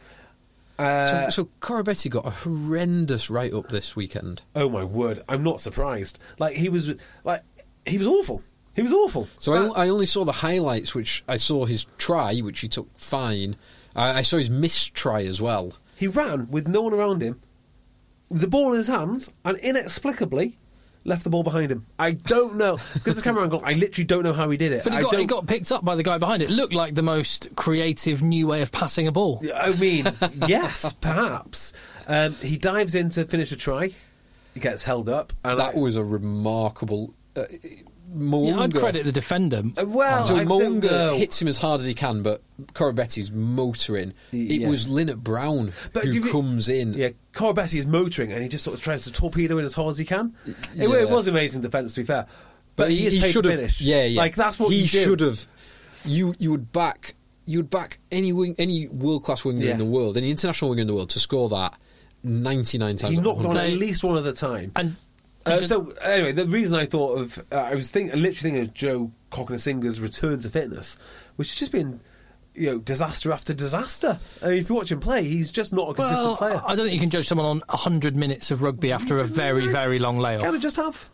So, so Corabetti got a horrendous write up this weekend.
Oh my word! I'm not surprised. Like he was, like he was awful. He was awful.
So I, I only saw the highlights, which I saw his try, which he took fine. I, I saw his missed try as well.
He ran with no one around him, with the ball in his hands, and inexplicably left the ball behind him. I don't know because the camera angle. I literally don't know how he did it.
But
I
he got,
don't,
he got picked up by the guy behind it. Looked like the most creative new way of passing a ball.
I mean, yes, perhaps. Um, he dives in to finish a try. He gets held up, and
That
I-
was a remarkable. Uh, Moonga.
Yeah, I'd credit the defender.
well,
So
I don't know.
Moonga hits him as hard as he can, but Corabetti's motoring. It
Yeah.
was Linnett Brown
But
who
give you-
comes in.
Yeah, Corabessi is motoring and he just sort of tries to torpedo in as hard as he can. It, it
Yeah.
was amazing defence, to be fair. But, he, is paid to
should have.
finish.
Yeah, yeah.
Like that's what
he
you do.
should have. You you would back you would back any wing any world class winger
Yeah.
in the world, any international winger in the world to score that ninety nine times.
He
out of
knocked on
100.
at least one other time.
And I
Uh,
just-
so anyway, the reason I thought of uh, I was thinking, literally thinking of Joe Cocknasinger's return to fitness, which has just been you know disaster after disaster. I mean, if you watch him play, he's just not a consistent
well,
player.
I don't think you can judge someone on 100 minutes of rugby after a very, very long layoff.
Can I just have?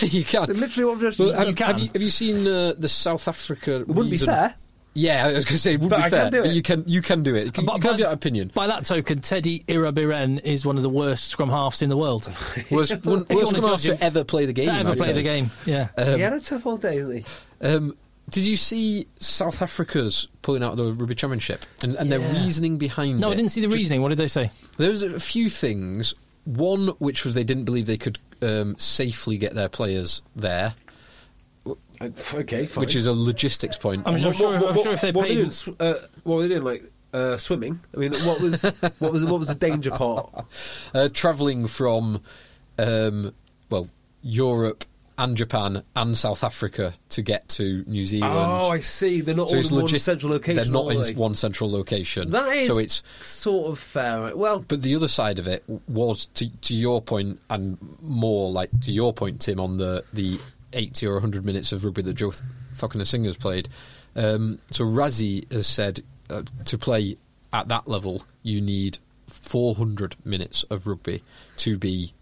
you can.
It's literally what I've just-
Well,
You
have,
can.
Have you, have you seen uh, the South Africa? It
wouldn't be fair.
Yeah, I was going to say it would
But
be
I
fair,
can do
but
it.
you can you can do it. You can, you can have your opinion.
By that token, Teddy Irabiren is one of the worst scrum halves in the world.
Worst, one,
If you
worst
wanna
one
judge
to
him-
ever play the game.
to ever
I'd
play
say.
the game, yeah.
he had a tough old day, didn't he?
Um, did you see South Africa's pulling out of the Rugby Championship and, and their
Yeah.
reasoning behind it?
no, I didn't see the
Just-
reasoning. What did they say?
There was a few things. One, which was they didn't believe they could um, safely get their players there,
Uh, okay, fine.
which is a logistics point.
I'm, I'm sure. I'm sure if they
what were they doing,
paid.
sw- uh, what were they doing? Like uh, swimming? I mean, what was what was what was the danger part?
uh, traveling from um, well Europe and Japan and South Africa to get to New Zealand.
Oh, I see. They're not all in one
logis-
central location.
They're not
are
in
they?
one central location.
That is
so it's.
sort of fair. Well,
But the other side of it was to to your point and more like to your point, Tim, on the the eighty or hundred minutes of rugby that Joe fucking singer's played. Um, so Razzie has said uh, to play at that level, you need four hundred minutes of rugby to be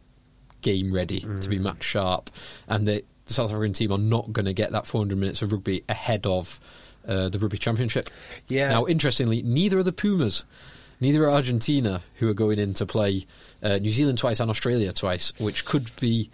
game ready, to
Mm.
be match sharp, and the South African team are not going to get that 400 minutes of rugby ahead of uh, the Rugby Championship.
Yeah.
Now, interestingly, neither are the Pumas. Neither are Argentina, who are going in to play uh, New Zealand twice and Australia twice, which could be,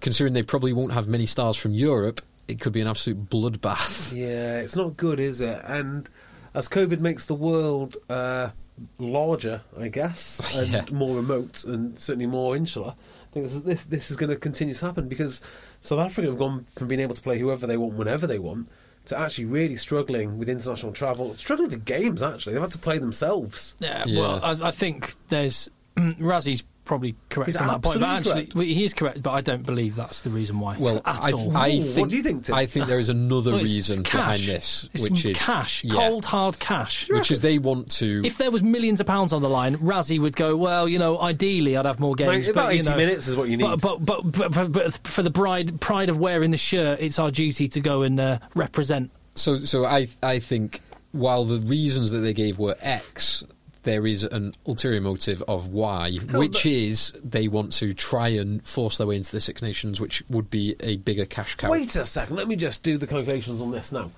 considering they probably won't have many stars from Europe, it could be an absolute bloodbath.
Yeah, it's not good, is it? And as COVID makes the world uh, larger, I guess, and
Yeah.
more remote, and certainly more insular, I think this is, this, this is going to continue to happen because South Africa have gone from being able to play whoever they want, whenever they want, to actually really struggling with international travel, struggling for games. Actually, they've had to play themselves.
Yeah,
Yeah.
well, I, I think there's Razzie's probably correct
He's
on that point, but
absolutely
actually well, he is correct, but I don't believe that's the reason why.
Well,
at
I,
all.
I
Ooh, what
think
do you think, Tim?
I think there is another
Well, it's-
reason
it's
behind
cash.
this,
It's
which is
cash,
yeah,
cold hard cash.
which is they want to.
if there was millions of pounds on the line, Razzie would go. Well, you know, ideally, I'd have more games.
Like, about
but, you
80
know,
minutes is what you
But
need.
but, but, but, but, but for the bride pride of wearing the shirt, it's our duty to go and uh, represent.
So, so I, I think while the reasons that they gave were X, there is an ulterior motive of Y,
Oh,
which is they want to try and force their way into the Six Nations, which would be a bigger cash cow.
Wait a second, let me just do the calculations on this now.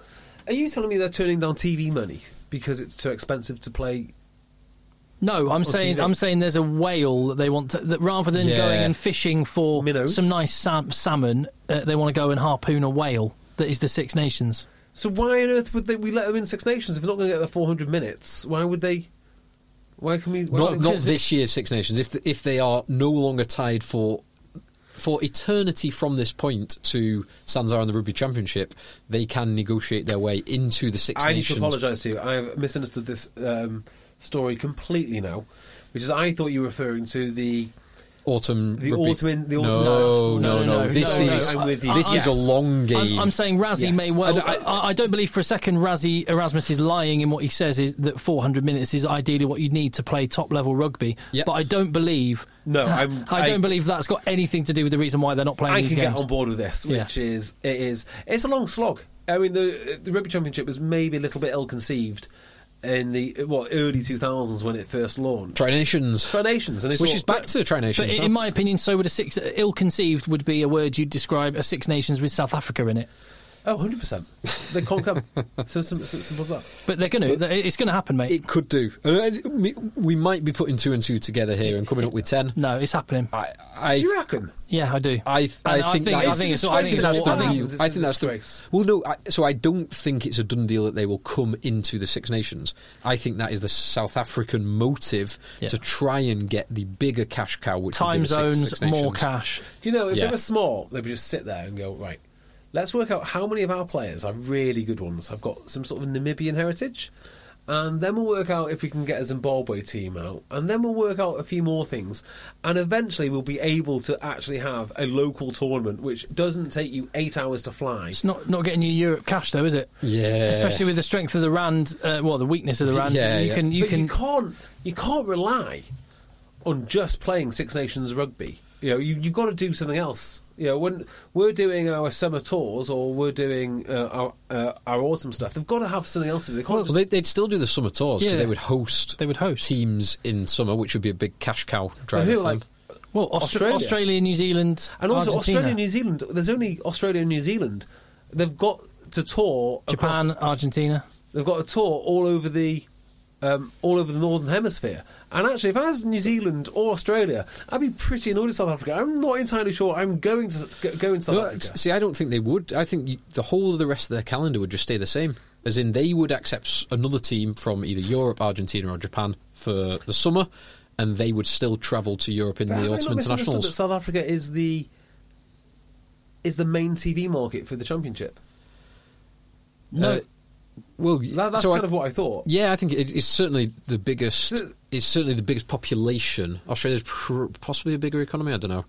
Are you telling me they're turning down TV money because it's too expensive to play?
No, I'm saying
TV.
I'm saying there's a whale that they want to, that rather than
Yeah.
going and fishing for
Minnows.
some nice sam- salmon, uh, they want to go and harpoon a whale that is the Six Nations.
So why on earth would they, we let them in Six Nations if they're not going to get their 400 minutes? Why would they? Why can we?
not not
because
this year's Six Nations. If the, if they are no longer tied for for eternity from this point to Sanzar and the Rugby Championship, they can negotiate their way into the Six
I need to
Nations.
apologise to you. I have misunderstood this um, story completely now, which is I thought you were referring to the.
Autumn,
The
rugby.
autumn in- the autumn-
no,
no, no, no,
no, no,
This
no, no,
is
I'm with you.
this is a
Yes.
long game.
I'm, I'm saying Razzie
Yes.
may well.
I
I,
don't-
I, don't believe for a second Razzie Erasmus is lying in what he says is that 400 minutes is ideally what you need to play top level rugby.
Yep.
But I don't believe.
No, I'm-
I don't
I-
believe that's got anything to do with the reason why they're not playing
I
these
can
games.
get on board with this,
Yeah.
which is it is it's a long slog. I mean, the the rugby championship was maybe a little bit ill conceived in the what early two thousands when it first launched.
Tri Nations,
Tri Nations, and it's
which
all-
is back to Tri
But
Nations.
in my opinion, so would a six. Ill-conceived would be a word you'd describe a Six Nations with South Africa in it.
oh 100 percent. They can't come. so simple, simple as that.
But they're going to. It's going to happen, mate.
it could do. Uh, we- We might be putting two and two together here and coming up with ten.
no, it's happening.
I, I
Do you reckon?
Yeah, I do.
I, I,
And I
think,
think-
that
I
is-
think it's-
I
I think
think
it's
that's
what
the
happens.
real-
It's
I
a
think that's the
disgrace.
well no I, so I don't think it's a done deal that they will come into the Six Nations I think that is the South African motive
Yeah.
to try and get the bigger cash cow which would be
Time
the Six-
zones,
Six
more
Nations.
cash.
Do you know if
Yeah.
they were small, they would just sit there and go right. Let's work out how many of our players are really good ones. I've got some sort of Namibian heritage. And then we'll work out if we can get a Zimbabwe team out. And then we'll work out a few more things. And eventually we'll be able to actually have a local tournament, which doesn't take you eight hours to fly.
It's not not getting you Europe cash though, is it?
Yeah.
Especially with the strength of the rand, uh, well, the weakness of the rand.
Yeah,
you
yeah.
can you
but
can
you can't you can't rely on just playing Six Nations rugby. You know, you, you've got to do something else. You know, when we're doing our summer tours or we're doing uh, our uh, our autumn stuff, they've got to have something else. to do. They can't
well,
just-
they, they'd still do the summer tours because
Yeah.
they would host
They would host.
teams in summer which would be a big cash cow driver
who,
for them.
like,
Well, Austra-
Australia.
Australia. New Zealand,
and also
Argentina,
Australia, and New Zealand. There's only Australia and New Zealand. They've got to tour across-
Japan, Argentina.
They've got a tour all over the um, all over the northern hemisphere. And actually, if I was in New Zealand or Australia, I'd be pretty annoyed at South Africa. I'm not entirely sure I'm going to go- going to South
No,
Africa.
see I don't think they would I think you, the whole of the rest of their calendar would just stay the same as in they would accept s- another team from either Europe Argentina or Japan for the summer and they would still travel to Europe in
But have I
the
not
autumn
misunderstood That
internationals
South Africa is the is the main TV market for the championship.
No,
Uh, well y-
That, that's
so I-
kind of what I thought.
yeah I think it, it's certainly the biggest
So-
it's certainly the biggest population Australia's pr- possibly a bigger economy I don't know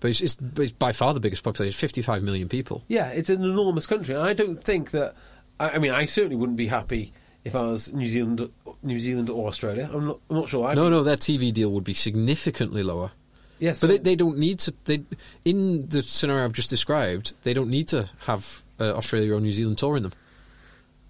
but it's, it's, but it's by far the biggest population 55 million people
Yeah, it's an enormous country. And I don't think that. I, I mean, I certainly wouldn't be happy if I was New Zealand, New Zealand or Australia. I'm not, I'm not sure. I'd
no
be-
no their TV deal would be significantly lower
Yeah, so-
But they, they don't need to. They in the scenario I've just described, they don't need to have uh, Australia or New Zealand touring them.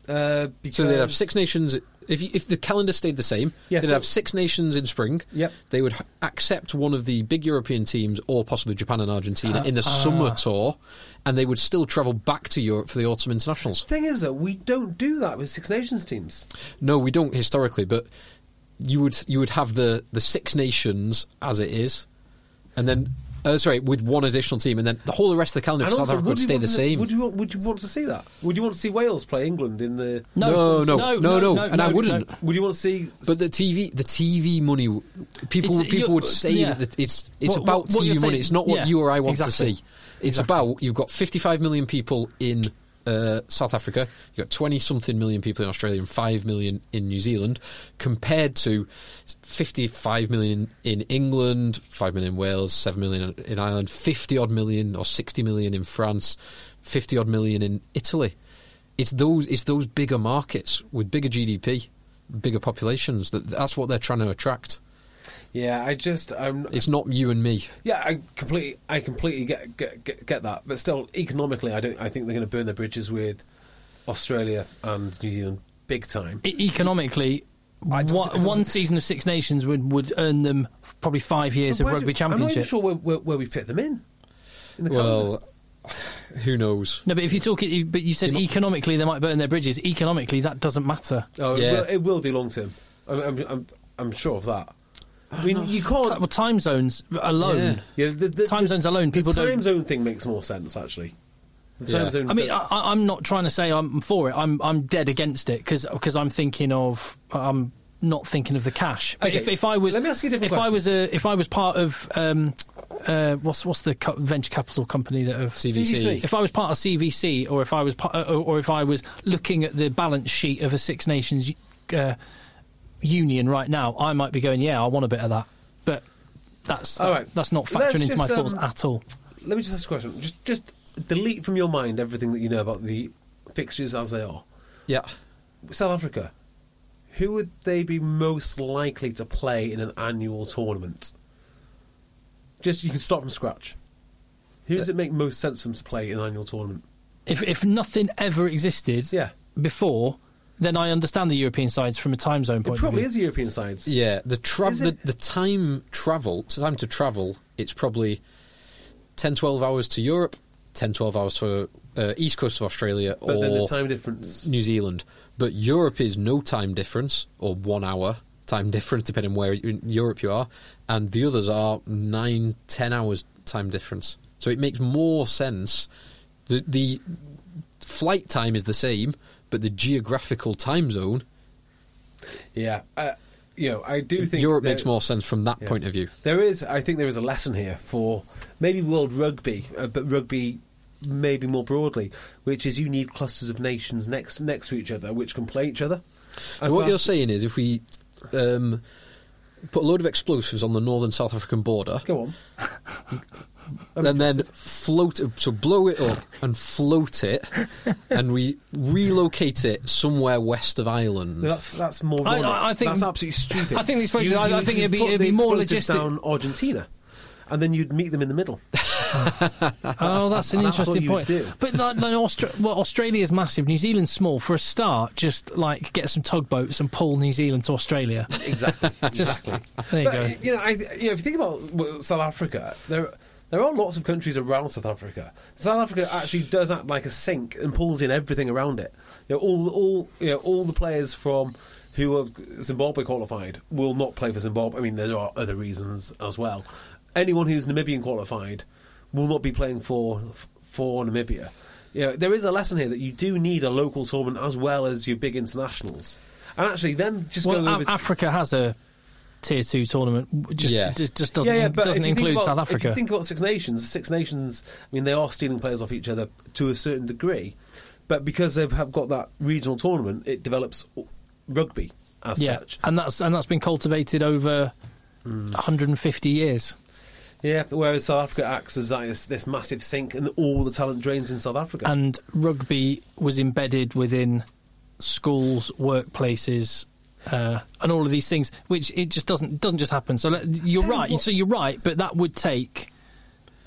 uh,
So they'd have
because-
Six Nations. If you, if the calendar stayed the same,
Yeah,
they'd
so-
have Six Nations in spring.
Yep.
They would h- accept one of the big European teams, or possibly Japan and
Ah,
Argentina, in the summer tour, and they would still travel back to Europe for the autumn internationals.
thing is, though, we don't do that with Six Nations teams.
No, we don't historically, but you would you would have the the Six Nations as it is, and then uh, sorry with one additional team, and then the whole rest of the calendar for
And
South
also,
Africa would
you
stay
want
the
to-
same.
Would you, want- would you want to see that? Would you want to see Wales play England in the?
No,
No,
no,
no,
no,
no,
no,
no,
and I
no,
wouldn't.
no.
Would you want to see?
But the TV, the TV money, w- people
It's-
people
you-
would say
yeah.
that it's it's
What-
about
what- what
TV
you're
money.
saying-
It's not what
yeah,
you or I want
exactly.
to see. It's about you've got 55 million people in uh, South Africa, you've got 20 something million people in Australia, and 5 million in New Zealand, compared to 55 million in England, 5 million in Wales, 7 million in Ireland, 50 odd million or 60 million in France, 50 odd million in Italy. It's those it's those bigger markets with bigger GDP, bigger populations that that's what they're trying to attract.
yeah, I just I'm
It's not you and me.
Yeah, I completely, I completely get get, get, get that. But still, economically, I don't. I think they're going to burn their bridges with Australia and New Zealand big time.
E- economically,
I don't
one,
think- I don't
one
think-
season of Six Nations would, would earn them probably five years of
Where do-
rugby
I'm not even
championship.
sure where, where, where we fit them in. in the calendar.
Well, who knows?
No, but if you talk it, but you said economically they might burn their bridges. Economically, that doesn't matter.
oh, it,
yeah.
will, it will do long term. I'm, I'm, I'm, I'm sure of that. I mean, you
It's like, well,
can't.
time zones alone.
Yeah, the, the,
Time
the-
zones alone, people
the time
don't-
zone thing makes more sense actually. The time
Yeah.
zone.
I mean, I, I- I'm not trying to say I'm for it. I'm I'm dead against it because I'm thinking of I'm not thinking of the cash. But
Okay,
if, if I was,
let me ask you a different
if I
question.
was a, if I was part of um, uh, what's what's the co- venture capital company that have
CVC.
If I was part of CVC, or if I was part, or, or if I was looking at the balance sheet of a Six Nations uh, union right now, I might be going, yeah, I want a bit of that, but. That's
All right.
that's not
Let's
factoring into my
just,
thoughts
um,
at all.
let me just ask a question. Just, just delete from your mind everything that you know about the fixtures as they are.
Yeah.
South Africa, who would they be most likely to play in an annual tournament? Just you can start from scratch. Who does it make most sense for them to play in an annual tournament?
If if nothing ever existed,
Yeah,
before, then I understand the European sides from a time zone
it
point
probably
of
is
view.
the European sides.
Yeah, the tra-
Is
the,
it-
the time travel, it's time to travel, it's probably 10 12 hours to Europe, 10 12 hours to uh, east coast of Australia
but
or
then the time difference.
New Zealand. But Europe is no time difference or 1 hour time difference depending where in Europe you are, and the others are 9 10 hours time difference. So it makes more sense the the flight time is the same, but the geographical time zone
Yeah, uh, you know, I do think
Europe
that-
makes more sense from that
yeah.
point of view.
There is, I think, there is a lesson here for maybe world rugby, uh, but rugby maybe more broadly, which is you need clusters of nations next next to each other, which can play each other.
So what you're saying is, if we um, put a load of explosives on the northern South African border,
go on.
and then float, so blow it up and float it, and we relocate it somewhere west of Ireland.
No, that's that's more.
I-
wrong.
I- I think-
that's absolutely stupid.
I think the explosives-
You-
I-
you-
I think
you
it'd be-
put
it'd
the
be more
explosives
logistic-
down Argentina, and then you'd meet them in the middle.
Oh, that's an
that's what
interesting
you
point.
do.
But like, like Austra- well, Australia's massive. New Zealand's small. For a start, just like get some tugboats and pull New Zealand to Australia.
Exactly.
Just, There you
but,
go.
You know, I, you know, if you think about well, South Africa, there there are lots of countries around South Africa. South Africa actually does act like a sink and pulls in everything around it. You know, all all you know, all the players from who are Zimbabwe qualified will not play for Zimbabwe. I mean, there are other reasons as well. Anyone who's Namibian qualified will not be playing for for Namibia. You know, there is a lesson here that you do need a local tournament as well as your big internationals. And actually, them just
Well,
going
Af-
over to-
Africa has a tier two tournament. w- Just
Yeah.
just, just doesn't doesn't
if you think
include
about-
South
If you
Africa.
think about Six Nations, Six Nations, I mean, they are stealing players off each other to a certain degree, but because they've have got that regional tournament, it develops rugby as
yeah,
such. Hmm.
and that's and that's been cultivated over 150 years.
Yeah, whereas South Africa acts as like this, this massive sink, and all the talent drains in South Africa.
and rugby was embedded within schools, workplaces, uh, and all of these things, which it just doesn't doesn't just happen. So let, you're
Tell you
right.
what-
so you're right, but that would take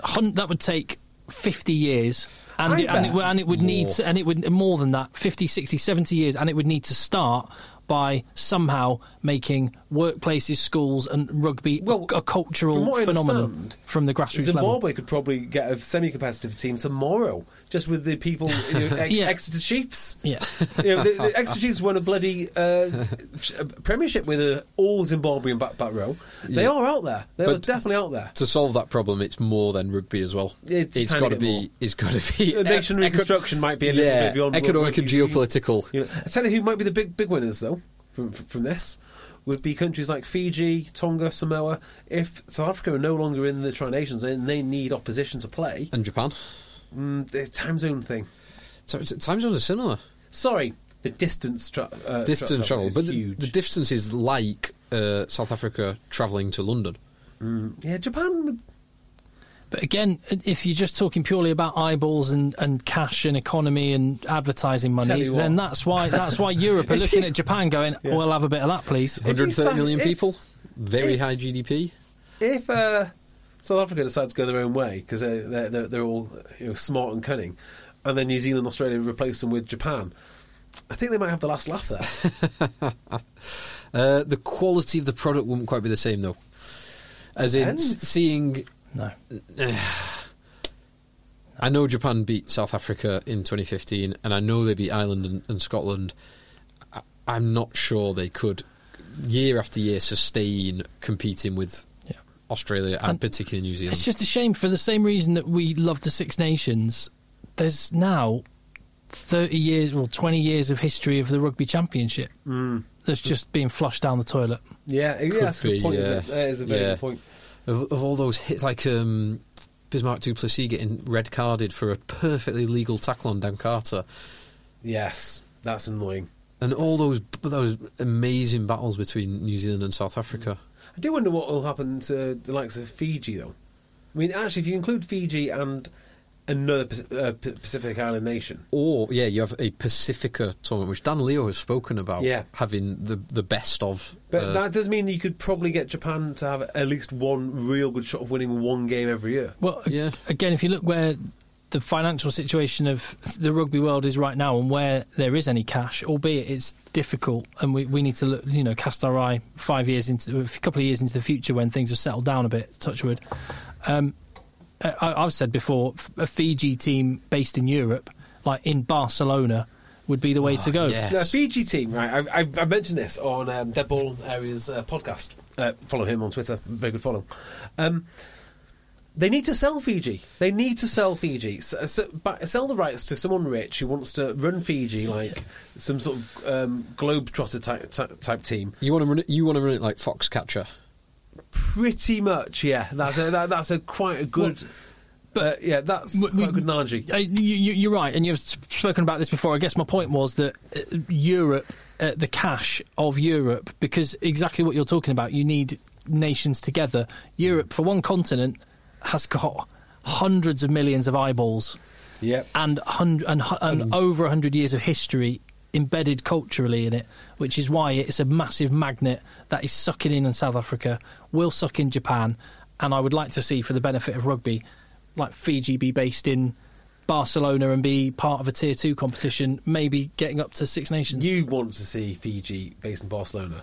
hun- that would take 50 years. And
I
it, and, it,
bet
and it would need to, and it would more than that 50 60 70 years and it would need to start by somehow making workplaces, schools, and rugby a-
Well,
a, cultural
from what I
phenomenon
understand,
from the grassroots level.
Zimbabwe could probably get a semi-competitive team tomorrow, just with the people, you know, ex-
Yeah.
Exeter Chiefs.
Yeah.
You know, the, the Exeter Chiefs won a bloody uh, ch- a premiership with an all Zimbabwean back back row. They
Yeah.
are out there. They are
But-
definitely out there.
To solve that problem, it's more than rugby as well.
It's a
it's
tiny
got to
bit
be.
more.
It's got to be. uh,
The nation
eco-
reconstruction might be a little
yeah,
bit beyond what
economic and
we- we-
geopolitical.
You know, I tell you who might be the big big winners though from from, from this would be countries like Fiji, Tonga, Samoa. If South Africa are no longer in the Tri Nations and they need opposition to play,
And Japan.
mm, the time zone thing.
So it's- time zones are similar.
Sorry, the distance tra- uh,
distance
tra-
travel,
is
but the,
huge.
the distance is like uh, South Africa travelling to London.
yeah, Japan. would-
But again, if you're just talking purely about eyeballs and, and cash and economy and advertising
Tell
money,
you what.
then that's why that's why Europe are looking at Japan going,
Yeah.
"We'll have a bit of that, please."
If you
130
sang-
million
if-
people, very
if-
high GDP.
If uh, South Africa decides to go their own way because they're, they're, they're, they're all you know, smart and cunning, and then New Zealand and Australia replace them with Japan, I think they might have the last laugh there.
Uh, the quality of the product wouldn't quite be the same though. As in
Depends.
s- seeing, Uh,
No,
I know Japan beat South Africa in 2015, and I know they beat Ireland and, and Scotland. I, I'm not sure they could year after year sustain competing with
Yeah.
Australia and,
And
particularly New Zealand.
it's just a shame for the same reason that we love the Six Nations. There's now thirty years or twenty years of history of the rugby championship that's just being flushed down the toilet.
Mm, yeah, yeah,
Could
that's a
be,
good point. isn't
yeah.
it? That is a very
Yeah.
good point.
of, of all those hits, like um, Bismarck Duplessis getting red carded for a perfectly legal tackle on Dan Carter,
Yes, that's annoying.
and all those those amazing battles between New Zealand and South Africa.
I do wonder what will happen to the likes of Fiji, though. I mean, actually, if you include Fiji and another Pac- uh, P- Pacific Island nation,
Or yeah, you have a Pacifica tournament, which Dan Leo has spoken about
Yeah.
having the the best of.
but
uh,
that does mean you could probably get Japan to have at least one real good shot of winning one game every year.
Well, a-
Yeah.
again, if you look where the financial situation of the rugby world is right now and where there is any cash, albeit it's difficult, and we, we need to look, you know, cast our eye five years into a couple of years into the future when things have settled down a bit, touchwood. Um, I, I've said before, f- a Fiji team based in Europe, like in Barcelona, would be the way to go.
Ah, yeah.
Now,
Yes.
Fiji team, right? I, I, I mentioned this on um, Dead Ball Area's uh, podcast. Uh, follow him on Twitter. Very good follow. Um, they need to sell Fiji. They need to sell Fiji. S s- bu- sell the rights to someone rich who wants to run Fiji like some sort of um, globetrotter type, type, type team.
you want to run it. You want to run it like Foxcatcher.
Pretty much, yeah. That's a, that, that's a quite a good. uh, yeah, that's
We- we-
quite a good analogy.
Uh, you, you, you're right, and you've sp- spoken about this before. I guess my point was that uh, Europe, uh, the cash of Europe, because exactly what you're talking about, you need nations together. Europe, for one continent, has got hundreds of millions of eyeballs
Yep.
and hundred and, hu- and over hundred years of history embedded culturally in it, which is why it's a massive magnet that is sucking in on South Africa, will suck in Japan, and I would like to see for the benefit of rugby, like Fiji be based in Barcelona and be part of a tier two competition, maybe getting up to Six Nations.
You want to see Fiji based in Barcelona.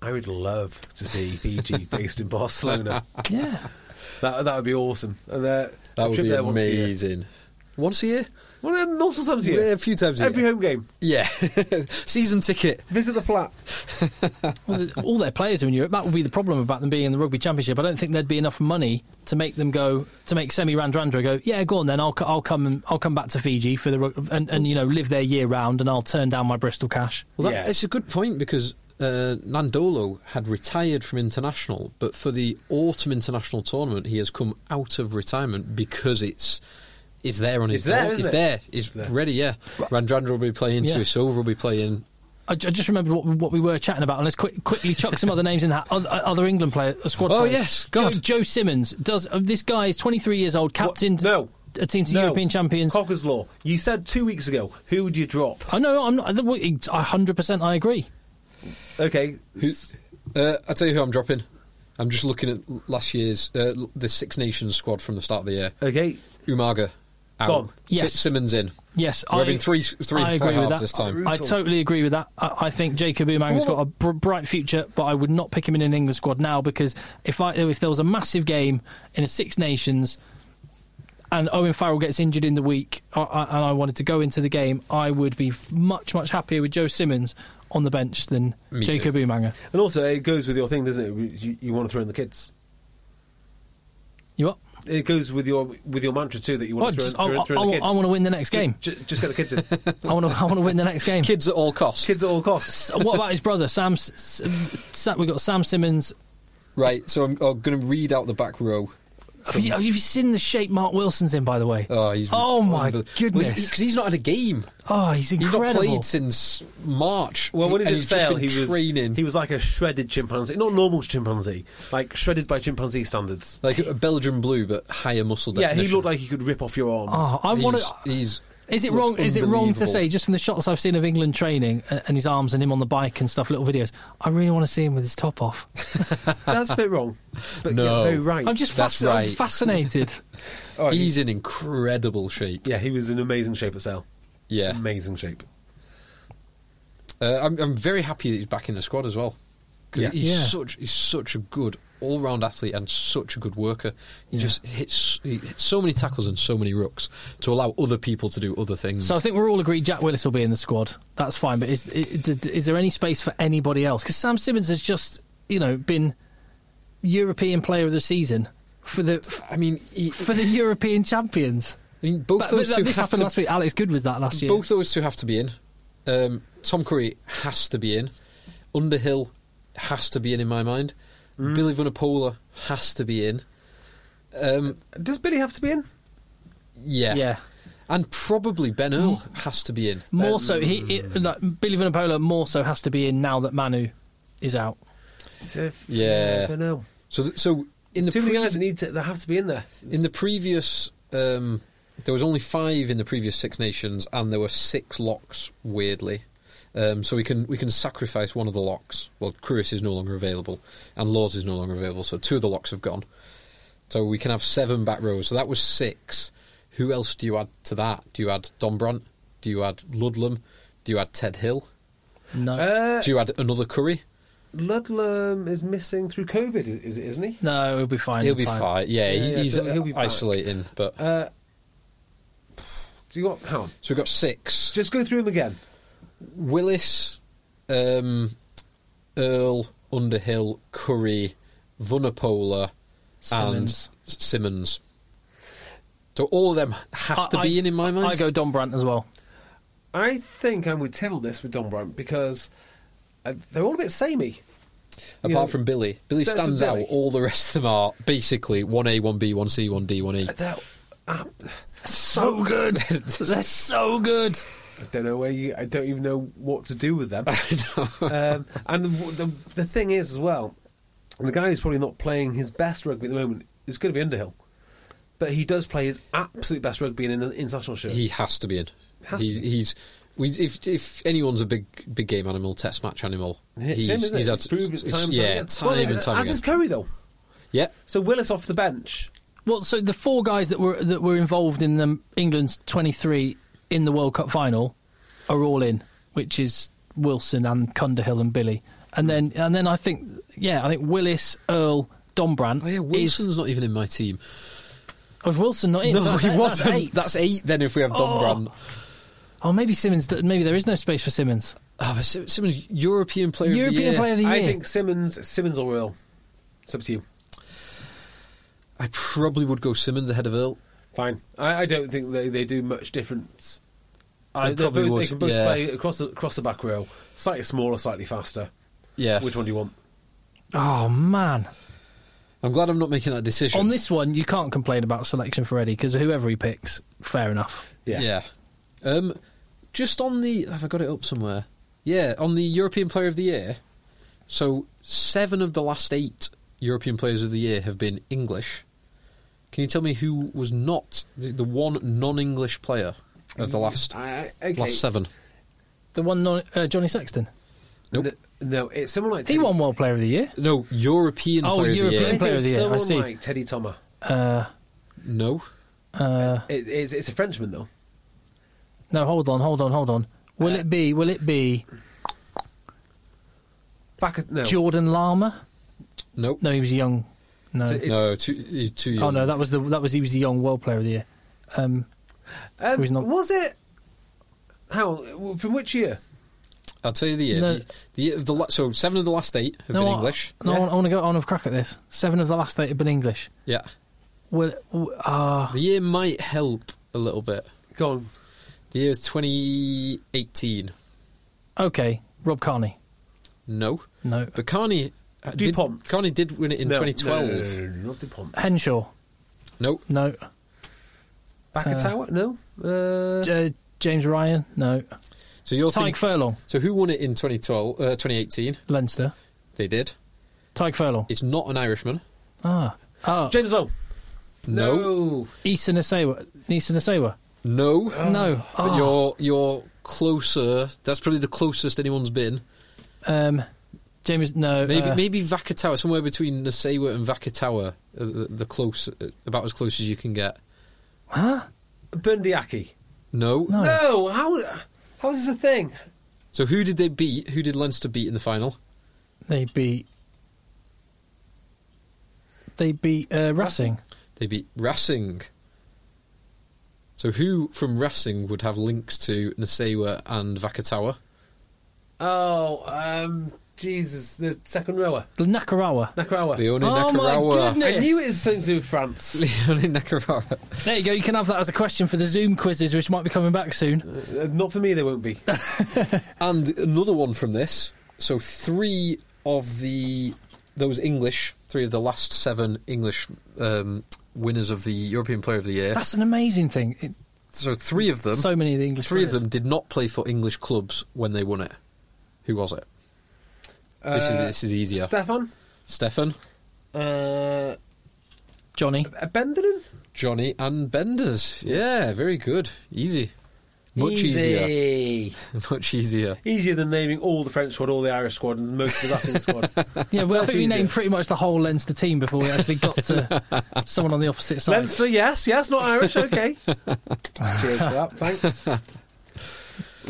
I would love to see Fiji based in Barcelona.
yeah.
That, that would be awesome. And, uh,
That
a
would
trip
be
there once a year.
amazing. Once a year,
Well, um, multiple times a year.
Yeah, a few times a
Every
year.
home game.
yeah, season ticket.
Visit the flat.
Well, the- all their players are in Europe. That would be the problem about them being in the rugby championship. I don't think there'd be enough money to make them go to make Semi Randrandra go. Yeah, go on then. I'll co- I'll come and I'll come back to Fiji for the rug- and and you know live there year round and I'll turn down my Bristol cash.
Well, that,
Yeah.
it's a good point because uh, Nandolo had retired from international, but for the autumn international tournament, he has come out of retirement because it's it's there on his
It's there,
door.
isn't
it's
it?
there, it's,
there.
ready. Yeah, Randrandra will be playing,
Yeah.
Tuisova will be playing.
I, ju- I just remembered what, what we were chatting about, and let's quick, quickly chuck some other names in that. Other, other England player, uh, squad.
Oh,
players.
yes, God.
Joe, Joe Simmons does. Uh, this guy is 23 years old, captain.
What? No.
a team to
No.
European champions.
Cocker's Law. You said two weeks ago, who would you drop?
I know. I'm not. 100. percent I agree.
Okay.
Uh, I tell you who I'm dropping. I'm just looking at l- last year's uh, l- the Six Nations squad from the start of the year.
Okay.
Umaga out,
Gone.
Si-
Yes.
Simmons in,
Yes,
We're
I,
having three- three
I
for
agree with
halves
that.
this time.
I
Brutal.
totally agree with that. I, I think Jacob Umang's got a br- bright future, but I would not pick him in an England squad now because if I, if there was a massive game in a Six Nations and Owen Farrell gets injured in the week I, I, and I wanted to go into the game, I would be f- much much happier with Joe Simmons on the bench than
Me too.
Jacob Umanga.
And also, it goes with your thing, doesn't it? You, you want to throw in the kids.
You what?
It goes with your with your mantra too that you
Oh,
want to throw, in
just- I,
throw, in- throw in the kids.
want to win the next game.
Ju- Just, get the kids in.
I want to. I want to win the next game.
Kids at all costs.
kids at all costs.
So what about his brother Sam? S- S- Sam we got Sam Simmons.
Right, so I'm, I'm going to read out the back row.
Have you, have you seen the shape Mark Wilson's in? By the way,
Oh, he's
Oh, my goodness.
Because he's not had a game.
oh, he's
He's
incredible.
not played since March.
Well, when
he, and
he did
he's just
sail,
been
he was
training.
he was like a shredded chimpanzee, not normal chimpanzee, like shredded by chimpanzee standards.
like a Belgian blue, but higher muscle
Yeah,
definition.
he looked like he could rip off your arms.
Oh, I want to.
He's, he's
Is it
looks
wrong? Is it wrong to
unbelievable.
say just from the shots I've seen of England training a- and his arms and him on the bike and stuff, little videos? I really want to see him with his top off.
That's a bit wrong, but
No.
you're very right.
I'm just
That's
fasci- I'm
right.
fascinated.
All right, he-
he's in incredible shape.
yeah, he was in amazing shape at Sale.
Yeah,
Amazing shape.
uh, I'm, I'm very happy that he's back in the squad as well because
Yeah.
he's
Yeah.
such he's such a good all round athlete and such a good worker. He
Yeah.
just hits he hits so many tackles and so many rooks to allow other people to do other things.
so I think we're all agreed Jack Willis will be in the squad. That's fine. But is is, is there any space for anybody else? Because Sam Simmons has just you know been European Player of the Season for the
I mean, he,
for the European champions.
I mean, both
But, but
those two
this
have
happened
to
last week. Alex Good was that last year.
Both those two have to be in. Um, Tom Curry has to be in. Underhill has to be in, in my mind.
Mm.
Billy Vanapola has to be in. Um,
Does Billy have to be in?
yeah.
yeah. Mm.
And probably Ben Earl has to be in.
More so, he it, like, Billy Vanapola more so has to be in now that Manu is out.
Yeah.
I don't know.
So, th- so in the
Too many
pre-
guys that need to that have to be in there.
in the previous, um, there was only five in the previous Six Nations, and there were six locks. Weirdly, um, so we can we can sacrifice one of the locks. Well, Cruis is no longer available, and Laws is no longer available, so two of the locks have gone. So we can have seven back rows. So that was six. Who else do you add to that? Do you add Don Brandt? Do you add Ludlam? Do you add Ted Hill?
No,
Uh,
Do you add another Curry?
Ludlam is missing through COVID, is- is it? Isn't he?
no, he'll be fine.
He'll
in
be
time.
fine. Yeah,
Yeah, yeah,
he's
so he'll be back.
isolating. But
Uh, do you want? Hang on.
so we've got six.
Just go through them again.
Willis, um, Earl, Underhill, Curry, Vunapola,
Simmons.
and S- Simmons. So all of them have
I-
to
I-
be in, in my mind.
I go Don Brandt as well.
I think I'm with Tim on this with Don Brandt because uh, they're all a bit samey.
Apart
you know,
from Billy, Billy
except for
stands
Billy.
out. All the rest of them are basically one A, one B, one C, one D, one E.
They're, um,
So good. They're so good.
I don't know where you. I don't even know what to do with them. um, and the, the the thing is as well, the guy who's probably not playing his best rugby at the moment is going to be Underhill, but he does play his absolute best rugby in an international shirt.
He has to be in.
Has
he,
to be.
He's we, if if anyone's a big big game animal, test match animal,
It's
he's,
him, isn't
he's
it?
had
He's proved it time and
yeah,
again.
time
Well, uh,
and time
As
again.
is Curry though.
yeah,
So Willis off the bench.
Well, so the four guys that were that were involved in the England's 23 in the World Cup final are all in, which is Wilson and Cunderhill and Billy, and then and then I think yeah, I think Willis, Earl, Don Brandt.
oh yeah,
Is,
Wilson's not even in my team.
was Wilson not in?
No,
That's-
he
that's
wasn't.
eight.
That's eight. Then if we have Don
Oh.
Brandt,
Oh, maybe Simmons. Maybe there is no space for Simmons.
oh, but Sim- Simmons European player. of the
European
year.
player of the year.
I think Simmons, Simmons or Earl. It's up to you.
I probably would go Simmons ahead of Earl.
Fine. I, I don't think they, they do much difference.
I
They- they
probably
both-
would,
They can both
yeah.
play across the, across the back row, slightly smaller, slightly faster.
Yeah,
Which one do you want?
Oh man!
I'm glad I'm not making that decision.
On this one, you can't complain about selection for Eddie because whoever he picks, fair enough.
yeah. Um, just on the have I got it up somewhere? Yeah, on the European Player of the Year. So seven of the last eight European Players of the Year have been English. Can you tell me who was not the, the one non-English player of the last
Mm, I, I- okay.
last seven?
The one non, uh, Johnny Sexton,
Nope.
N- No, it's someone like
he
Teddy.
won World Player of the Year.
No, European
Oh,
Player
European
of the
I
Year.
think
Player of the
it's
Year, I
Someone
see.
like Teddy Thomas.
Uh,
No.
uh,
It, it's, it's a Frenchman though.
No, hold on, hold on, hold on. Will
Uh,
it be? Will it be
Back at no.
Jordan Lama?
Nope.
No, he was a young. No.
So it-
No, two, you- two
oh no, that was the that was he was the young world player of the year. Um,
Um,
Who's not-
Was it? How from which year?
I'll tell you the year.
No.
The, the, year of the la- so seven of the last eight have
no,
been
I-
English.
No, I
Yeah.
want- I want to go on have a crack at this. Seven of the last eight have been English.
Yeah,
Will uh,
the year might help a little bit.
Go on.
The year is 2018.
okay, Rob Carney.
No,
No,
but Carney uh, did,
DuPont.
Carney did win it in
No,
2012.
No, no, no, no, no, not DuPont.
Henshaw.
Nope.
No,
Back at
Uh,
Tower? No. Uh,
J- uh, James Ryan. No,
So you're
Tyke
think,
Furlong,
so who won it in 2012? Uh, 2018.
Leinster.
They did.
Tyke Furlong.
It's not an Irishman.
Ah, ah,
James Lowe.
No.
Issa Nasewa. Issa Nasewa.
No.
No.
But
Ah.
you're you're closer. That's probably the closest anyone's been.
Um, James. No.
Maybe
uh,
maybe Vakatawa, somewhere between Nasewa and Vakatawa, uh, the, the close, uh, about as close as you can get.
Huh?
Bundyaki.
No.
No.
No. How? How is this a thing?
So who did they beat? Who did Leinster beat in the final?
They beat. They beat uh, Racing.
They beat Racing. So who from Racing would have links to Nasewa and Vakatawa?
Oh, um, Jesus, the second rower,
The Nakarawa.
Nakarawa.
Leone
Oh my
Nakarawa.
goodness.
I knew it was something to do with France.
Leone Nakarawa.
There you go. You can have that as a question for the Zoom quizzes, which might be coming back soon.
Uh, Not for me, they won't be.
And another one from this. So three of the those English, three of the last seven English um, winners of the European Player of the Year.
That's an amazing thing. It,
so three of them,
so many of the English.
three of
players.
them did not play for English clubs when they won it. Who was it? this is
Uh,
this is easier.
Stefan,
Stefan,
uh,
Johnny.
Abendinen?
Johnny, and Benders. Yeah, very good. Easy. Much easier.
Easy.
Much easier.
Easier than naming all the French squad, all the Irish squad, and most of the Racing squad.
Yeah, well, I think we
easier.
named pretty much the whole Leinster team before we actually got to someone on the opposite side.
Leinster, yes, yes, not Irish, okay. Cheers for that, thanks.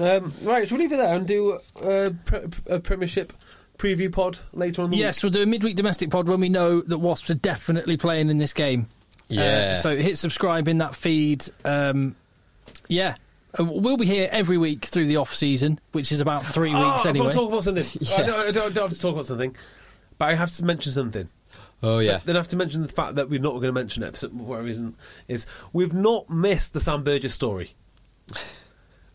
Um, right, shall we leave it there and do uh, pre- a Premiership preview pod later on in the
Yes, we'll do a midweek domestic pod when we know that Wasps are definitely playing in this game. Uh,
Yeah.
so hit subscribe in that feed. Um, yeah. Uh, we'll be here every week through the off season, which is about three
Oh,
weeks
I've got
anyway.
to talk about something.
Yeah.
I, don't, I don't- I don't have to talk about something, but I have to mention something.
Oh yeah.
Then I have to mention the fact that we're not going to mention it for some- whatever reason is we've not missed the Sam Burgess story.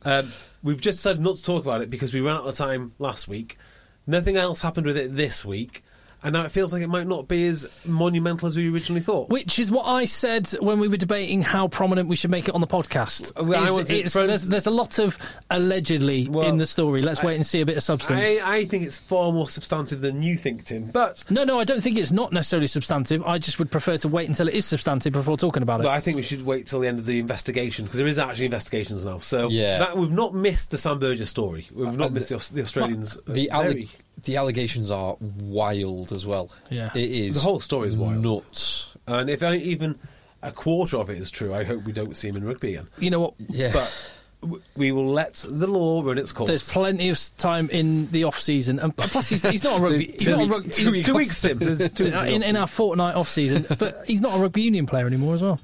Um, we've just decided not to talk about it because we ran out of time last week. Nothing else happened with it this week, and now it feels like it might not be as monumental as we originally thought.
Which is what I said when we were debating how prominent we should make it on the podcast.
Uh, Well, I
Is-
was in
it's-
front-
there's, there's a lot of allegedly
Well,
in the story. Let's
I-
wait and see a bit of substance.
I, I think it's far more substantive than you think, Tim. But
no, no, I don't think it's not necessarily substantive. I just would prefer to wait until it is substantive before talking about it.
But I think we should wait till the end of the investigation because there is actually investigations now. So
Yeah.
that, we've not missed the Sam Burgess story. We've not
Uh,
missed the, Aus- the Australians. uh,
the alle-
very-
the allegations are wild as well.
Yeah.
it is.
The whole story is wild.
Nuts.
and if I, even a quarter of it is true, I hope we don't see him in rugby again.
you know what?
Yeah,
But w- we will let the law run its course.
There's plenty of time in the off season, and plus he's, he's not a rugby. he's not a rug-
two, weeks, two weeks, Tim. There's two weeks
in, in our fortnight off season, but he's not a rugby union player anymore as well.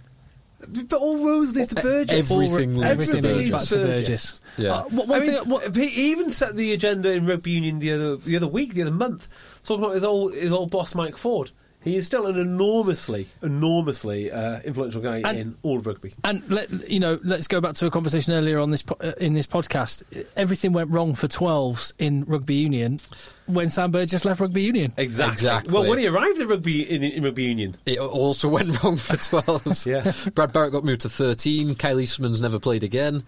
but all roads leads to Burgess.
e-, everything
All-
leads
Everything
to
leads back
Burgess.
to Burgess.
Yeah.
Uh, what-
I
one
mean,
thing- what-
he even set the agenda in rugby union the other the other week, the other month, talking about his old his old boss Mike Ford. He is still an enormously, enormously uh, influential guy
And-
in all of rugby.
and let you know, let's go back to a conversation earlier on this po- uh, in this podcast. Everything went wrong for 12s in rugby union when Sam Burgess left rugby union.
Exactly.
Exactly.
Well, when he arrived at rugby in, in rugby union,
it also went wrong for 12s.
Yeah.
Brad Barrett got moved to 13. Kyle Eastman's never played again.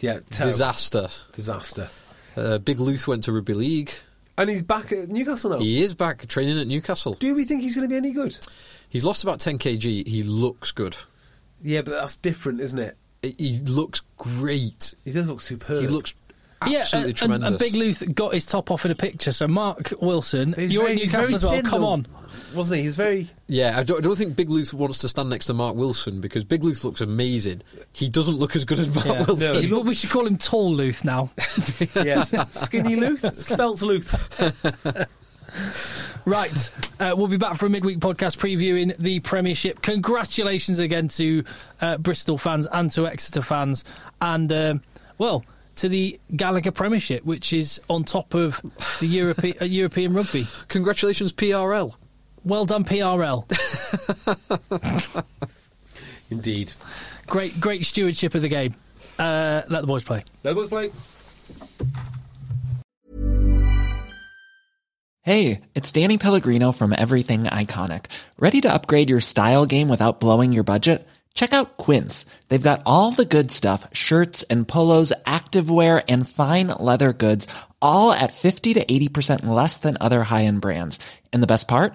yeah, terrible.
Disaster.
disaster.
Uh, Big Luth went to rugby league.
And he's back at Newcastle now.
He is back training at Newcastle.
Do we think he's going to be any good?
He's lost about 10 kg. He looks good.
Yeah, but that's different, isn't it?
He- He looks great.
He does look superb.
He looks absolutely
yeah, and-
tremendous.
And, Big Luth got his top off in a picture. So Mark Wilson,
He's
you're
very-
at
he's
Newcastle
very
as well.
thin,
Come
though,
on.
wasn't he? He's very.
Yeah, I don't, I don't think Big Luth wants to stand next to Mark Wilson because Big Luth looks amazing. He doesn't look as good as Mark
Yeah.
Wilson.
No.
He- but we should call him Tall Luth now.
Yes, skinny Luth, spelt Luth.
Right, uh, we'll be back for a midweek podcast previewing the Premiership. Congratulations again to uh, Bristol fans and to Exeter fans, and um, well to the Gallagher Premiership, which is on top of the Europe- uh, European rugby.
Congratulations, PRL.
Well done, PRL.
Indeed.
Great, great stewardship of the game. Uh, let the boys play.
No boys play.
Hey, it's Danny Pellegrino from Everything Iconic. Ready to upgrade your style game without blowing your budget? Check out Quince. They've got all the good stuff, shirts and polos, activewear and fine leather goods, all at 50 to 80% less than other high-end brands. And the best part?